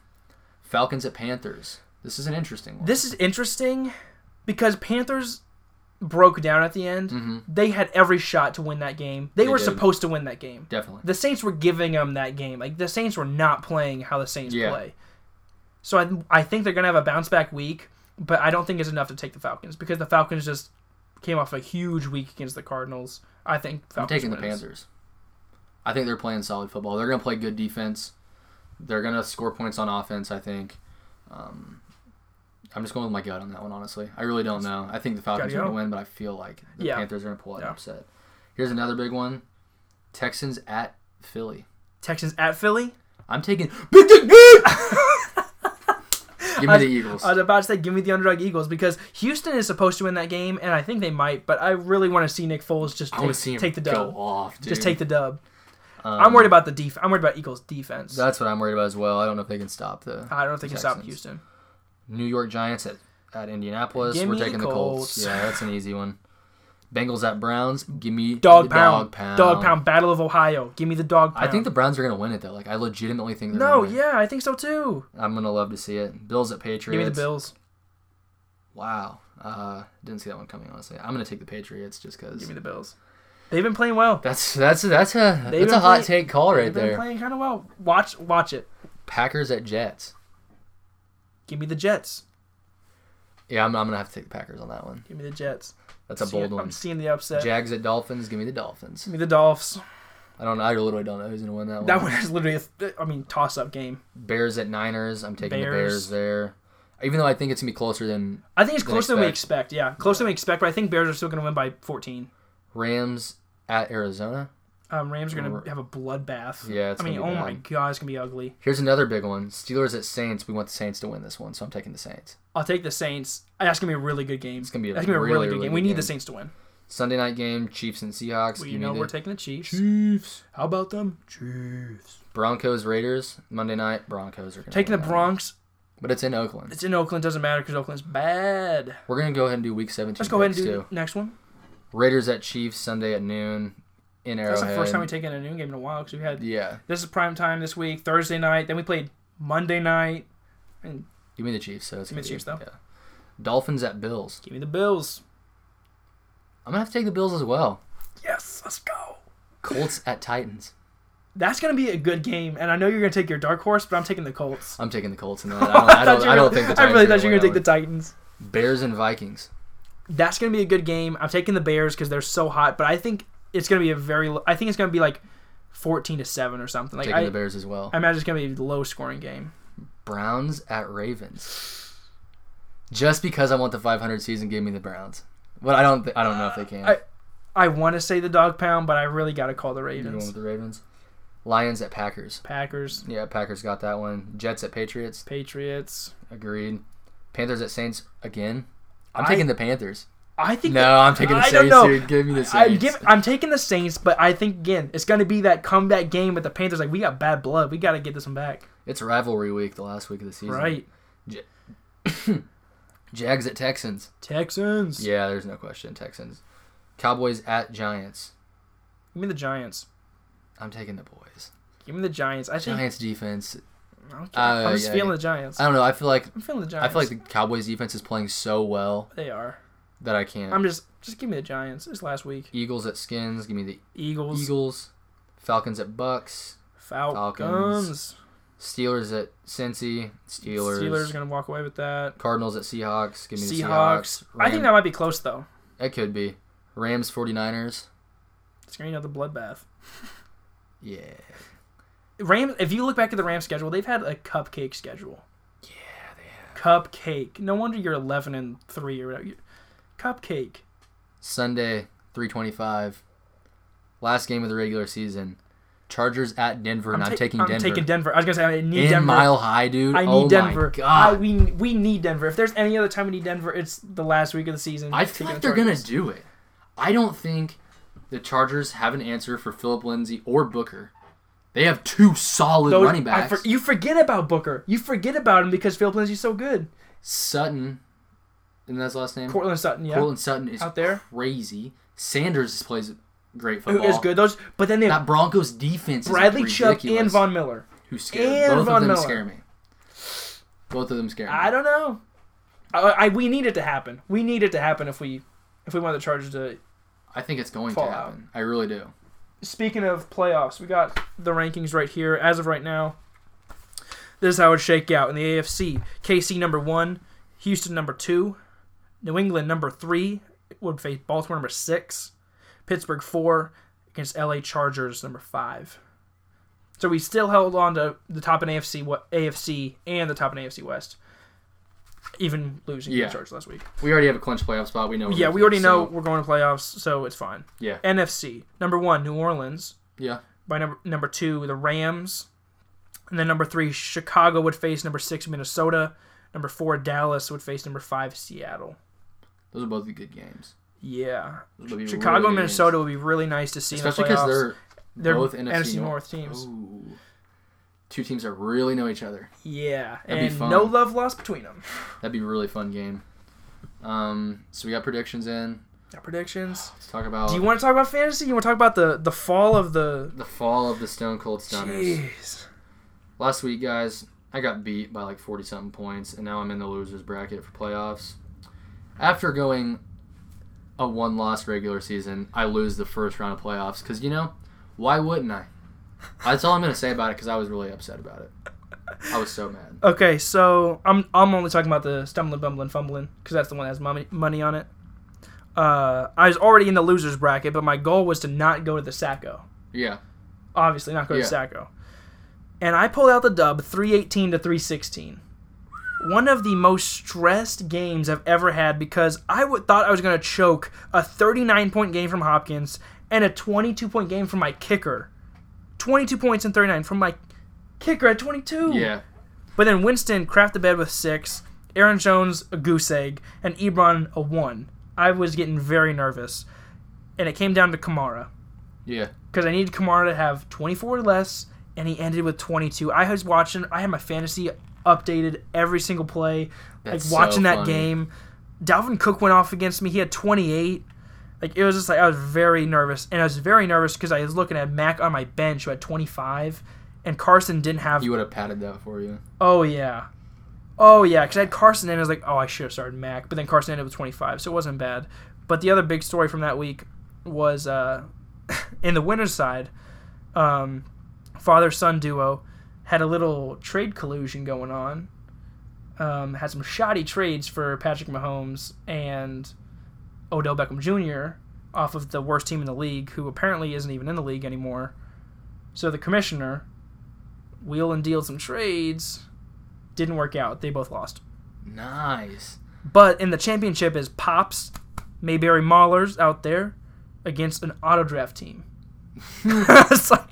[SPEAKER 1] Falcons at Panthers. This is an interesting one.
[SPEAKER 2] This is interesting because Panthers broke down at the end.
[SPEAKER 1] hmm
[SPEAKER 2] They had every shot to win that game. They,
[SPEAKER 1] They
[SPEAKER 2] were
[SPEAKER 1] did.
[SPEAKER 2] supposed to win that game.
[SPEAKER 1] Definitely.
[SPEAKER 2] The Saints were giving them that game. Like the Saints were not playing how the Saints
[SPEAKER 1] Yeah.
[SPEAKER 2] play. So I I think they're gonna have a bounce back week, but I don't think it's enough to take the Falcons because the Falcons just came off a huge week against the Cardinals. I think
[SPEAKER 1] I'm
[SPEAKER 2] Falcons
[SPEAKER 1] taking the
[SPEAKER 2] wins.
[SPEAKER 1] Panthers. I think they're playing solid football. They're going to play good defense. They're going to score points on offense. I think. Um, I'm just going with my gut on that one. Honestly, I really don't know. I think the Falcons are
[SPEAKER 2] Gotta
[SPEAKER 1] going
[SPEAKER 2] go.
[SPEAKER 1] to win, but I feel like the
[SPEAKER 2] Yeah.
[SPEAKER 1] Panthers are going to pull out an
[SPEAKER 2] Yeah.
[SPEAKER 1] upset. Here's another big one: Texans at Philly.
[SPEAKER 2] Texans at Philly.
[SPEAKER 1] I'm taking. Give me the Eagles.
[SPEAKER 2] I was about to say, give me the underdog Eagles because Houston is supposed to win that game, and I think they might. But I really want to see Nick Foles just
[SPEAKER 1] I want
[SPEAKER 2] take,
[SPEAKER 1] to see him
[SPEAKER 2] take the
[SPEAKER 1] go
[SPEAKER 2] dub.
[SPEAKER 1] off, dude.
[SPEAKER 2] Just take the dub.
[SPEAKER 1] Um,
[SPEAKER 2] I'm worried about the def. I'm worried about Uh, Eagles defense.
[SPEAKER 1] That's what I'm worried about as well. I don't know if they can stop the
[SPEAKER 2] I don't think it's out in
[SPEAKER 1] Texans.
[SPEAKER 2] Houston.
[SPEAKER 1] New York Giants at, at Indianapolis.
[SPEAKER 2] Gimme
[SPEAKER 1] We're
[SPEAKER 2] the
[SPEAKER 1] taking the Colts.
[SPEAKER 2] Colts.
[SPEAKER 1] Yeah, that's an easy one. Bengals at Browns. Give me
[SPEAKER 2] Dog
[SPEAKER 1] the Dog
[SPEAKER 2] pound,
[SPEAKER 1] pound.
[SPEAKER 2] dog pound, Battle of Ohio. Give me the dog
[SPEAKER 1] I
[SPEAKER 2] pound.
[SPEAKER 1] think the Browns are gonna win it though. Like I legitimately think. They're
[SPEAKER 2] no,
[SPEAKER 1] gonna win.
[SPEAKER 2] yeah, I think so too.
[SPEAKER 1] I'm gonna love to see it. Bills at
[SPEAKER 2] Give
[SPEAKER 1] Patriots.
[SPEAKER 2] me the Bills.
[SPEAKER 1] Wow. Uh, didn't see that one coming. Honestly, I'm gonna take the Patriots just because.
[SPEAKER 2] Give me the Bills. They've been playing well.
[SPEAKER 1] That's that's that's a
[SPEAKER 2] They've
[SPEAKER 1] that's a
[SPEAKER 2] been
[SPEAKER 1] hot
[SPEAKER 2] play-
[SPEAKER 1] take call right
[SPEAKER 2] They've been
[SPEAKER 1] there.
[SPEAKER 2] playing kind of well. Watch, watch it.
[SPEAKER 1] Packers at Jets.
[SPEAKER 2] Give me the Jets.
[SPEAKER 1] Yeah, I'm, I'm gonna have to take the Packers on that one.
[SPEAKER 2] Give me the Jets.
[SPEAKER 1] That's a
[SPEAKER 2] Seeing-
[SPEAKER 1] bold one.
[SPEAKER 2] I'm seeing the upset.
[SPEAKER 1] Jags at Dolphins. Give me the Dolphins.
[SPEAKER 2] Give me the Dolphs.
[SPEAKER 1] I don't. I literally don't know who's gonna win that one.
[SPEAKER 2] That one is literally, a th- I mean, toss up game.
[SPEAKER 1] Bears at Niners. I'm taking the
[SPEAKER 2] Bears.
[SPEAKER 1] Bears there. Even though I think it's gonna be closer than
[SPEAKER 2] I think it's
[SPEAKER 1] than
[SPEAKER 2] closer than we expect. Yeah, closer than we expect. But I think Bears are still going to win by 14.
[SPEAKER 1] Rams at Arizona.
[SPEAKER 2] Um, Rams are going
[SPEAKER 1] Right.
[SPEAKER 2] to have a bloodbath.
[SPEAKER 1] Yeah, it's
[SPEAKER 2] I mean, oh
[SPEAKER 1] gonna be
[SPEAKER 2] my
[SPEAKER 1] bad.
[SPEAKER 2] god, it's going to be ugly.
[SPEAKER 1] Here's another big one. Steelers at Saints. We want the Saints to win this one, so I'm taking the Saints.
[SPEAKER 2] I'll take the Saints. That's going to be a really good game. It's
[SPEAKER 1] gonna be a
[SPEAKER 2] That's gonna be a
[SPEAKER 1] really,
[SPEAKER 2] really, good
[SPEAKER 1] really
[SPEAKER 2] game. We
[SPEAKER 1] good
[SPEAKER 2] need the
[SPEAKER 1] game.
[SPEAKER 2] Saints to win.
[SPEAKER 1] Sunday night game. Chiefs and Seahawks.
[SPEAKER 2] Well,
[SPEAKER 1] Give
[SPEAKER 2] you
[SPEAKER 1] me
[SPEAKER 2] know
[SPEAKER 1] the
[SPEAKER 2] we're taking the Chiefs.
[SPEAKER 1] Chiefs.
[SPEAKER 2] How about them? Chiefs.
[SPEAKER 1] Broncos Raiders. Monday night. Broncos are gonna
[SPEAKER 2] Taking the
[SPEAKER 1] win that one.
[SPEAKER 2] Bronx.
[SPEAKER 1] But it's in Oakland.
[SPEAKER 2] It's in Oakland. Doesn't matter because Oakland's bad.
[SPEAKER 1] We're gonna go ahead and do Week 17.
[SPEAKER 2] Let's go ahead and
[SPEAKER 1] picks,
[SPEAKER 2] do
[SPEAKER 1] too.
[SPEAKER 2] the next one.
[SPEAKER 1] Raiders at Chiefs Sunday at noon in Arrowhead.
[SPEAKER 2] That's the first time we've taken a noon game in a while because we had
[SPEAKER 1] Yeah,
[SPEAKER 2] this is prime time this week Thursday night. Then we played Monday night.
[SPEAKER 1] give me the Chiefs. So it's
[SPEAKER 2] Give me
[SPEAKER 1] gonna
[SPEAKER 2] the
[SPEAKER 1] be-
[SPEAKER 2] Chiefs, though.
[SPEAKER 1] Yeah. Dolphins at Bills.
[SPEAKER 2] Give me the Bills.
[SPEAKER 1] I'm gonna have to take the Bills as well.
[SPEAKER 2] Yes, let's go.
[SPEAKER 1] Colts at Titans.
[SPEAKER 2] That's gonna be a good game, and I know you're gonna take your dark horse, but I'm taking the Colts.
[SPEAKER 1] I'm taking the Colts in that. I don't, I
[SPEAKER 2] thought
[SPEAKER 1] don't,
[SPEAKER 2] you
[SPEAKER 1] I
[SPEAKER 2] were-
[SPEAKER 1] don't think the
[SPEAKER 2] I
[SPEAKER 1] Titans.
[SPEAKER 2] really
[SPEAKER 1] are
[SPEAKER 2] thought you were
[SPEAKER 1] win
[SPEAKER 2] gonna take the
[SPEAKER 1] that
[SPEAKER 2] Titans.
[SPEAKER 1] one. Bears and Vikings.
[SPEAKER 2] That's gonna be a good game. I'm taking the Bears because they're so hot, but I think it's gonna be a very. lo- I think it's gonna be like 14 to seven or something. Like
[SPEAKER 1] taking
[SPEAKER 2] I,
[SPEAKER 1] the Bears as well.
[SPEAKER 2] I imagine it's gonna be a low scoring game.
[SPEAKER 1] Browns at Ravens. Just because I want the 500 season, give me the Browns. But I don't. Th- I don't know if they can.
[SPEAKER 2] I- I want to say the dog pound, but I really gotta call the
[SPEAKER 1] you going
[SPEAKER 2] Ravens.
[SPEAKER 1] with the Ravens? Lions at Packers.
[SPEAKER 2] Packers,
[SPEAKER 1] Yeah, Packers got that one. Jets at Patriots.
[SPEAKER 2] Patriots.
[SPEAKER 1] Agreed. Panthers at Saints again. I'm
[SPEAKER 2] I-
[SPEAKER 1] taking the Panthers.
[SPEAKER 2] I think
[SPEAKER 1] No, I'm taking the
[SPEAKER 2] I don't
[SPEAKER 1] Saints.
[SPEAKER 2] know.
[SPEAKER 1] Dude. Give me the
[SPEAKER 2] I
[SPEAKER 1] Saints.
[SPEAKER 2] give, I'm taking the Saints, but I think again it's gonna be that comeback game with the Panthers. Like we got bad blood, we gotta get this one back.
[SPEAKER 1] it's rivalry week, the last week of the season.
[SPEAKER 2] Right,
[SPEAKER 1] Jags at Texans.
[SPEAKER 2] Texans.
[SPEAKER 1] Yeah, there's no question. Texans. Cowboys at Giants.
[SPEAKER 2] Give me the Giants.
[SPEAKER 1] I'm taking the boys.
[SPEAKER 2] Give me the Giants. I think
[SPEAKER 1] Giants defense.
[SPEAKER 2] I don't care.
[SPEAKER 1] Uh,
[SPEAKER 2] I'm just
[SPEAKER 1] yeah,
[SPEAKER 2] feeling
[SPEAKER 1] yeah.
[SPEAKER 2] the Giants.
[SPEAKER 1] I don't know. I feel like
[SPEAKER 2] I'm feeling the Giants.
[SPEAKER 1] I feel like the Cowboys defense is playing so well
[SPEAKER 2] they are.
[SPEAKER 1] that I can't.
[SPEAKER 2] I'm just just give me the Giants. It's last week.
[SPEAKER 1] Eagles at Skins. Give me the
[SPEAKER 2] Eagles,
[SPEAKER 1] Eagles. Falcons at Bucks.
[SPEAKER 2] Falcons.
[SPEAKER 1] Steelers at Cincy. Steelers.
[SPEAKER 2] Steelers are gonna walk away with that.
[SPEAKER 1] Cardinals at Seahawks. Give me the Seahawks.
[SPEAKER 2] Seahawks. I think that
[SPEAKER 1] Ram-
[SPEAKER 2] might be close though.
[SPEAKER 1] it could be. Rams 49ers.
[SPEAKER 2] It's gonna be another bloodbath.
[SPEAKER 1] Yeah.
[SPEAKER 2] Rams. If you look back at the Rams schedule, they've had a cupcake schedule.
[SPEAKER 1] Yeah, they have.
[SPEAKER 2] Cupcake. No wonder you're 11 and 3 or whatever. You- Cupcake.
[SPEAKER 1] Sunday, 325. Last game of the regular season. Chargers at Denver, and I'm,
[SPEAKER 2] ta-
[SPEAKER 1] taking
[SPEAKER 2] I'm
[SPEAKER 1] Denver.
[SPEAKER 2] taking Denver. I was going to say, I need
[SPEAKER 1] In
[SPEAKER 2] Denver.
[SPEAKER 1] Mile High, dude.
[SPEAKER 2] I need
[SPEAKER 1] oh
[SPEAKER 2] Denver.
[SPEAKER 1] my god.
[SPEAKER 2] I, we, we need Denver. If there's any other time we need Denver, it's the last week of the season.
[SPEAKER 1] I
[SPEAKER 2] Just
[SPEAKER 1] feel
[SPEAKER 2] taking
[SPEAKER 1] like
[SPEAKER 2] the
[SPEAKER 1] they're gonna
[SPEAKER 2] Chargers.
[SPEAKER 1] do it. I don't think the Chargers have an answer for Philip Lindsay or Booker. They have two solid
[SPEAKER 2] Those-
[SPEAKER 1] running
[SPEAKER 2] I
[SPEAKER 1] backs.
[SPEAKER 2] for- E- you forget about Booker. You forget about him because Phil Lindsay's so good.
[SPEAKER 1] Sutton, isn't that his last name?
[SPEAKER 2] Cortland Sutton, yeah.
[SPEAKER 1] Cortland Sutton is
[SPEAKER 2] Out there.
[SPEAKER 1] crazy. Sanders plays great
[SPEAKER 2] who
[SPEAKER 1] football.
[SPEAKER 2] is good. Those, but then they have
[SPEAKER 1] oh. That Broncos defense is
[SPEAKER 2] Bradley
[SPEAKER 1] ridiculous.
[SPEAKER 2] Chubb and Von Miller.
[SPEAKER 1] Who scare
[SPEAKER 2] and
[SPEAKER 1] both
[SPEAKER 2] Von
[SPEAKER 1] of them
[SPEAKER 2] Miller.
[SPEAKER 1] scare me. Both of them scare me.
[SPEAKER 2] I don't know. I, I we need it to happen. We need it to happen if we if we want the Chargers to.
[SPEAKER 1] I think it's going to
[SPEAKER 2] Fallout.
[SPEAKER 1] happen. I really do.
[SPEAKER 2] Speaking of playoffs, we got the rankings right here as of right now. This is how it would shake out in the AFC: KC number one, Houston number two, New England number three would face Baltimore number six, Pittsburgh four against LA Chargers number five. So we still held on to the top in AFC what AFC and the top in AFC West, even losing
[SPEAKER 1] Yeah.
[SPEAKER 2] the Chargers last week.
[SPEAKER 1] We already have a clinch playoff spot. We know. we're
[SPEAKER 2] Yeah,
[SPEAKER 1] gonna
[SPEAKER 2] we already
[SPEAKER 1] lose,
[SPEAKER 2] know
[SPEAKER 1] so-
[SPEAKER 2] we're going to playoffs, so it's fine.
[SPEAKER 1] Yeah.
[SPEAKER 2] NFC number one, New Orleans.
[SPEAKER 1] Yeah.
[SPEAKER 2] By number number two, the Rams, and then number three, Chicago would face number six, Minnesota. Number four, Dallas would face number five, Seattle.
[SPEAKER 1] Those are both the good games.
[SPEAKER 2] Yeah,
[SPEAKER 1] Those would be
[SPEAKER 2] Chicago
[SPEAKER 1] really
[SPEAKER 2] and
[SPEAKER 1] good games.
[SPEAKER 2] Minnesota would be really nice to see.
[SPEAKER 1] especially
[SPEAKER 2] in the
[SPEAKER 1] because
[SPEAKER 2] playoffs.
[SPEAKER 1] they're
[SPEAKER 2] They're
[SPEAKER 1] both
[SPEAKER 2] NFC
[SPEAKER 1] NFC Nor-
[SPEAKER 2] North teams.
[SPEAKER 1] Ooh. two teams that really know each other.
[SPEAKER 2] Yeah,
[SPEAKER 1] That'd be
[SPEAKER 2] and
[SPEAKER 1] fun.
[SPEAKER 2] no love lost between them.
[SPEAKER 1] That'd be a really fun game. Um, so we got predictions in.
[SPEAKER 2] Our predictions.
[SPEAKER 1] Let's talk about
[SPEAKER 2] Do you want to talk about fantasy? You want to talk about the the fall of the?
[SPEAKER 1] the fall of the Stone Cold Stunners.
[SPEAKER 2] Jeez.
[SPEAKER 1] Last week, guys, I got beat by like 40 something points, and now I'm in the losers bracket for playoffs. After going a one loss regular season, I lose the first round of playoffs because, you know, why wouldn't I? That's all I'm going to say about it because I was really upset about it. I was so mad.
[SPEAKER 2] Okay, so I'm I'm only talking about the stumbling, bumbling, fumbling because that's the one that has money money on it. Uh, I was already in the losers bracket, but my goal was to not go to the Sacco.
[SPEAKER 1] Yeah.
[SPEAKER 2] Obviously, not go
[SPEAKER 1] Yeah.
[SPEAKER 2] to Sacco. And I pulled out the dub, three eighteen to three sixteen. One of the most stressed games I've ever had because I would thought I was gonna choke a thirty nine point game from Hopkins and a twenty two point game from my kicker. Twenty two points and thirty nine from my kicker at twenty two.
[SPEAKER 1] Yeah.
[SPEAKER 2] But then Winston crapped the bed with six, Aaron Jones a goose egg, and Ebron a one. I was getting very nervous, and it came down to Kamara
[SPEAKER 1] Yeah.
[SPEAKER 2] because I needed Kamara to have 24 or less, and he ended with 22. I was watching. I had my fantasy updated every single play,
[SPEAKER 1] That's so
[SPEAKER 2] like watching that
[SPEAKER 1] funny.
[SPEAKER 2] game. Dalvin Cook went off against me. He had 28. Like it was just like I was very nervous, and I was very nervous because I was looking at Mac on my bench who had 25, and Carson didn't have
[SPEAKER 1] He would have padded that for you.
[SPEAKER 2] Oh yeah, oh yeah. Because I had Carson in. I was like, oh, I should have started Mac, but then Carson ended with 25, so it wasn't bad. But the other big story from that week was uh, in the winner's side, um, father son duo had a little trade collusion going on. Um, had some shoddy trades for Patrick Mahomes and Odell Beckham Jr. off of the worst team in the league, who apparently isn't even in the league anymore. So the commissioner wheel and deal some trades. Didn't work out. They both lost.
[SPEAKER 1] Nice.
[SPEAKER 2] But in the championship is Pops, Mayberry Maulers out there against an auto draft team. It's like-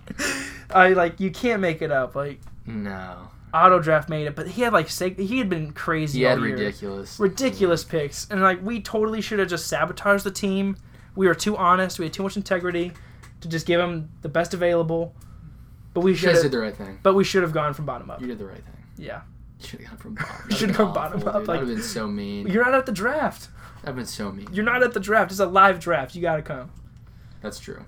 [SPEAKER 2] I like you can't make it up. Like
[SPEAKER 1] No.
[SPEAKER 2] auto draft made it, but he had like sig- he had been crazy
[SPEAKER 1] He had
[SPEAKER 2] all year.
[SPEAKER 1] ridiculous.
[SPEAKER 2] ridiculous picks, and like we totally should have just sabotaged the team. We were too honest. We had too much integrity to just give him the best available. But we
[SPEAKER 1] You
[SPEAKER 2] should
[SPEAKER 1] guys did
[SPEAKER 2] have.
[SPEAKER 1] the right thing.
[SPEAKER 2] But we should have gone from bottom up.
[SPEAKER 1] You did the right thing.
[SPEAKER 2] Yeah,
[SPEAKER 1] You should have gone from bottom.
[SPEAKER 2] You should've gone bottom up,
[SPEAKER 1] That would
[SPEAKER 2] like-
[SPEAKER 1] have been so mean. That
[SPEAKER 2] you're not at the draft.
[SPEAKER 1] would have been so mean.
[SPEAKER 2] You're not at the draft. It's a live draft. You gotta come.
[SPEAKER 1] That's true.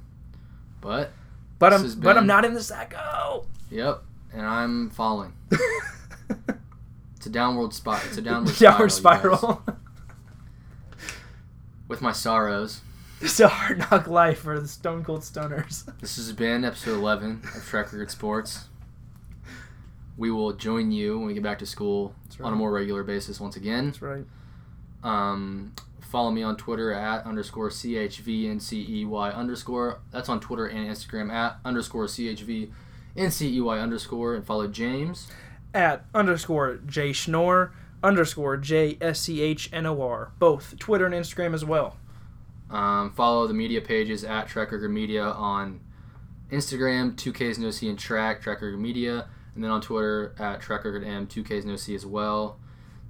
[SPEAKER 1] But
[SPEAKER 2] But
[SPEAKER 1] This
[SPEAKER 2] I'm
[SPEAKER 1] has
[SPEAKER 2] but I'm
[SPEAKER 1] been-
[SPEAKER 2] not in the sack. Oh.
[SPEAKER 1] Yep, and I'm falling. It's a downward spot. It's a downward spiral.
[SPEAKER 2] Downward
[SPEAKER 1] you guys.
[SPEAKER 2] spiral.
[SPEAKER 1] With my sorrows,
[SPEAKER 2] it's a hard knock life for the Stone Cold Stoners.
[SPEAKER 1] this has been episode 11 of Trek Record Sports. We will join you when we get back to school on a more regular basis once again.
[SPEAKER 2] That's right.
[SPEAKER 1] Um, follow me on Twitter at underscore chvncey E underscore. That's on Twitter and Instagram at underscore E chvncey underscore. And follow James.
[SPEAKER 2] At underscore J Schnorr underscore J S C H N O R. Both Twitter and Instagram as well.
[SPEAKER 1] Um, follow the media pages at Trekker Media on Instagram, 2Ks No C and Track, Trekker Media, and then on Twitter at Trekker M, 2Ks No C as well.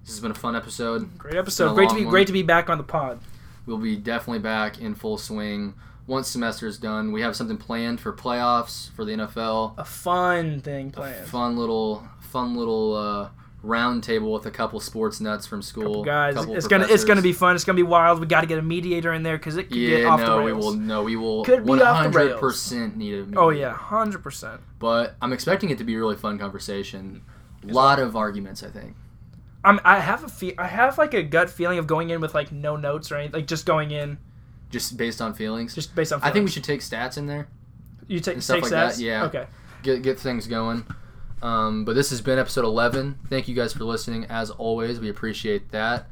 [SPEAKER 1] This has been a fun episode.
[SPEAKER 2] Great
[SPEAKER 1] been
[SPEAKER 2] episode.
[SPEAKER 1] a
[SPEAKER 2] Great to
[SPEAKER 1] long
[SPEAKER 2] be
[SPEAKER 1] one.
[SPEAKER 2] great to be back on the pod.
[SPEAKER 1] We'll be definitely back in full swing once semester's done. We have something planned for playoffs for the NFL.
[SPEAKER 2] A fun thing
[SPEAKER 1] A
[SPEAKER 2] planned.
[SPEAKER 1] fun little, fun little uh, round table with a couple sports nuts from school.
[SPEAKER 2] Couple guys,
[SPEAKER 1] couple
[SPEAKER 2] it's gonna it's gonna
[SPEAKER 1] professors.
[SPEAKER 2] be fun. It's gonna be wild. We got to get a mediator in there because it could get
[SPEAKER 1] Yeah,
[SPEAKER 2] off
[SPEAKER 1] no,
[SPEAKER 2] the
[SPEAKER 1] we
[SPEAKER 2] rails.
[SPEAKER 1] will. No, we will.
[SPEAKER 2] Could be off the rails.
[SPEAKER 1] 100% need a
[SPEAKER 2] Oh
[SPEAKER 1] meeting.
[SPEAKER 2] yeah, hundred percent.
[SPEAKER 1] but I'm expecting it to be a really fun conversation. A lot of arguments, I think.
[SPEAKER 2] I'm I have a fe- I have like a gut feeling of going in with like no notes or anything, like just going in
[SPEAKER 1] Just based on feelings.
[SPEAKER 2] just based on.
[SPEAKER 1] I think we
[SPEAKER 2] feelings.
[SPEAKER 1] should take stats in there.
[SPEAKER 2] you take
[SPEAKER 1] and stuff
[SPEAKER 2] take
[SPEAKER 1] like that,
[SPEAKER 2] stats?
[SPEAKER 1] yeah.
[SPEAKER 2] Okay.
[SPEAKER 1] Get get things going. Um, but this has been episode 11. Thank you guys for listening. As always, we appreciate that.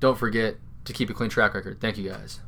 [SPEAKER 1] Don't forget to keep a clean track record. Thank you guys.